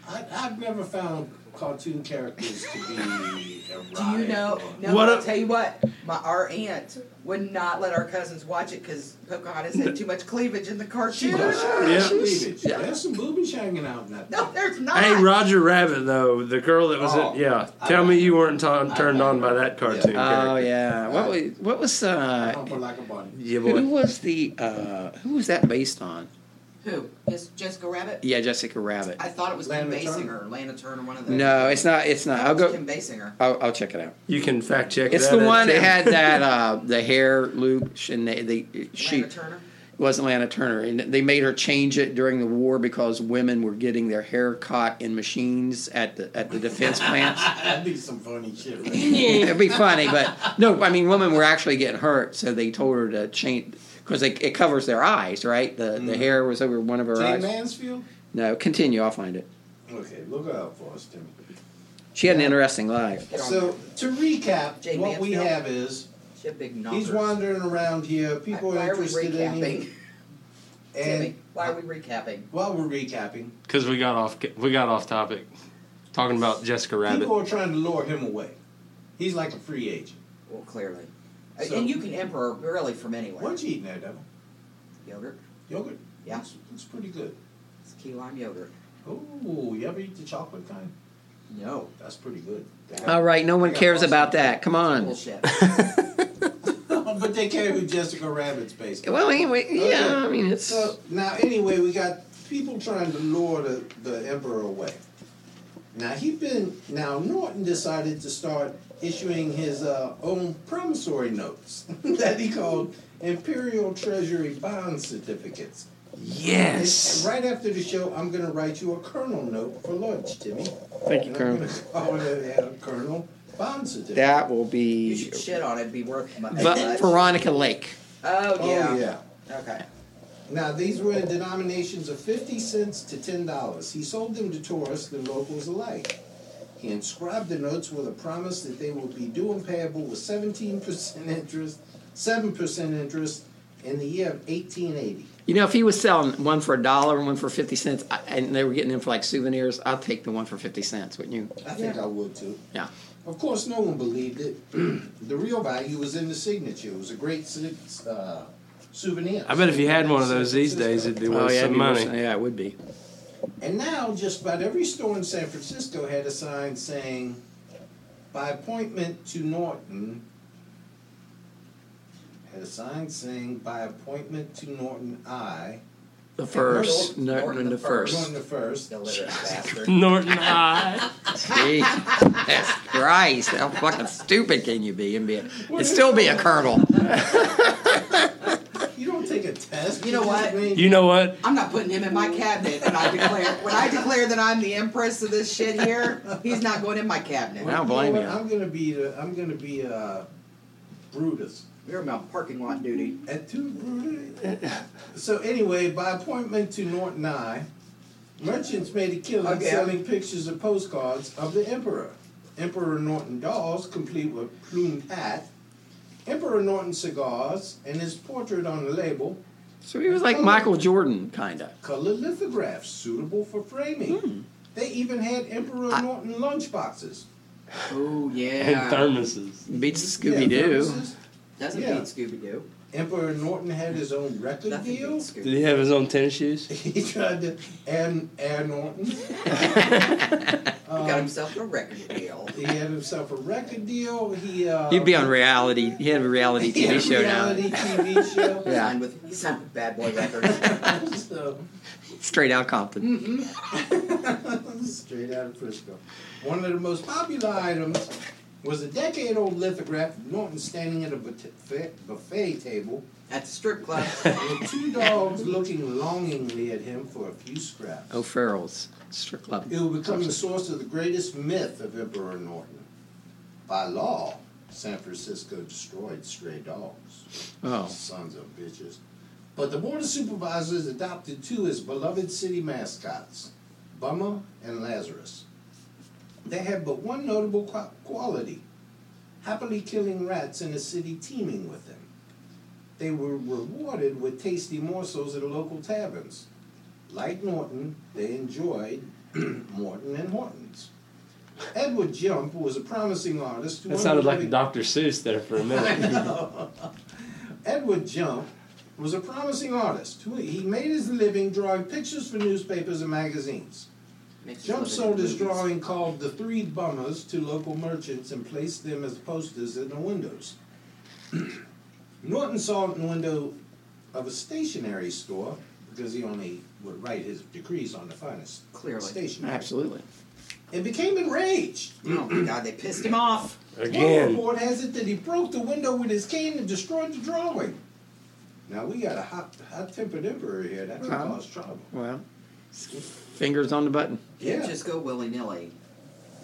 [SPEAKER 4] I, I've never found cartoon characters to be erotic.
[SPEAKER 5] Do you know? No,
[SPEAKER 4] What
[SPEAKER 5] I'll
[SPEAKER 4] a-
[SPEAKER 5] tell you what. My our aunt would not let our cousins watch it because Pocahontas had too much cleavage in the cartoon.
[SPEAKER 3] Yeah.
[SPEAKER 4] Cleavage. There's some boobies hanging out in that.
[SPEAKER 5] No, there's not.
[SPEAKER 3] Hey, Roger Rabbit though, the girl that was
[SPEAKER 4] Oh.
[SPEAKER 3] in. Yeah, tell me you weren't ton- turned on by that cartoon.
[SPEAKER 2] Oh
[SPEAKER 3] character.
[SPEAKER 2] yeah. What was what was uh,
[SPEAKER 4] Humper like a bunny.
[SPEAKER 3] yeah,
[SPEAKER 2] who
[SPEAKER 3] boy.
[SPEAKER 2] was the uh, who was that based on?
[SPEAKER 6] Who? Yes, Jessica Rabbit?
[SPEAKER 2] Yeah, Jessica Rabbit.
[SPEAKER 6] I thought it was Kim
[SPEAKER 4] Lana
[SPEAKER 6] Basinger, Lana Turner, one of those.
[SPEAKER 2] No, it's not. It's not. I'll
[SPEAKER 6] Kim
[SPEAKER 2] go.
[SPEAKER 6] Basinger.
[SPEAKER 2] I'll, I'll check it out.
[SPEAKER 3] You can fact check.
[SPEAKER 2] It's
[SPEAKER 3] that
[SPEAKER 2] the
[SPEAKER 3] at
[SPEAKER 2] one that
[SPEAKER 3] Tim.
[SPEAKER 2] had that uh, the hair loop and uh, the, the she
[SPEAKER 6] Lana Turner.
[SPEAKER 2] was Lana Turner, and they made her change it during the war because women were getting their hair caught in machines at the at the defense plants.
[SPEAKER 4] That'd be some funny shit. Right?
[SPEAKER 2] It'd be funny, but no, I mean, women were actually getting hurt, so they told her to change because it covers their eyes, right? The the hair was over one of her
[SPEAKER 4] Jane
[SPEAKER 2] eyes.
[SPEAKER 4] Mansfield?
[SPEAKER 2] No, continue. I'll find it.
[SPEAKER 4] Okay, look out for us, Timothy.
[SPEAKER 2] She had an interesting life.
[SPEAKER 4] So, to recap,
[SPEAKER 5] Jane
[SPEAKER 4] what we
[SPEAKER 5] Mansfield?
[SPEAKER 4] have is
[SPEAKER 6] She had big
[SPEAKER 4] he's
[SPEAKER 6] knockers.
[SPEAKER 4] wandering around here. People
[SPEAKER 5] Why
[SPEAKER 4] are
[SPEAKER 5] are we
[SPEAKER 4] interested in
[SPEAKER 5] recapping?
[SPEAKER 4] him.
[SPEAKER 5] Timmy,
[SPEAKER 4] And
[SPEAKER 5] why are we recapping?
[SPEAKER 4] while we're recapping,
[SPEAKER 3] Because we got off we got off topic, talking about Jessica Rabbit.
[SPEAKER 4] people are trying to lure him away. He's like a free agent.
[SPEAKER 6] Well, clearly.
[SPEAKER 4] So-
[SPEAKER 6] and you can emperor really from anywhere.
[SPEAKER 4] What you eating there, Devil?
[SPEAKER 6] Yogurt.
[SPEAKER 4] Yogurt?
[SPEAKER 6] Yeah.
[SPEAKER 4] It's, it's pretty good.
[SPEAKER 6] It's key lime yogurt.
[SPEAKER 4] Oh, you ever eat the chocolate kind?
[SPEAKER 6] No.
[SPEAKER 4] That's pretty good.
[SPEAKER 2] All right, no one cares about that. Come on.
[SPEAKER 6] Bullshit.
[SPEAKER 4] but they care who Jessica Rabbit's based on.
[SPEAKER 2] Well, anyway, yeah, I mean, it's
[SPEAKER 4] So now, anyway, we got people trying to lure the, the emperor away. Now he been now Norton decided to start issuing his uh, own promissory notes that he called Imperial Treasury Bond Certificates.
[SPEAKER 3] yes.
[SPEAKER 4] And right after the show, I'm going to write you a Colonel note for lunch, Timmy.
[SPEAKER 2] Thank you,
[SPEAKER 4] And
[SPEAKER 2] Colonel.
[SPEAKER 4] I'm going to call it a Colonel Bond Certificate.
[SPEAKER 2] that will
[SPEAKER 6] you
[SPEAKER 2] be
[SPEAKER 6] should shit on it. It'd be worth mu- much.
[SPEAKER 2] but Veronica Lake.
[SPEAKER 6] oh,
[SPEAKER 4] oh
[SPEAKER 6] yeah.
[SPEAKER 4] yeah.
[SPEAKER 6] Okay.
[SPEAKER 4] Now, these were in denominations of 50 cents to $10. He sold them to tourists and locals alike. He inscribed the notes with a promise that they would be due and payable with 17% interest, 7% interest in the year of 1880.
[SPEAKER 2] You know, if he was selling one for a dollar and one for fifty cents, I- and they were getting them for like souvenirs, I'd take the one for fifty cents, wouldn't you?
[SPEAKER 4] I think I would too.
[SPEAKER 2] Yeah.
[SPEAKER 4] Of course, no one believed it. the real value was in the signature. It was a great si- uh, souvenir.
[SPEAKER 3] I bet if you had one of those these days, it'd be worth
[SPEAKER 2] Oh, yeah, it'd
[SPEAKER 3] some
[SPEAKER 2] be worth
[SPEAKER 3] money.
[SPEAKER 2] some- yeah, it would be.
[SPEAKER 4] And now, just about every store in San Francisco had a sign saying, by appointment to Norton, had a sign saying, by appointment to Norton I,
[SPEAKER 2] The first,
[SPEAKER 6] Norton-
[SPEAKER 2] Norton,
[SPEAKER 6] Norton the
[SPEAKER 2] the
[SPEAKER 6] first.
[SPEAKER 2] first.
[SPEAKER 4] Norton the first.
[SPEAKER 6] Illiterate bastard.
[SPEAKER 3] Norton High.
[SPEAKER 2] Jesus Christ, how fucking stupid can you be and be? A, and still be a colonel.
[SPEAKER 4] You don't take a test.
[SPEAKER 6] You know
[SPEAKER 4] just
[SPEAKER 6] what?
[SPEAKER 4] made-
[SPEAKER 3] You know what?
[SPEAKER 6] I'm not putting him in my cabinet when I declare when I declare that I'm the empress of this shit here. He's not going in my
[SPEAKER 2] I
[SPEAKER 6] cabinet.
[SPEAKER 2] don't
[SPEAKER 4] You know
[SPEAKER 2] blame
[SPEAKER 4] what?
[SPEAKER 2] you.
[SPEAKER 4] I'm gonna be the, I'm gonna be uh, Brutus.
[SPEAKER 6] You're about parking lot duty.
[SPEAKER 4] At two Brutus. so anyway, by appointment to Norton I, merchants made a killing
[SPEAKER 6] Okay.
[SPEAKER 4] selling pictures and postcards of the emperor. Emperor Norton dolls, complete with plumed hat, Emperor Norton cigars, and his portrait on the label.
[SPEAKER 2] So he was like Michael Jordan, kind of.
[SPEAKER 4] Color lithographs suitable for framing. They even had Emperor Norton lunchboxes.
[SPEAKER 6] Oh yeah.
[SPEAKER 3] And thermoses.
[SPEAKER 2] Beats Scooby Doo.
[SPEAKER 4] purposes.
[SPEAKER 5] Doesn't
[SPEAKER 4] Yeah.
[SPEAKER 5] beat Scooby Doo.
[SPEAKER 4] Emperor Norton had his own record deal.
[SPEAKER 3] Did he have his own tennis shoes?
[SPEAKER 4] He tried to and Air Norton.
[SPEAKER 5] He got himself a record deal.
[SPEAKER 4] He had himself a record deal. He uh,
[SPEAKER 2] He'd be on reality. He had a reality
[SPEAKER 4] he had
[SPEAKER 2] TV
[SPEAKER 4] a
[SPEAKER 2] show now.
[SPEAKER 4] reality TV show. uh,
[SPEAKER 2] Yeah.
[SPEAKER 5] Signed with he signed with Bad Boy Records.
[SPEAKER 4] So,
[SPEAKER 2] Straight out Compton.
[SPEAKER 4] mhm. Straight out of Frisco. One of the most popular items was a decade-old lithograph of Norton standing at a buffet, buffet table
[SPEAKER 5] at the strip club Oh,
[SPEAKER 4] with two dogs looking longingly at him for a few scraps.
[SPEAKER 2] Oh, O'Farrell's strip club.
[SPEAKER 4] It will become the source of the greatest myth of Emperor Norton. By law, San Francisco destroyed stray dogs.
[SPEAKER 2] Oh.
[SPEAKER 4] Sons of bitches. But the Board of Supervisors adopted two as beloved city mascots, Bummer and Lazarus. They had but one notable qua- quality happily killing rats in a city teeming with them. They were rewarded with tasty morsels at local taverns. Like Norton, they enjoyed Morton and Hortons. Edward Jump was a promising artist. who
[SPEAKER 3] That sounded like a
[SPEAKER 4] underwent-
[SPEAKER 3] Dr. Seuss there for a minute.
[SPEAKER 4] Edward Jump was a promising artist. who- He made his living drawing pictures for newspapers and magazines.
[SPEAKER 5] Makes
[SPEAKER 4] Jump
[SPEAKER 5] living
[SPEAKER 4] sold
[SPEAKER 5] in
[SPEAKER 4] his
[SPEAKER 5] movies.
[SPEAKER 4] drawing called The Three Bummers to local merchants and placed them as posters in the windows. Norton saw it in the window of a stationery store because he only would write his decrees on the finest
[SPEAKER 5] Clearly.
[SPEAKER 4] stationery.
[SPEAKER 2] Absolutely.
[SPEAKER 4] And became enraged.
[SPEAKER 5] Oh my god, they pissed him off.
[SPEAKER 4] One
[SPEAKER 3] Again.
[SPEAKER 4] report has it that he broke the window with his cane and destroyed the drawing. Now we got a hot, hot-tempered emperor here. That could
[SPEAKER 2] Wow.
[SPEAKER 4] cause trouble.
[SPEAKER 2] Well, fingers on the button.
[SPEAKER 5] Can't
[SPEAKER 4] Yeah.
[SPEAKER 5] just go willy nilly.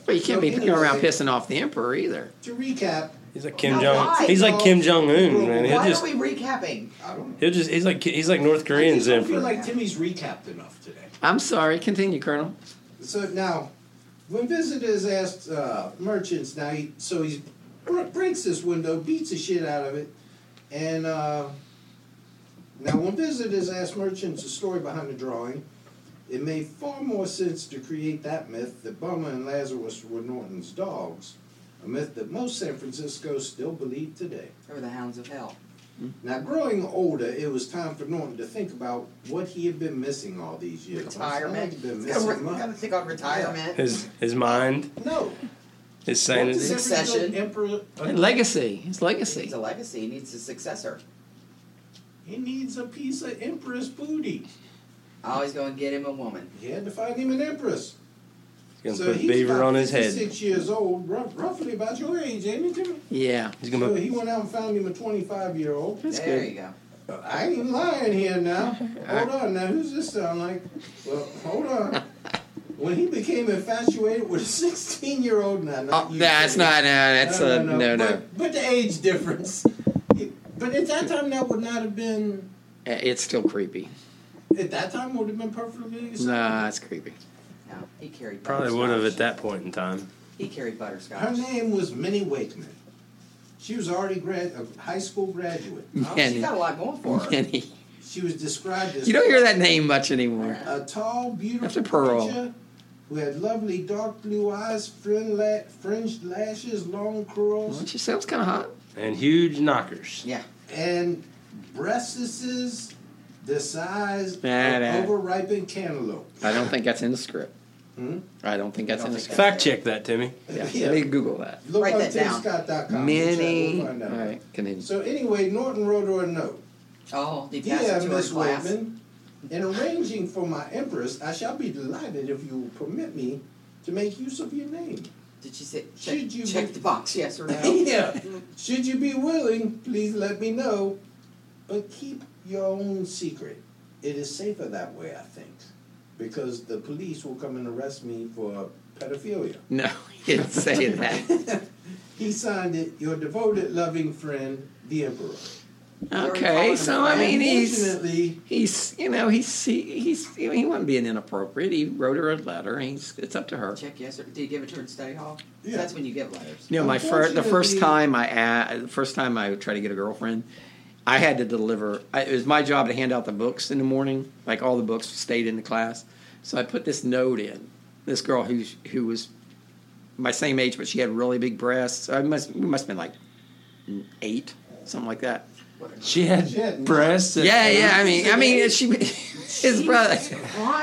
[SPEAKER 2] Well, you can't be going around pissing off the emperor either.
[SPEAKER 4] To recap,
[SPEAKER 3] He's like Kim
[SPEAKER 5] No,
[SPEAKER 3] Jong.
[SPEAKER 5] why?
[SPEAKER 3] He's like Kim Jong Un, man. He'll
[SPEAKER 5] Why
[SPEAKER 3] just
[SPEAKER 5] are we recapping?
[SPEAKER 4] I don't.
[SPEAKER 3] he'll just he's like he's like North
[SPEAKER 4] I
[SPEAKER 3] Korean's
[SPEAKER 4] just don't feel
[SPEAKER 3] emperor.
[SPEAKER 4] like Timmy's recapped enough today.
[SPEAKER 2] I'm sorry. Continue, Colonel.
[SPEAKER 4] So now, when visitors asked uh, merchants, now he, so he br- breaks this window, beats the shit out of it, and uh, now when visitors ask merchants the story behind the drawing, it made far more sense to create that myth that Bummer and Lazarus were Norton's dogs, a myth that most San Francisco still believe today.
[SPEAKER 5] Or the hounds of hell.
[SPEAKER 4] Now, growing older, it was time for Norton to think about what he had been missing all these years.
[SPEAKER 5] Retirement.
[SPEAKER 4] He's been
[SPEAKER 5] Gotta re-
[SPEAKER 4] missing
[SPEAKER 5] gotta
[SPEAKER 4] months.
[SPEAKER 5] think on retirement.
[SPEAKER 3] His his mind,
[SPEAKER 4] No,
[SPEAKER 3] his
[SPEAKER 4] What does
[SPEAKER 3] sanity.
[SPEAKER 4] every
[SPEAKER 5] Succession.
[SPEAKER 4] good emperor- uh,
[SPEAKER 2] And legacy. His
[SPEAKER 5] He
[SPEAKER 2] legacy.
[SPEAKER 5] needs a legacy. He needs a successor.
[SPEAKER 4] He needs a piece of empress booty.
[SPEAKER 5] Always going to get him a woman.
[SPEAKER 4] He had to find him an empress.
[SPEAKER 3] He's
[SPEAKER 4] so
[SPEAKER 3] gonna put
[SPEAKER 4] he's
[SPEAKER 3] beaver
[SPEAKER 4] about
[SPEAKER 3] on his head.
[SPEAKER 4] Six years old, rough, roughly about your age, ain't he, Jimmy?
[SPEAKER 2] Yeah.
[SPEAKER 3] He's
[SPEAKER 4] So
[SPEAKER 3] gonna
[SPEAKER 4] he went out and found him a 25 year old.
[SPEAKER 5] there you go.
[SPEAKER 4] I ain't lying here now. Hold on now, who's this sound like? Well, hold on. When he became infatuated with a 16 year old, now,
[SPEAKER 2] Oh, that's not. Uh, that's a no, no.
[SPEAKER 4] But, but the age difference. But at that time, that would not have been.
[SPEAKER 2] Uh, It's still creepy.
[SPEAKER 4] At that time, would have been perfectly acceptable.
[SPEAKER 2] Nah, it's creepy.
[SPEAKER 5] No, he carried
[SPEAKER 3] probably
[SPEAKER 5] butterscotch.
[SPEAKER 3] would have at that point in time.
[SPEAKER 5] He carried butterscotch.
[SPEAKER 4] Her name was Minnie Wakeman. She was already grad, a high school graduate.
[SPEAKER 2] Mm.
[SPEAKER 5] Oh, she's got a lot going for her.
[SPEAKER 2] And he,
[SPEAKER 4] She was described as
[SPEAKER 2] you don't hear that name much anymore.
[SPEAKER 4] a tall,
[SPEAKER 2] That's a
[SPEAKER 4] beautiful
[SPEAKER 2] pearl.
[SPEAKER 4] creature who had lovely dark blue eyes, frin- la- fringed lashes, long curls,
[SPEAKER 2] She sounds kind of hot.
[SPEAKER 3] And huge knockers.
[SPEAKER 5] Yeah.
[SPEAKER 4] and breastises the size
[SPEAKER 2] Nah, nah.
[SPEAKER 4] of overripened cantaloupe.
[SPEAKER 2] I don't think that's in the script. I don't think that's in the script.
[SPEAKER 3] Fact check that, Timmy.
[SPEAKER 2] Yeah.
[SPEAKER 4] Yeah.
[SPEAKER 2] Let me Google that.
[SPEAKER 4] Look
[SPEAKER 5] Write
[SPEAKER 4] on
[SPEAKER 5] that down.
[SPEAKER 4] timscott.com.
[SPEAKER 2] Many.
[SPEAKER 4] We'll
[SPEAKER 2] All
[SPEAKER 4] find out.
[SPEAKER 2] right, continue.
[SPEAKER 4] So anyway, Norton wrote her a note.
[SPEAKER 5] Oh, he passed
[SPEAKER 4] Dear
[SPEAKER 5] it to her
[SPEAKER 4] Miss
[SPEAKER 5] class.
[SPEAKER 4] Wakeman, in arranging for my empress, I shall be delighted if you will permit me to make use of your name.
[SPEAKER 5] Did she say check,
[SPEAKER 4] Should you
[SPEAKER 5] check
[SPEAKER 4] be-
[SPEAKER 5] the box? Yes or no? Mm-hmm.
[SPEAKER 4] yeah. Should you be willing, please let me know. But keep your own secret. It is safer that way, I think, because the police will come and arrest me for pedophilia.
[SPEAKER 2] No, he didn't say that.
[SPEAKER 4] He signed it, your devoted, loving friend, the emperor.
[SPEAKER 2] Okay, so I mean, he's
[SPEAKER 4] Unfortunately,
[SPEAKER 2] he's you know he's he, he's he wasn't being inappropriate. He wrote her a letter. And he's it's up to her.
[SPEAKER 5] Check yes or did you give it to her in study hall?
[SPEAKER 4] Yeah.
[SPEAKER 5] That's when you get letters.
[SPEAKER 2] You know, my first the first
[SPEAKER 4] Unfortunately-
[SPEAKER 2] time I a- the first time I tried to get a girlfriend, I had to deliver. I, it was my job to hand out the books in the morning. Like all the books stayed in the class, so I put this note in. This girl who who was my same age, but she had really big breasts. I must we must have been like eight, something like that.
[SPEAKER 3] She had breasts. and-
[SPEAKER 2] Yeah, yeah. I mean, I mean, she his brother.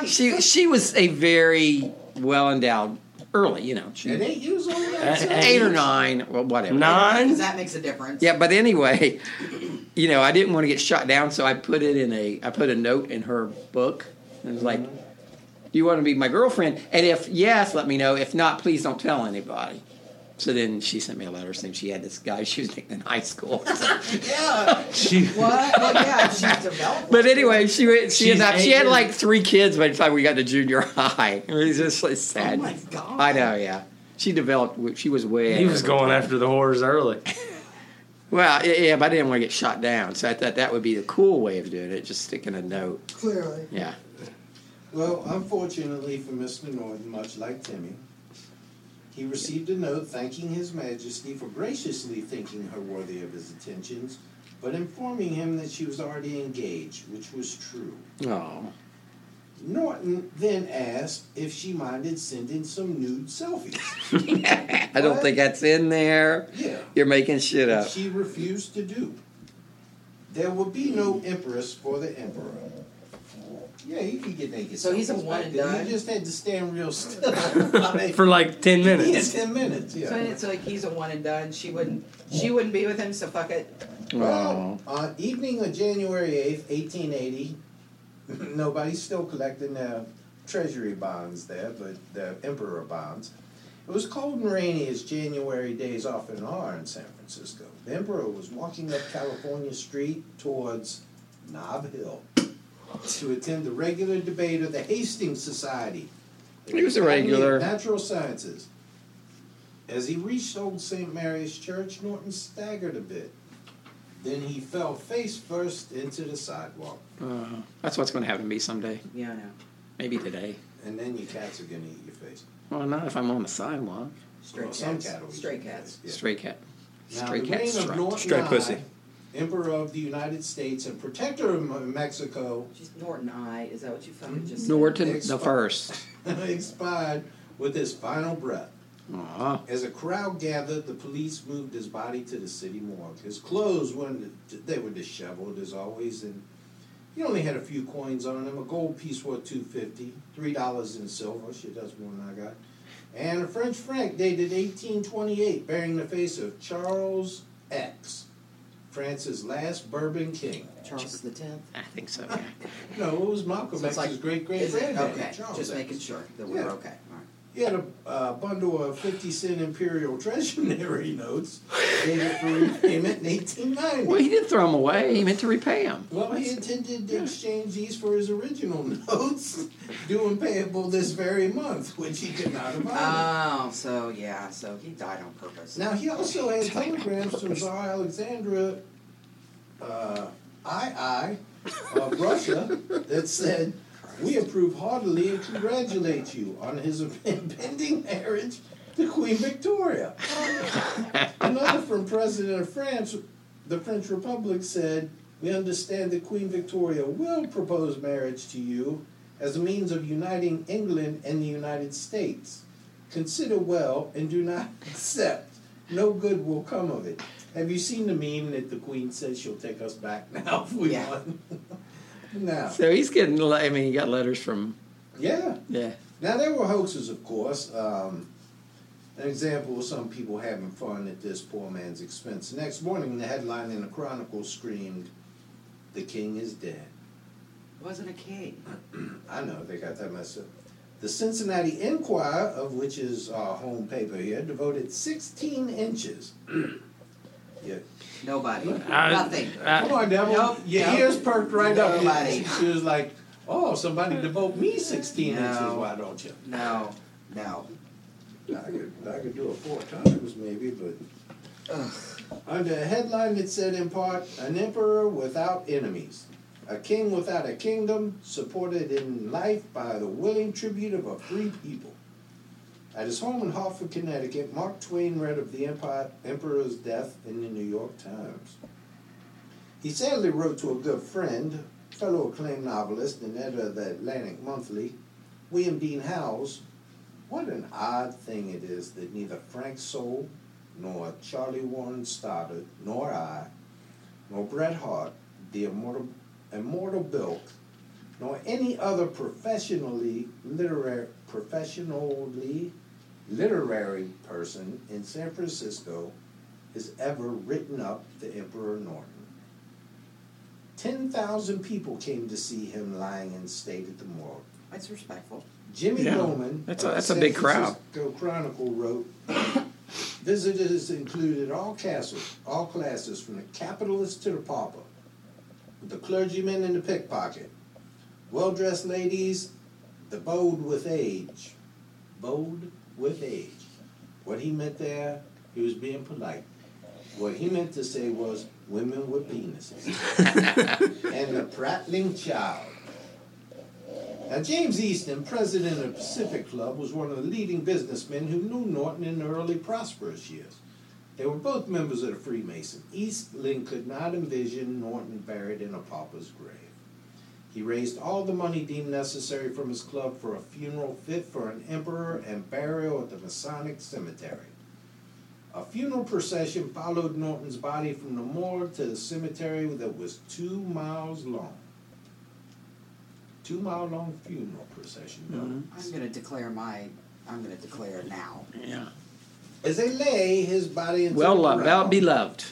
[SPEAKER 2] She she was a very well endowed early. You know, she,
[SPEAKER 4] At eight years old, that's
[SPEAKER 2] eight,
[SPEAKER 4] it.
[SPEAKER 2] or nine, well, whatever.
[SPEAKER 3] Nine?
[SPEAKER 8] that makes a difference.
[SPEAKER 2] Yeah, but anyway, you know, I didn't want to get shot down, so I put it in a I put a note in her book. And it was like, "Do you want to be my girlfriend?" And if yes, let me know. If not, please don't tell anybody. So then she sent me a letter saying she had this guy she was dating in high school.
[SPEAKER 8] Yeah.
[SPEAKER 3] She-
[SPEAKER 8] What? Well, yeah, she developed.
[SPEAKER 2] But anyway, she went, she
[SPEAKER 3] She's
[SPEAKER 2] ended up, she had
[SPEAKER 3] eight
[SPEAKER 2] like three kids by the time we got to junior high. It was just like sad.
[SPEAKER 8] Oh my God.
[SPEAKER 2] I know, yeah. She developed. She was way.
[SPEAKER 3] He was going after the whores early.
[SPEAKER 2] Well, yeah, yeah, but I didn't want to get shot down, so I thought that would be the cool way of doing it, just sticking a note.
[SPEAKER 8] Clearly.
[SPEAKER 2] Yeah.
[SPEAKER 4] Well, unfortunately for Mr. Norton, much like Timmy, he received a note thanking His Majesty for graciously thinking her worthy of his attentions, but informing him that she was already engaged, which was true.
[SPEAKER 2] Oh.
[SPEAKER 4] Norton then asked if she minded sending some nude selfies.
[SPEAKER 2] I don't think that's in there.
[SPEAKER 4] Yeah.
[SPEAKER 2] You're making shit
[SPEAKER 4] which
[SPEAKER 2] up.
[SPEAKER 4] she refused to do. There would be no empress for the emperor. Yeah, he could get naked.
[SPEAKER 5] So he's a
[SPEAKER 4] selfies
[SPEAKER 5] one
[SPEAKER 4] back
[SPEAKER 5] and
[SPEAKER 4] then.
[SPEAKER 5] done?
[SPEAKER 4] He just had to stand real still. I mean,
[SPEAKER 3] For like 10
[SPEAKER 4] yeah,
[SPEAKER 3] minutes.
[SPEAKER 4] ten minutes. Yeah.
[SPEAKER 5] So it's like he's a one and done. She wouldn't. She wouldn't be with him. So fuck it.
[SPEAKER 2] Oh.
[SPEAKER 4] Well, uh, evening of January 8th, 1880, nobody's still collecting their treasury bonds there, but the emperor bonds. It was cold and rainy as January days often are in San Francisco. The emperor was walking up California Street towards Nob Hill to attend the regular debate of the Hastings Society.
[SPEAKER 2] He was a
[SPEAKER 4] Academy of
[SPEAKER 2] regular.
[SPEAKER 4] Natural Sciences. As he reached Old St. Mary's Church, Norton staggered a bit. Then he fell face first into the sidewalk.
[SPEAKER 2] Oh. That's what's going to happen to me someday.
[SPEAKER 5] Yeah, I know.
[SPEAKER 2] Maybe today.
[SPEAKER 4] And then your cats are going to eat your face.
[SPEAKER 2] Well, not if I'm on the sidewalk.
[SPEAKER 5] Straight
[SPEAKER 4] Well, some
[SPEAKER 5] cats.
[SPEAKER 4] cat will eat
[SPEAKER 5] Straight
[SPEAKER 4] your
[SPEAKER 5] cats.
[SPEAKER 4] face, yeah.
[SPEAKER 2] Stray cat.
[SPEAKER 4] Now,
[SPEAKER 2] Stray
[SPEAKER 4] the
[SPEAKER 2] cat
[SPEAKER 4] reign
[SPEAKER 2] strike.
[SPEAKER 4] of Norton
[SPEAKER 3] Straight
[SPEAKER 4] I,
[SPEAKER 3] pussy.
[SPEAKER 4] Emperor of the United States and protector of Mo- Mexico,
[SPEAKER 5] She's Norton Eye. Is that what you
[SPEAKER 4] Mm-hmm.
[SPEAKER 5] fucking just said?
[SPEAKER 2] Norton the
[SPEAKER 4] Expi-
[SPEAKER 2] first.
[SPEAKER 4] expired with his final breath.
[SPEAKER 2] Aw.
[SPEAKER 4] As a crowd gathered, the police moved his body to the city morgue. His clothes were they were disheveled as always, and he only had a few coins on him. A gold piece worth two fifty, three dollars in silver. Shit, that's more than I got. And a French franc dated eighteen twenty eight, bearing the face of Charles X, France's last Bourbon king.
[SPEAKER 5] Charles the Tenth.
[SPEAKER 2] I think so. Yeah.
[SPEAKER 4] No, it was Malcolm
[SPEAKER 5] So it's
[SPEAKER 4] X's
[SPEAKER 5] like-
[SPEAKER 4] great great
[SPEAKER 5] Is it?
[SPEAKER 4] granddad.
[SPEAKER 5] Okay.
[SPEAKER 4] Charles
[SPEAKER 5] Just
[SPEAKER 4] X.
[SPEAKER 5] making sure that we're
[SPEAKER 4] Yeah.
[SPEAKER 5] okay. All right.
[SPEAKER 4] He had a uh, bundle of 50 cent imperial treasury notes dated for repayment in 1890.
[SPEAKER 2] Well, he didn't throw him away. He meant to repay him.
[SPEAKER 4] Well, he intended to exchange these for his original notes, due and payable this very month, which he did not
[SPEAKER 2] Uh,
[SPEAKER 4] abide.
[SPEAKER 5] Oh, so yeah, so he died on purpose.
[SPEAKER 4] now, he also had telegrams from Tsar Alexandra uh, II of Russia that said, We approve heartily and congratulate you on his impending marriage to Queen Victoria. Another from President of France, the French Republic, said, We understand that Queen Victoria will propose marriage to you as a means of uniting England and the United States. Consider well and do not accept. No good will come of it. Have you seen the meme that the Queen says she'll take us back now if we
[SPEAKER 5] Yeah.
[SPEAKER 4] want? now,
[SPEAKER 2] So he's getting. le- I mean, he got letters from.
[SPEAKER 4] yeah.
[SPEAKER 2] Yeah.
[SPEAKER 4] Now there were hoaxes, of course. Um, an example of some people having fun at this poor man's expense. The next morning, the headline in the Chronicle screamed, "The king is dead."
[SPEAKER 5] It wasn't a king.
[SPEAKER 4] I know they got that messed up. The Cincinnati Enquirer, of which is our home paper here, devoted 16 inches. yeah.
[SPEAKER 5] Nobody.
[SPEAKER 3] I-
[SPEAKER 5] Nothing.
[SPEAKER 3] I-
[SPEAKER 4] Come on, devil.
[SPEAKER 5] Nope,
[SPEAKER 4] Your
[SPEAKER 5] nope.
[SPEAKER 4] ears perked right up.
[SPEAKER 5] Uh, Nobody.
[SPEAKER 4] She, she was like, "Oh, somebody devote me 16
[SPEAKER 5] No.
[SPEAKER 4] inches. Why don't you?"
[SPEAKER 5] no. No.
[SPEAKER 4] I could, I could do it four times maybe, but. Under a headline that said in part, an emperor without enemies, a king without a kingdom, supported in life by the willing tribute of a free people. At his home in Hartford, Connecticut, Mark Twain read of the empire, emperor's death in the New York Times. He sadly wrote to a good friend, fellow acclaimed novelist and editor of the Atlantic Monthly, William Dean Howells, what an odd thing it is that neither Frank Soule, nor Charlie Warren Stoddard, nor I nor Bret Hart, the immortal, immortal Bill, nor any other professionally literary professionally literary person in San Francisco has ever written up the Emperor Norton. Ten thousand people came to see him lying in state at the morgue.
[SPEAKER 5] That's respectful.
[SPEAKER 4] Jimmy
[SPEAKER 2] Yeah.
[SPEAKER 4] Bowman.
[SPEAKER 2] That's a-
[SPEAKER 4] of
[SPEAKER 2] that's a
[SPEAKER 4] San
[SPEAKER 2] big crowd.
[SPEAKER 4] Francisco Chronicle wrote. Visitors included all classes, all classes from the capitalist to the pauper, the clergyman and the pickpocket, well-dressed ladies, the bold with age, bold with age. What he meant there, he was being polite. What he meant to say was women with penises and the prattling child. Now, James Easton, president of Pacific Club, was one of the leading businessmen who knew Norton in the early prosperous years. They were both members of the Freemason. Eastlin could not envision Norton buried in a pauper's grave. He raised all the money deemed necessary from his club for a funeral fit for an emperor and burial at the Masonic Cemetery. A funeral procession followed Norton's body from the morgue to the cemetery that was two miles long. Two mile long funeral procession. no?
[SPEAKER 5] I'm going to declare my. I'm going to declare it now.
[SPEAKER 2] Yeah.
[SPEAKER 4] As they lay his body into
[SPEAKER 2] Well uh,
[SPEAKER 4] the
[SPEAKER 2] loved, well
[SPEAKER 4] ground,
[SPEAKER 2] beloved.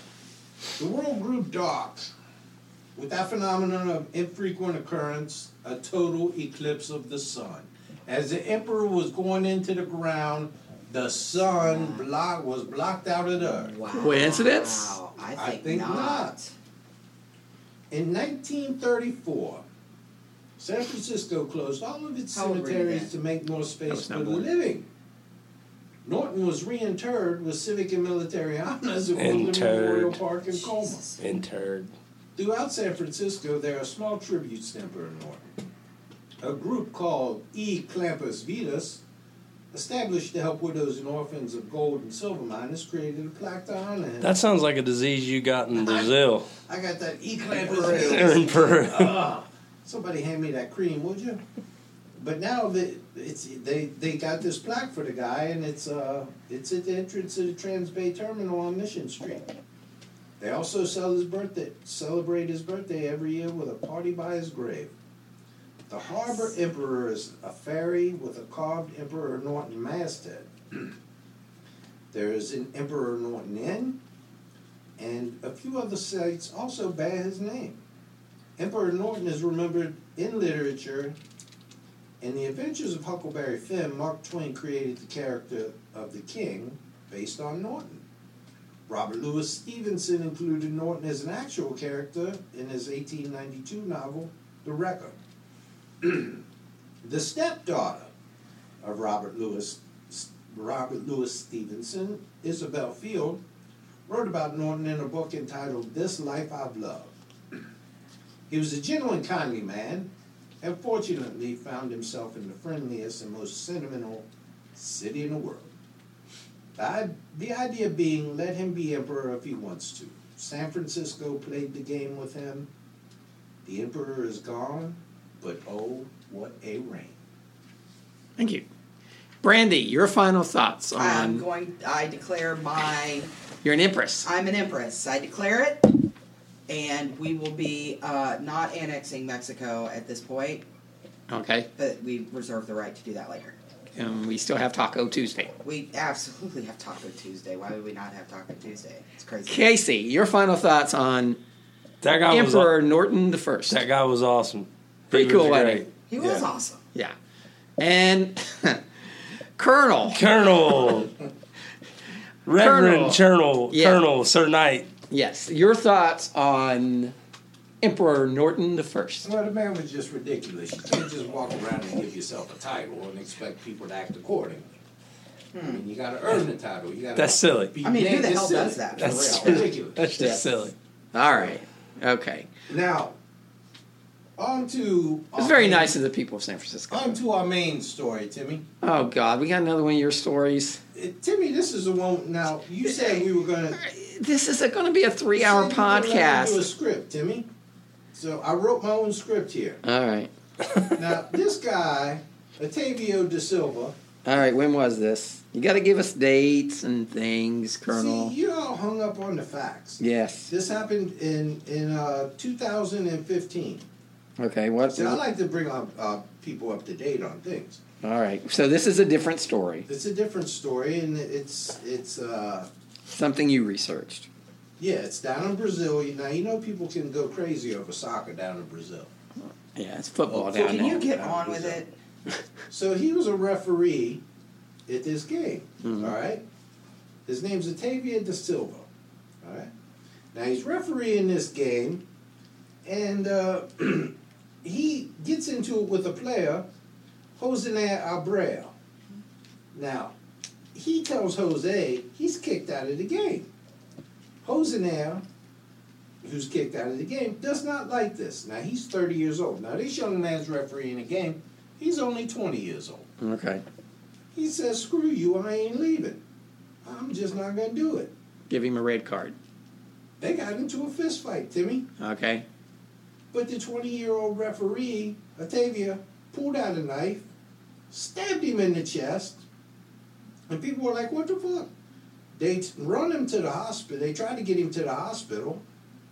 [SPEAKER 4] The world grew dark. With that phenomenon of infrequent occurrence, a total eclipse of the sun. As the emperor was going into the ground, the sun block was blocked out of the earth.
[SPEAKER 2] Coincidence?
[SPEAKER 5] I
[SPEAKER 4] I think not. In 1934, San Francisco closed all of its
[SPEAKER 5] How old were you
[SPEAKER 4] cemeteries
[SPEAKER 5] then?
[SPEAKER 4] to make more space
[SPEAKER 2] was
[SPEAKER 4] for
[SPEAKER 2] not
[SPEAKER 4] the
[SPEAKER 2] born.
[SPEAKER 4] living. Norton was reinterred with civic and military honors at Woodland Memorial
[SPEAKER 3] Interred.
[SPEAKER 4] Park in Colma.
[SPEAKER 3] Interred.
[SPEAKER 4] Throughout San Francisco, there are small tributes to Emperor Norton. A group called E. Clampus Vitas, established to help widows and orphans of gold and silver miners, created a plaque to honor him.
[SPEAKER 3] That sounds like a disease you got in Brazil
[SPEAKER 4] I got that E. Clampus
[SPEAKER 3] or in
[SPEAKER 4] Vitas.
[SPEAKER 3] Peru.
[SPEAKER 4] Ah, somebody hand me that cream, would you? But now the, it's they they got this plaque for the guy, and it's uh it's at the entrance of the Trans Bay Terminal on Mission Street. They also sell his birthday, celebrate his birthday every year with a party by his grave. The Harbor Emperor is a ferry with a carved Emperor Norton masthead. there is an Emperor Norton Inn, and a few other sites also bear his name. Emperor Norton is remembered in literature. In The Adventures of Huckleberry Finn, Mark Twain created the character of the king based on Norton. Robert Louis Stevenson included Norton as an actual character in his 1892 novel, The Wrecker. the stepdaughter of Robert Louis, Robert Louis Stevenson, Isabel Field, wrote about Norton in a book entitled This Life I've Loved. He was a gentle and kindly man, and fortunately found himself in the friendliest and most sentimental city in the world. The, i- the idea being, let him be emperor if he wants to. San Francisco played the game with him. The emperor is gone, but oh, what a reign!
[SPEAKER 2] Thank you. Brandy, your final thoughts
[SPEAKER 5] I'm
[SPEAKER 2] on
[SPEAKER 5] going. I declare my.
[SPEAKER 2] you're an empress.
[SPEAKER 5] I'm an empress. I declare it, and we will be uh, not annexing Mexico at this point,
[SPEAKER 2] Okay.
[SPEAKER 5] but we reserve the right to do that later.
[SPEAKER 2] And we still have Taco Tuesday.
[SPEAKER 5] We absolutely have Taco Tuesday. Why would we not have Taco Tuesday? It's crazy.
[SPEAKER 2] Casey, your final thoughts on
[SPEAKER 3] That guy was
[SPEAKER 2] Emperor
[SPEAKER 3] aw-
[SPEAKER 2] Norton the First.
[SPEAKER 3] that guy was awesome. He
[SPEAKER 2] Pretty
[SPEAKER 3] was
[SPEAKER 2] cool, wasn't
[SPEAKER 3] great.
[SPEAKER 5] He was
[SPEAKER 3] Yeah.
[SPEAKER 5] awesome.
[SPEAKER 2] Yeah. And Colonel.
[SPEAKER 3] Colonel, Reverend Colonel,
[SPEAKER 2] Yeah.
[SPEAKER 3] Colonel Sir Knight.
[SPEAKER 2] Yes. Your thoughts on Emperor Norton the First.
[SPEAKER 4] Well, the man was just ridiculous. You can't just walk around and give yourself a title and expect people to act accordingly. I mean, you got to earn the title. You got
[SPEAKER 3] That's silly.
[SPEAKER 4] Be
[SPEAKER 5] I mean, who
[SPEAKER 4] dang
[SPEAKER 5] the
[SPEAKER 4] just
[SPEAKER 5] hell
[SPEAKER 4] silly.
[SPEAKER 5] does that? For
[SPEAKER 3] That's
[SPEAKER 5] real.
[SPEAKER 4] ridiculous.
[SPEAKER 3] That's just
[SPEAKER 2] Yeah.
[SPEAKER 3] silly.
[SPEAKER 2] All right. Okay.
[SPEAKER 4] Now, on to
[SPEAKER 2] It's very nice of the people of San Francisco.
[SPEAKER 4] On to our main story, Timmy.
[SPEAKER 2] Oh God, we got another one of your stories.
[SPEAKER 4] Uh, Timmy, this is the one. Now you said we were gonna
[SPEAKER 2] This is going to be a
[SPEAKER 4] you said
[SPEAKER 2] three-hour
[SPEAKER 4] you were gonna let me Do a
[SPEAKER 2] podcast.
[SPEAKER 4] script, Timmy. So I wrote my own script here.
[SPEAKER 2] All right.
[SPEAKER 4] Now this guy, Otavio da Silva,
[SPEAKER 2] All right, when was this? You got to give us dates and things, Colonel.
[SPEAKER 4] See, you're all hung up on the facts.
[SPEAKER 2] yes.
[SPEAKER 4] This happened in in uh, 2015.
[SPEAKER 2] Okay. What?
[SPEAKER 4] See, I like to bring up uh, people up to date on things.
[SPEAKER 2] All right. So this is a different story.
[SPEAKER 4] It's a different story, and it's it's uh,
[SPEAKER 2] Something you researched.
[SPEAKER 4] yeah, it's down in Brazil. Now you know people can go crazy over soccer down in Brazil.
[SPEAKER 2] Yeah, it's football
[SPEAKER 4] Well,
[SPEAKER 2] down
[SPEAKER 4] can
[SPEAKER 2] there.
[SPEAKER 4] you get on with it? So he was a referee at this game.
[SPEAKER 2] Mhm.
[SPEAKER 4] all right? His name's Atavia Da Silva. All right? Now he's refereeing this game, and uh, he gets into it with a player, Jose Abreu. Now, he tells Jose he's kicked out of the game. Jose, who's kicked out of the game, does not like this. Now he's 30 years old. Now this young man's refereeing a game. He's only 20 years old.
[SPEAKER 2] Okay.
[SPEAKER 4] He says, "Screw you! I ain't leaving. I'm just not gonna do it."
[SPEAKER 2] Give him a red card.
[SPEAKER 4] They got into a fist fight, Timmy.
[SPEAKER 2] Okay.
[SPEAKER 4] But the 20-year-old referee, Octavia, pulled out a knife, stabbed him in the chest, and people were like, "What the fuck?" They t- run him to the hospital. They tried to get him to the hospital,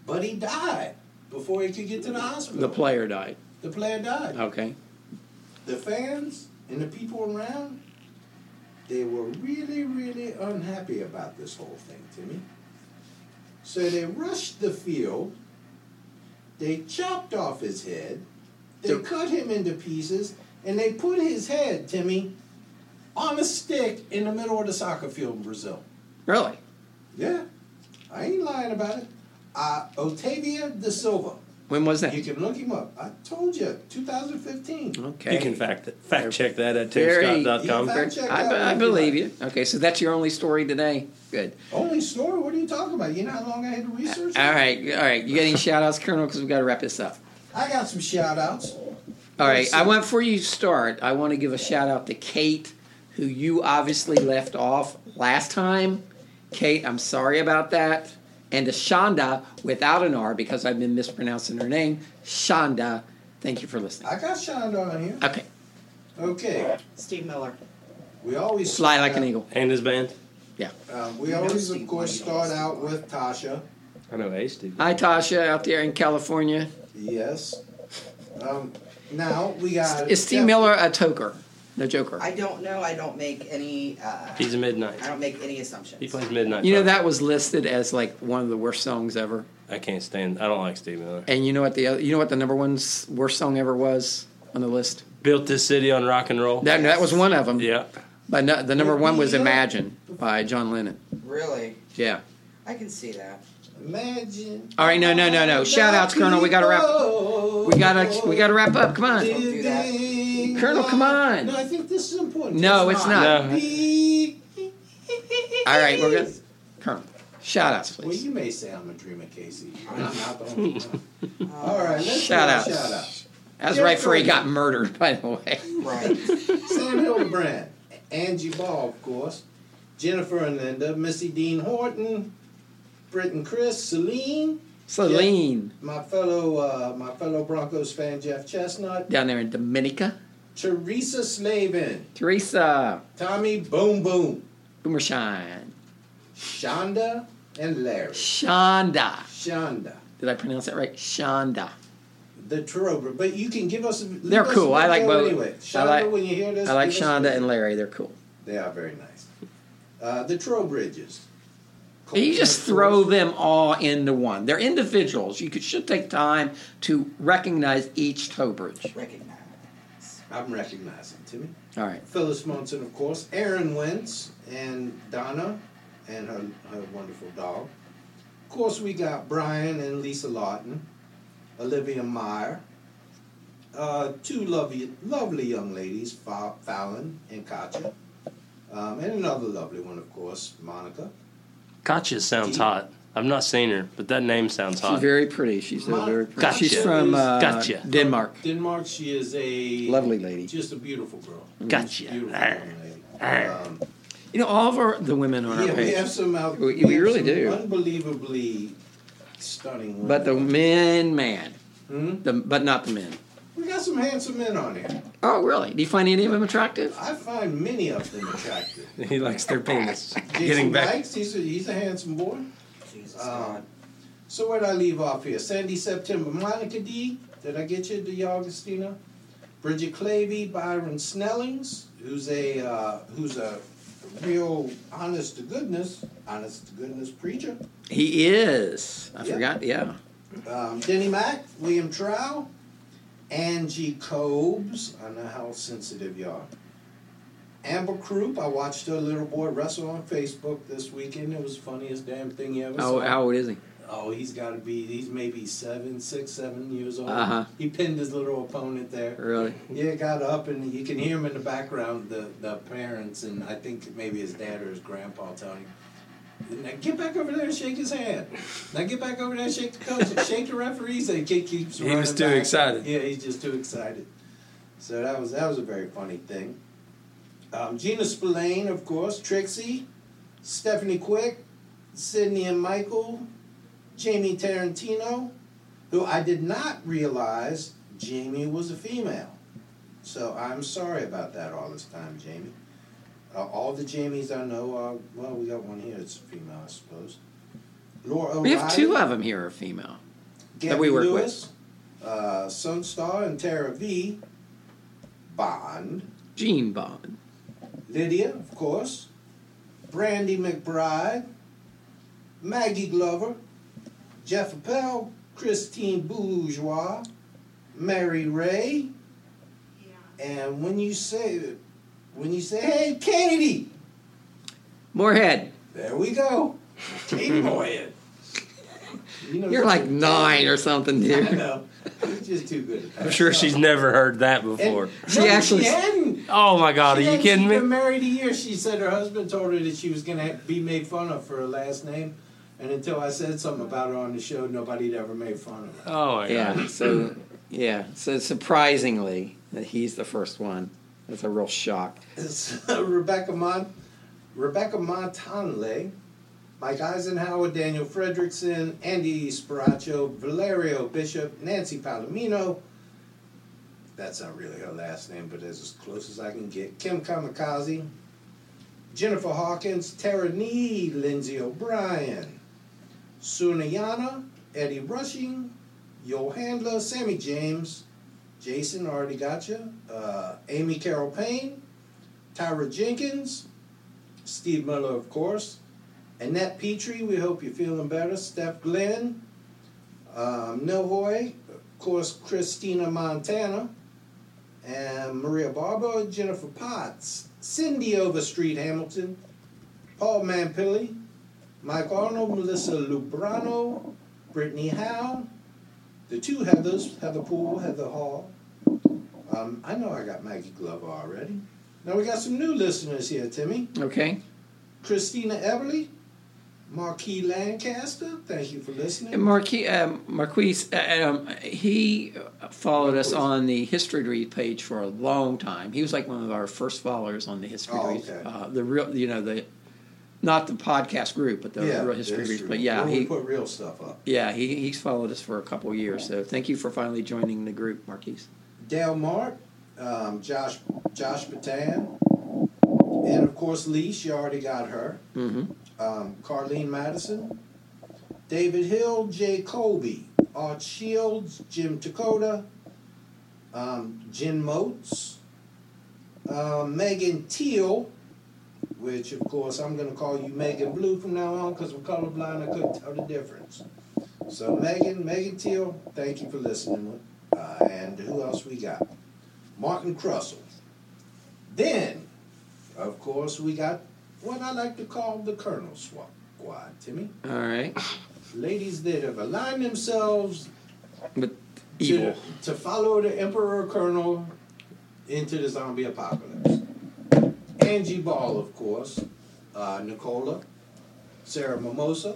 [SPEAKER 4] but he died before he could get to the hospital.
[SPEAKER 2] The player died.
[SPEAKER 4] The player died.
[SPEAKER 2] Okay.
[SPEAKER 4] the fans and the people around, they were really, really unhappy about this whole thing, Timmy. So they rushed the field, they chopped off his head, they cut him into pieces, and they put his head, Timmy, on a stick in the middle of the soccer field in Brazil.
[SPEAKER 2] Really?
[SPEAKER 4] Yeah, I ain't lying about it. Uh, Otavia da Silva.
[SPEAKER 2] When was that?
[SPEAKER 4] You can look him up. I told you, 2015.
[SPEAKER 2] Okay.
[SPEAKER 3] You can fact fact check that at
[SPEAKER 2] Very-
[SPEAKER 3] timscott.com.
[SPEAKER 4] Yeah, fact check
[SPEAKER 2] I,
[SPEAKER 4] that
[SPEAKER 2] be-
[SPEAKER 4] one
[SPEAKER 2] I
[SPEAKER 4] if you
[SPEAKER 2] believe you. Okay, so that's your only story today. Good.
[SPEAKER 4] Only story? What are you talking about? You know how long I had to research?
[SPEAKER 2] All
[SPEAKER 4] it?
[SPEAKER 2] right, all right. You got any shout outs, Colonel? Because we've got to wrap this up.
[SPEAKER 4] I got some shout outs.
[SPEAKER 2] All right, I want before you start, I want to give a shout out to Kate, who you obviously left off last time. Kate, I'm sorry about that. And to Shonda, without an R, because I've been mispronouncing her name, Shonda, thank you for listening.
[SPEAKER 4] I got Shonda on here.
[SPEAKER 2] Okay,
[SPEAKER 4] Okay.
[SPEAKER 5] Steve Miller.
[SPEAKER 4] We always
[SPEAKER 2] fly like an eagle.
[SPEAKER 3] And his band.
[SPEAKER 4] Um, we always, of course, start out with Tasha.
[SPEAKER 3] I know Ace did.
[SPEAKER 2] Hi, Tasha, out there in California.
[SPEAKER 4] Yes. Um, now we got.
[SPEAKER 2] Is Steve Miller a toker? No joker.
[SPEAKER 5] I don't know. I don't make any. Uh,
[SPEAKER 3] He's a midnight.
[SPEAKER 5] I don't make any assumptions.
[SPEAKER 3] He plays midnight.
[SPEAKER 2] You know
[SPEAKER 3] Club.
[SPEAKER 2] that was listed as like one of the worst songs ever.
[SPEAKER 3] I can't stand. I don't like Steve Miller.
[SPEAKER 2] And you know what the other, you know what the number one s- worst song ever was on the list?
[SPEAKER 3] Built this city on rock and roll.
[SPEAKER 2] That that was one of them.
[SPEAKER 3] yeah.
[SPEAKER 2] But no, the number one was
[SPEAKER 4] Yeah.
[SPEAKER 2] "Imagine" by John Lennon.
[SPEAKER 5] Really,
[SPEAKER 2] Yeah.
[SPEAKER 5] I can see that.
[SPEAKER 4] Imagine.
[SPEAKER 2] All right, no, no, no, no. Shout outs, Colonel. We gotta wrap.
[SPEAKER 4] We
[SPEAKER 2] We gotta we gotta wrap up. Come on.
[SPEAKER 5] do
[SPEAKER 4] that.
[SPEAKER 2] Colonel, come on.
[SPEAKER 4] No, I think this is important.
[SPEAKER 2] No, it's not.
[SPEAKER 3] No.
[SPEAKER 4] Be-
[SPEAKER 2] All right, we're good. Colonel, shout outs,
[SPEAKER 4] Well,
[SPEAKER 2] please.
[SPEAKER 4] you may say I'm a dreamer, Casey. I'm not the only one. All right, let's
[SPEAKER 2] Shout
[SPEAKER 4] do a
[SPEAKER 2] outs.
[SPEAKER 4] shout out.
[SPEAKER 2] That's
[SPEAKER 4] Yeah,
[SPEAKER 2] right before he
[SPEAKER 4] Colonel.
[SPEAKER 2] got murdered, by the way.
[SPEAKER 5] Right.
[SPEAKER 4] Sam Hildebrand, Angie Ball, of course, Jennifer and Linda, Missy Dean Horton, Britt and Chris, Celine,
[SPEAKER 2] Celine
[SPEAKER 4] my fellow uh, my fellow Broncos fan Jeff Chestnut,
[SPEAKER 2] down there in Dominica.
[SPEAKER 4] Teresa Slavin,
[SPEAKER 2] Teresa
[SPEAKER 4] Tommy Boom Boom,
[SPEAKER 2] Boomershine.
[SPEAKER 4] Shonda, and Larry.
[SPEAKER 2] Shonda.
[SPEAKER 4] Shonda,
[SPEAKER 2] Did I pronounce that right? Shonda.
[SPEAKER 4] the Trooper. But you can give us. leave
[SPEAKER 2] They're
[SPEAKER 4] us
[SPEAKER 2] cool. I like
[SPEAKER 4] info
[SPEAKER 2] both.
[SPEAKER 4] Anyway,
[SPEAKER 2] I
[SPEAKER 4] Shonda,
[SPEAKER 2] like
[SPEAKER 4] when you hear this,
[SPEAKER 2] I like
[SPEAKER 4] give us
[SPEAKER 2] Shonda and Larry. They're cool.
[SPEAKER 4] They are very nice. Uh, the Trowbridges.
[SPEAKER 2] You just throw them all into one. They're individuals. You could, should take time to recognize each toe bridge.
[SPEAKER 5] Recognize.
[SPEAKER 4] I'm recognizing Timmy.
[SPEAKER 2] All right.
[SPEAKER 4] Phyllis Munson, of course. Aaron Wentz and Donna and her, her wonderful dog. Of course, we got Brian and Lisa Lawton, Olivia Meyer, uh, two lovely, lovely young ladies, Fa- Fallon and Katja, um, and another lovely one, of course, Monica.
[SPEAKER 3] Gotcha sounds hot. I've not seen her, but that name sounds
[SPEAKER 2] She's
[SPEAKER 3] hot.
[SPEAKER 2] very pretty. She's uh, very pretty.
[SPEAKER 3] Gotcha.
[SPEAKER 2] She's from uh,
[SPEAKER 3] Gotcha.
[SPEAKER 2] Denmark.
[SPEAKER 4] Denmark, she is a
[SPEAKER 2] Lovely lady.
[SPEAKER 4] just a beautiful girl.
[SPEAKER 3] Gotcha.
[SPEAKER 4] Beautiful
[SPEAKER 3] Arr.
[SPEAKER 4] young lady.
[SPEAKER 3] Arr.
[SPEAKER 4] Um,
[SPEAKER 2] You know, all of our, the women on
[SPEAKER 4] yeah,
[SPEAKER 2] our
[SPEAKER 4] we have
[SPEAKER 2] page.
[SPEAKER 4] some out.
[SPEAKER 2] We- we
[SPEAKER 4] have
[SPEAKER 2] really
[SPEAKER 4] some
[SPEAKER 2] do.
[SPEAKER 4] Unbelievably stunning.
[SPEAKER 2] But the men,
[SPEAKER 4] women.
[SPEAKER 2] man.
[SPEAKER 4] Hmm?
[SPEAKER 2] The, but not the men.
[SPEAKER 4] We got some handsome men on here.
[SPEAKER 9] Oh, really? Do you find any of them attractive?
[SPEAKER 4] I find many of them attractive.
[SPEAKER 3] he likes their penis.
[SPEAKER 4] Jason
[SPEAKER 3] Getting back.
[SPEAKER 4] Dykes, he's a, he's a handsome boy. Um, so where'd I leave off here? Sandy September, Monica D. Did I get you, the Augustina? Bridget Clavey, Byron Snellings, who's a uh, who's a real honest to goodness, honest to goodness preacher.
[SPEAKER 9] He is. I forgot. Yeah.
[SPEAKER 4] Um, Denny Mack, William Trow, Angie Cobes. I know how sensitive you are. Amber Croup, I watched her little boy wrestle on Facebook this weekend. It was the funniest damn thing you ever
[SPEAKER 9] How,
[SPEAKER 4] saw.
[SPEAKER 9] how old is he?
[SPEAKER 4] Oh, he's got to be, he's maybe seven, six, seven years old.
[SPEAKER 9] Uh-huh.
[SPEAKER 4] He pinned his little opponent there.
[SPEAKER 9] Really?
[SPEAKER 4] Yeah, got up, and you can hear him in the background, the, the parents, and I think maybe his dad or his grandpa telling him, now get back over there and shake his hand. Now get back over there and shake the coach, shake the referees, and he keeps
[SPEAKER 3] He
[SPEAKER 4] running
[SPEAKER 3] was too
[SPEAKER 4] back.
[SPEAKER 3] excited.
[SPEAKER 4] Yeah, he's just too excited. So that was that was a very funny thing. Um, Gina Spillane, of course, Trixie, Stephanie Quick, Sydney and Michael, Jamie Tarantino, who I did not realize Jamie was a female. So I'm sorry about that all this time, Jamie. Uh, all the Jamies I know are, well, we got one here that's a female, I suppose. Laura O'Reilly.
[SPEAKER 9] We have two of them here are female.
[SPEAKER 4] Gabby
[SPEAKER 9] that we work
[SPEAKER 4] Lewis, Uh, Sunstar and Tara V. Bond.
[SPEAKER 9] Gene Bond.
[SPEAKER 4] Lydia, of course. Brandy McBride. Maggie Glover. Jeff Appel. Christine Bourgeois. Mary Ray. And when you say, when you say, hey, Katie,
[SPEAKER 9] Moorhead.
[SPEAKER 4] there we go. Katie Moorhead. You know,
[SPEAKER 9] You're like nine or something,
[SPEAKER 4] I
[SPEAKER 9] dude.
[SPEAKER 4] know. She's just too good at that.
[SPEAKER 3] I'm sure she's never heard that before.
[SPEAKER 9] She actually.
[SPEAKER 4] She hadn't.
[SPEAKER 3] Oh my God, are
[SPEAKER 4] she
[SPEAKER 3] you
[SPEAKER 4] hadn't-
[SPEAKER 3] kidding
[SPEAKER 4] she'd
[SPEAKER 3] me?
[SPEAKER 4] Been married a year. She said her husband told her that she was going to be made fun of for her last name, and until I said something about her on the show, nobody'd ever made fun of her.
[SPEAKER 3] Oh my God.
[SPEAKER 9] Yeah. So yeah. So surprisingly, he's the first one. That's a real shock.
[SPEAKER 4] So Rebecca Mont, Rebecca Montanle, Mike Eisenhower, Daniel Fredrickson, Andy Sparaccio, Valerio Bishop, Nancy Palomino. That's not really her last name, but that's as close as I can get. Kim Kamikaze, Jennifer Hawkins, Tara Nee, Lindsay O'Brien, Sunayana, Eddie Rushing, Yo Handler, Sammy James, Jason already got you, uh, Amy Carol Payne, Tyra Jenkins, Steve Miller, of course, Annette Petrie. We hope you're feeling better. Steph Glenn, um, Milhoy, of course, Christina Montana, and Maria Barber, Jennifer Potts, Cindy Overstreet Hamilton, Paul Mampilli, Mike Arnold, Melissa Lubrano, Brittany Howe, the two Heathers, Heather Poole, Heather Hall. Um, I know I got Maggie Glover already. Now we got some new listeners here, Timmy.
[SPEAKER 9] Okay.
[SPEAKER 4] Christina Everly, Marquis Lancaster. Thank you for listening.
[SPEAKER 9] And Marquis, um, Marquise, uh, um, he followed us on the History to Read page for a long time. He was like one of our first followers on the History
[SPEAKER 4] Oh,
[SPEAKER 9] to Read,
[SPEAKER 4] okay.
[SPEAKER 9] uh, the real, you know, the not the podcast group, but the real History
[SPEAKER 4] that's
[SPEAKER 9] to Read.
[SPEAKER 4] true.
[SPEAKER 9] But yeah,
[SPEAKER 4] Well, we
[SPEAKER 9] he,
[SPEAKER 4] put real stuff up.
[SPEAKER 9] yeah, he, he's followed us for a couple of years. So thank you for finally joining the group, Marquise.
[SPEAKER 4] Dale Mart, um, Josh, Josh Batan, and of course Leash. You already got her.
[SPEAKER 9] Mm-hmm.
[SPEAKER 4] um, Carlene Madison, David Hill, Jay Colby, Art Shields, Jim Dakota, um, Jen Moats, um, Megan Teal, which of course I'm going to call you Megan Blue from now on because we're colorblind. I couldn't tell the difference. So Megan, Megan Teal, thank you for listening. Uh, and who else we got? Martin Crustle. Then, of course, we got what I like to call the Colonel Swap Squad, Timmy.
[SPEAKER 9] All right,
[SPEAKER 4] Ladies that have aligned themselves
[SPEAKER 9] but
[SPEAKER 4] to,
[SPEAKER 9] evil.
[SPEAKER 4] to follow the Emperor Colonel into the zombie apocalypse. Angie Ball, of course, uh, Nicola, Sarah Mimosa,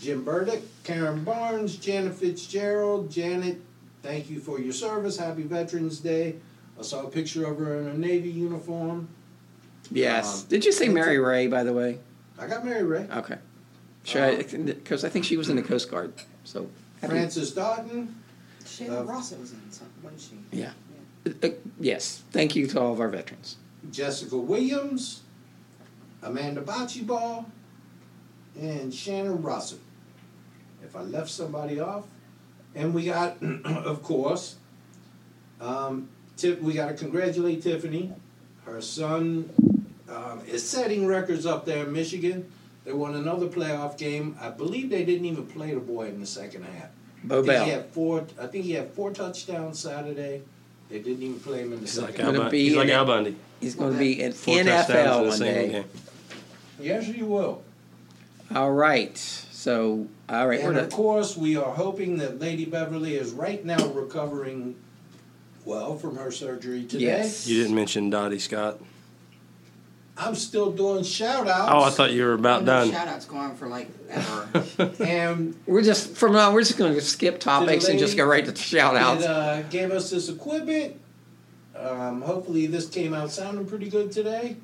[SPEAKER 4] Jim Burdick, Karen Barnes, Janet Fitzgerald, Janet, thank you for your service. Happy Veterans Day. I saw a picture of her in a Navy uniform.
[SPEAKER 9] Yes.
[SPEAKER 4] Um,
[SPEAKER 9] Did you say Mary Ray, by the way?
[SPEAKER 4] I got Mary Ray.
[SPEAKER 2] Uh,
[SPEAKER 9] Okay. Because I, 'cause I think she was in the Coast Guard. So happy-
[SPEAKER 4] Frances Doughton,
[SPEAKER 5] Shayla Rossa was in something, wasn't she?
[SPEAKER 2] Yeah. Uh, yes. Thank you to all of our veterans.
[SPEAKER 4] Jessica Williams, Amanda Bocce Ball, and Shannon Russell. If I left somebody off, and we got, of course, um, Tiff, we got to congratulate Tiffany. Her son um, is setting records up there in Michigan. They won another playoff game. I believe they didn't even play the boy in the second half.
[SPEAKER 2] Bo
[SPEAKER 4] I think
[SPEAKER 2] Bell.
[SPEAKER 4] he had four. I think he had four touchdowns Saturday. They didn't even play him in the
[SPEAKER 3] He's
[SPEAKER 4] second.
[SPEAKER 3] like Al,
[SPEAKER 4] half.
[SPEAKER 3] Bun- he's like Al Bundy.
[SPEAKER 2] He's going to be an
[SPEAKER 3] Four touchdowns in
[SPEAKER 2] NFL
[SPEAKER 3] a
[SPEAKER 2] one
[SPEAKER 3] single
[SPEAKER 2] day.
[SPEAKER 3] game.
[SPEAKER 4] Yes, you will.
[SPEAKER 2] All right. So, all right. We're
[SPEAKER 4] and of
[SPEAKER 2] done.
[SPEAKER 4] course, we are hoping that Lady Beverly is right now recovering well from her surgery today.
[SPEAKER 3] You didn't mention Dottie Scott.
[SPEAKER 4] I'm still doing shout outs.
[SPEAKER 3] Oh, I thought you were about done.
[SPEAKER 5] Shout out's going for like ever.
[SPEAKER 4] and
[SPEAKER 2] we're just from now. We're just going to skip topics and just go right to the shout outs.
[SPEAKER 4] It uh, gave us this equipment. Um, hopefully, this came out sounding pretty good today.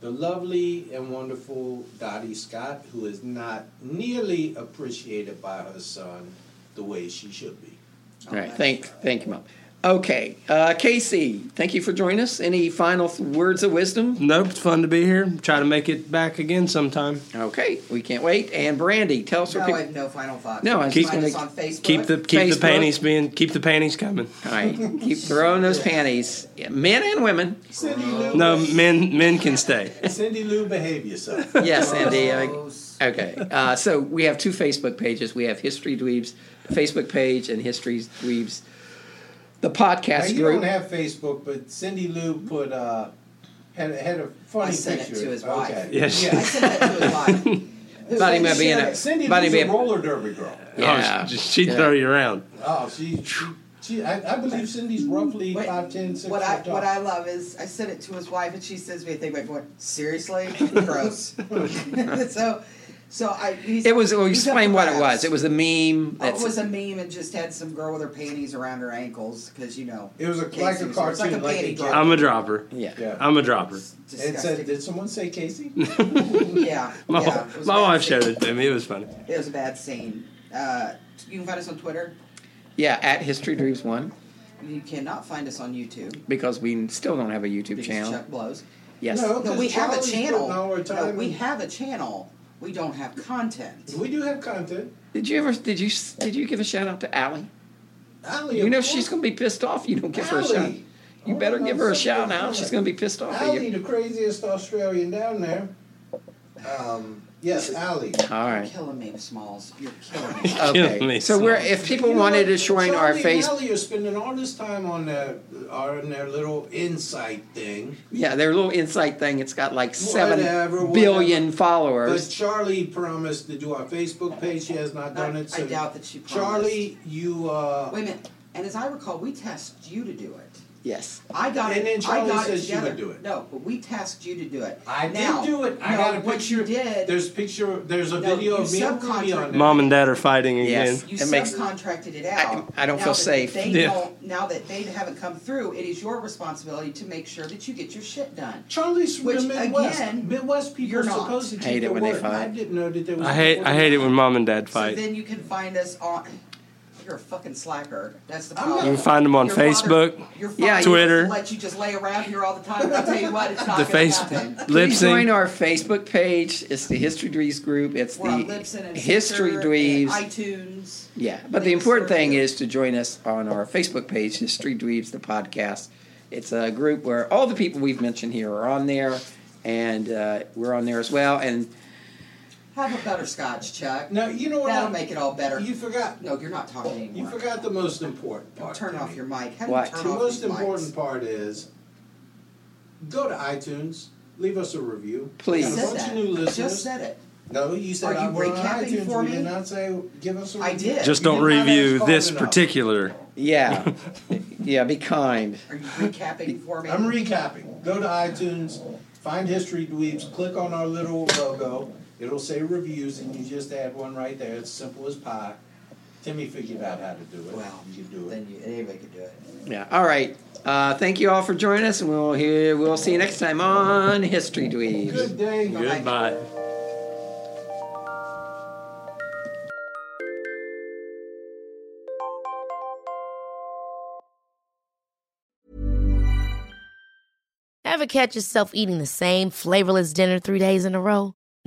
[SPEAKER 4] The lovely and wonderful Dottie Scott, who is not nearly appreciated by her son the way she should be.
[SPEAKER 2] All right. Thank, thank you, Mom. Okay. Uh, Casey, thank you for joining us. Any final th- words of wisdom?
[SPEAKER 3] Nope. It's fun to be here. Try to make it back again sometime.
[SPEAKER 2] Okay. We can't wait. And Brandy, tell us
[SPEAKER 5] no,
[SPEAKER 2] where
[SPEAKER 5] I
[SPEAKER 2] people.
[SPEAKER 5] have no final thoughts.
[SPEAKER 2] No, I was
[SPEAKER 5] Find
[SPEAKER 2] just gonna
[SPEAKER 5] us on Facebook.
[SPEAKER 3] Keep the keep the
[SPEAKER 2] Facebook.
[SPEAKER 3] panties being keep the panties coming.
[SPEAKER 2] All right. Keep throwing those panties, Yeah, men and women.
[SPEAKER 4] Cindy Lou,
[SPEAKER 3] No, men men can stay.
[SPEAKER 4] Cindy Lou, behave yourself.
[SPEAKER 2] Yes, Andy. I, okay. Uh, so we have two Facebook pages. We have History Dweebs, the Facebook page, and History Dweebs, the
[SPEAKER 4] Now,
[SPEAKER 2] podcast
[SPEAKER 4] you
[SPEAKER 2] group.
[SPEAKER 4] don't have Facebook, but Cindy Lou put uh, had had a funny
[SPEAKER 5] I sent it
[SPEAKER 4] picture.
[SPEAKER 5] to his wife.
[SPEAKER 4] Okay.
[SPEAKER 3] Yes. Oh,
[SPEAKER 5] I sent that to his wife.
[SPEAKER 2] Buddy may be in
[SPEAKER 4] Cindy,
[SPEAKER 2] it.
[SPEAKER 4] Cindy
[SPEAKER 2] Buddy
[SPEAKER 4] Lou's
[SPEAKER 2] may
[SPEAKER 4] a roller derby girl.
[SPEAKER 2] Yeah.
[SPEAKER 3] Oh, she, she'd
[SPEAKER 2] Yeah.
[SPEAKER 3] throw you around.
[SPEAKER 4] Oh, she, she, she I, I believe Cindy's roughly
[SPEAKER 5] Wait,
[SPEAKER 4] five ten six.
[SPEAKER 5] What I
[SPEAKER 4] foot tall.
[SPEAKER 5] what I love is I sent it to his wife and she sends me a thing back going, Seriously? Gross. so so I he's,
[SPEAKER 2] It was. Well,
[SPEAKER 5] he's up
[SPEAKER 2] explain
[SPEAKER 5] for
[SPEAKER 2] what it
[SPEAKER 5] grabs.
[SPEAKER 2] was. It was a meme.
[SPEAKER 5] Oh, it
[SPEAKER 2] That's,
[SPEAKER 5] was a meme and just had some girl with her panties around her ankles because you know
[SPEAKER 4] It was a-
[SPEAKER 5] Casey
[SPEAKER 4] like a
[SPEAKER 5] was- it was
[SPEAKER 4] cartoon, like a
[SPEAKER 5] panty
[SPEAKER 4] cat.
[SPEAKER 5] drop.
[SPEAKER 3] I'm a dropper.
[SPEAKER 2] yeah.
[SPEAKER 4] yeah.
[SPEAKER 3] I'm a dropper.
[SPEAKER 4] it
[SPEAKER 5] Disgusting.
[SPEAKER 4] said, did someone say Casey?
[SPEAKER 5] yeah,
[SPEAKER 3] My,
[SPEAKER 5] yeah, it was a
[SPEAKER 3] my
[SPEAKER 5] bad
[SPEAKER 3] wife
[SPEAKER 5] scene.
[SPEAKER 3] showed it to me. It was funny.
[SPEAKER 5] It was a bad scene. Uh, you can find us on Twitter.
[SPEAKER 2] Yeah. At History Dweebs one
[SPEAKER 5] You cannot find us on YouTube
[SPEAKER 2] because we still don't have a YouTube
[SPEAKER 5] because
[SPEAKER 2] channel.
[SPEAKER 5] Chuck blows.
[SPEAKER 2] Yes.
[SPEAKER 4] No.
[SPEAKER 5] No, we
[SPEAKER 4] Because
[SPEAKER 5] have a
[SPEAKER 4] Charlie's
[SPEAKER 5] channel.
[SPEAKER 4] putting all our
[SPEAKER 5] No,
[SPEAKER 4] time
[SPEAKER 5] we
[SPEAKER 4] in.
[SPEAKER 5] have a channel. We don't have content.
[SPEAKER 4] we do have content.
[SPEAKER 2] Did you ever? Did you? Did you give a shout out to Allie?
[SPEAKER 4] Allie,
[SPEAKER 2] You know
[SPEAKER 4] of
[SPEAKER 2] she's
[SPEAKER 4] course.
[SPEAKER 2] going to be pissed off. You don't give her a
[SPEAKER 4] Allie.
[SPEAKER 2] shout. You
[SPEAKER 4] Oh,
[SPEAKER 2] better
[SPEAKER 4] no,
[SPEAKER 2] give her a
[SPEAKER 4] something
[SPEAKER 2] shout out.
[SPEAKER 4] different.
[SPEAKER 2] She's going to be pissed off at
[SPEAKER 4] Allie,
[SPEAKER 2] you.
[SPEAKER 4] the craziest Australian down there. Um, yes, Allie.
[SPEAKER 2] All right.
[SPEAKER 5] Killing me, Smalls. You're killing me.
[SPEAKER 2] Okay.
[SPEAKER 3] Killing me.
[SPEAKER 2] So we're if people wanted to join our
[SPEAKER 4] Charlie and
[SPEAKER 2] Facebook,
[SPEAKER 4] Allie are spending all this time on their, on their little insight thing.
[SPEAKER 2] yeah, their little insight thing. It's got like seven billion
[SPEAKER 4] Whatever, whatever. But
[SPEAKER 2] followers.
[SPEAKER 4] Charlie promised to do our Facebook page. She has not done
[SPEAKER 5] I-
[SPEAKER 4] it. So
[SPEAKER 5] I doubt that she promised.
[SPEAKER 4] Charlie, you. Uh,
[SPEAKER 5] Wait a minute. And as I recall, we tasked you to do it.
[SPEAKER 2] yes.
[SPEAKER 5] I got
[SPEAKER 4] And
[SPEAKER 5] it.
[SPEAKER 4] then Charlie
[SPEAKER 5] I got
[SPEAKER 4] says
[SPEAKER 5] it
[SPEAKER 4] she would
[SPEAKER 5] together.
[SPEAKER 4] do it.
[SPEAKER 5] No, but we tasked you to do it.
[SPEAKER 4] I
[SPEAKER 5] now,
[SPEAKER 4] did do it. I
[SPEAKER 5] no,
[SPEAKER 4] got a
[SPEAKER 5] what
[SPEAKER 4] picture.
[SPEAKER 5] you did.
[SPEAKER 4] There's picture. There's a
[SPEAKER 5] No,
[SPEAKER 4] video
[SPEAKER 5] you
[SPEAKER 4] of me and Ruby
[SPEAKER 5] subcontract-
[SPEAKER 4] on there.
[SPEAKER 3] Mom and Dad are fighting again.
[SPEAKER 2] Yes.
[SPEAKER 5] You
[SPEAKER 2] It makes-
[SPEAKER 5] subcontracted it out.
[SPEAKER 2] I- I don't
[SPEAKER 5] Now
[SPEAKER 2] feel
[SPEAKER 5] that
[SPEAKER 2] safe.
[SPEAKER 5] They
[SPEAKER 3] Yeah.
[SPEAKER 5] don't, now that they haven't come through, it is your responsibility to make sure that you get your shit done.
[SPEAKER 4] Charlie's from
[SPEAKER 5] Which,
[SPEAKER 4] the Midwest.
[SPEAKER 5] again,
[SPEAKER 4] Midwest people
[SPEAKER 5] you're
[SPEAKER 4] are
[SPEAKER 5] not.
[SPEAKER 4] supposed to keep
[SPEAKER 2] Hate it
[SPEAKER 4] their
[SPEAKER 2] when they
[SPEAKER 4] word. I
[SPEAKER 2] fight.
[SPEAKER 4] didn't know that there was.
[SPEAKER 3] I hate I hate it when Mom and Dad
[SPEAKER 5] So
[SPEAKER 3] fight.
[SPEAKER 5] then you can find us on. You're a fucking slacker. That's the
[SPEAKER 4] I'm
[SPEAKER 5] problem.
[SPEAKER 4] not- You
[SPEAKER 3] can find 'em on
[SPEAKER 5] Your father-
[SPEAKER 3] Facebook,
[SPEAKER 5] your father
[SPEAKER 2] Yeah,
[SPEAKER 5] just
[SPEAKER 3] Twitter.
[SPEAKER 5] Let you just lay around here all the time. And I tell you what, it's not
[SPEAKER 3] the
[SPEAKER 5] gonna
[SPEAKER 3] face
[SPEAKER 5] happen.
[SPEAKER 3] lip
[SPEAKER 2] Please join
[SPEAKER 3] sync.
[SPEAKER 2] our Facebook page. It's the History Dweebs group. It's
[SPEAKER 5] We're on Libsyn
[SPEAKER 2] the
[SPEAKER 5] and
[SPEAKER 2] History
[SPEAKER 5] Stitcher
[SPEAKER 2] Dweebs.
[SPEAKER 5] and iTunes.
[SPEAKER 2] Yeah, but the
[SPEAKER 5] Please
[SPEAKER 2] important
[SPEAKER 5] search
[SPEAKER 2] thing
[SPEAKER 5] it.
[SPEAKER 2] is to join us on our Facebook page, History Dweebs, the podcast. It's a group where all the people we've mentioned here are on there, and uh, we're on there as well. And
[SPEAKER 5] Have a better scotch, Chuck.
[SPEAKER 4] No, you know what?
[SPEAKER 5] That'll
[SPEAKER 4] I-
[SPEAKER 5] make it all better.
[SPEAKER 4] You forgot.
[SPEAKER 5] no, you're not talking anymore.
[SPEAKER 4] You forgot the most important part.
[SPEAKER 5] Turn
[SPEAKER 4] to
[SPEAKER 5] off
[SPEAKER 4] me.
[SPEAKER 5] your mic. How do
[SPEAKER 2] What?
[SPEAKER 5] you turn
[SPEAKER 4] The
[SPEAKER 5] off
[SPEAKER 4] most
[SPEAKER 5] these mics?
[SPEAKER 4] important part is go to iTunes, leave us a review.
[SPEAKER 2] Please.
[SPEAKER 5] I
[SPEAKER 4] We got a
[SPEAKER 5] said
[SPEAKER 4] bunch
[SPEAKER 5] that.
[SPEAKER 4] of new
[SPEAKER 5] I
[SPEAKER 4] listeners.
[SPEAKER 5] Just said it.
[SPEAKER 4] No, you said
[SPEAKER 5] Are you
[SPEAKER 4] I'm on
[SPEAKER 5] recapping
[SPEAKER 4] iTunes.
[SPEAKER 5] for
[SPEAKER 4] we
[SPEAKER 5] me?
[SPEAKER 4] did not say give us a
[SPEAKER 5] I
[SPEAKER 4] review.
[SPEAKER 5] did.
[SPEAKER 3] Just
[SPEAKER 4] You
[SPEAKER 3] don't
[SPEAKER 4] did not
[SPEAKER 3] review
[SPEAKER 4] ask hard
[SPEAKER 3] this
[SPEAKER 4] enough.
[SPEAKER 3] particular.
[SPEAKER 2] yeah, yeah, be kind.
[SPEAKER 5] Are you recapping for me?
[SPEAKER 4] I'm recapping. Go to iTunes, find History Dweebs, click on our little logo. It'll say reviews, and you just add one right there. It's simple as pie. Timmy figured out how to do it.
[SPEAKER 5] Well,
[SPEAKER 4] you can do it.
[SPEAKER 5] then you, anybody could do it.
[SPEAKER 2] Yeah. All right. Uh, thank you all for joining us, and we'll hear. We'll see you next time on History Dweebs.
[SPEAKER 4] Good day.
[SPEAKER 3] Goodbye.
[SPEAKER 10] Ever catch yourself eating the same flavorless dinner three days in a row?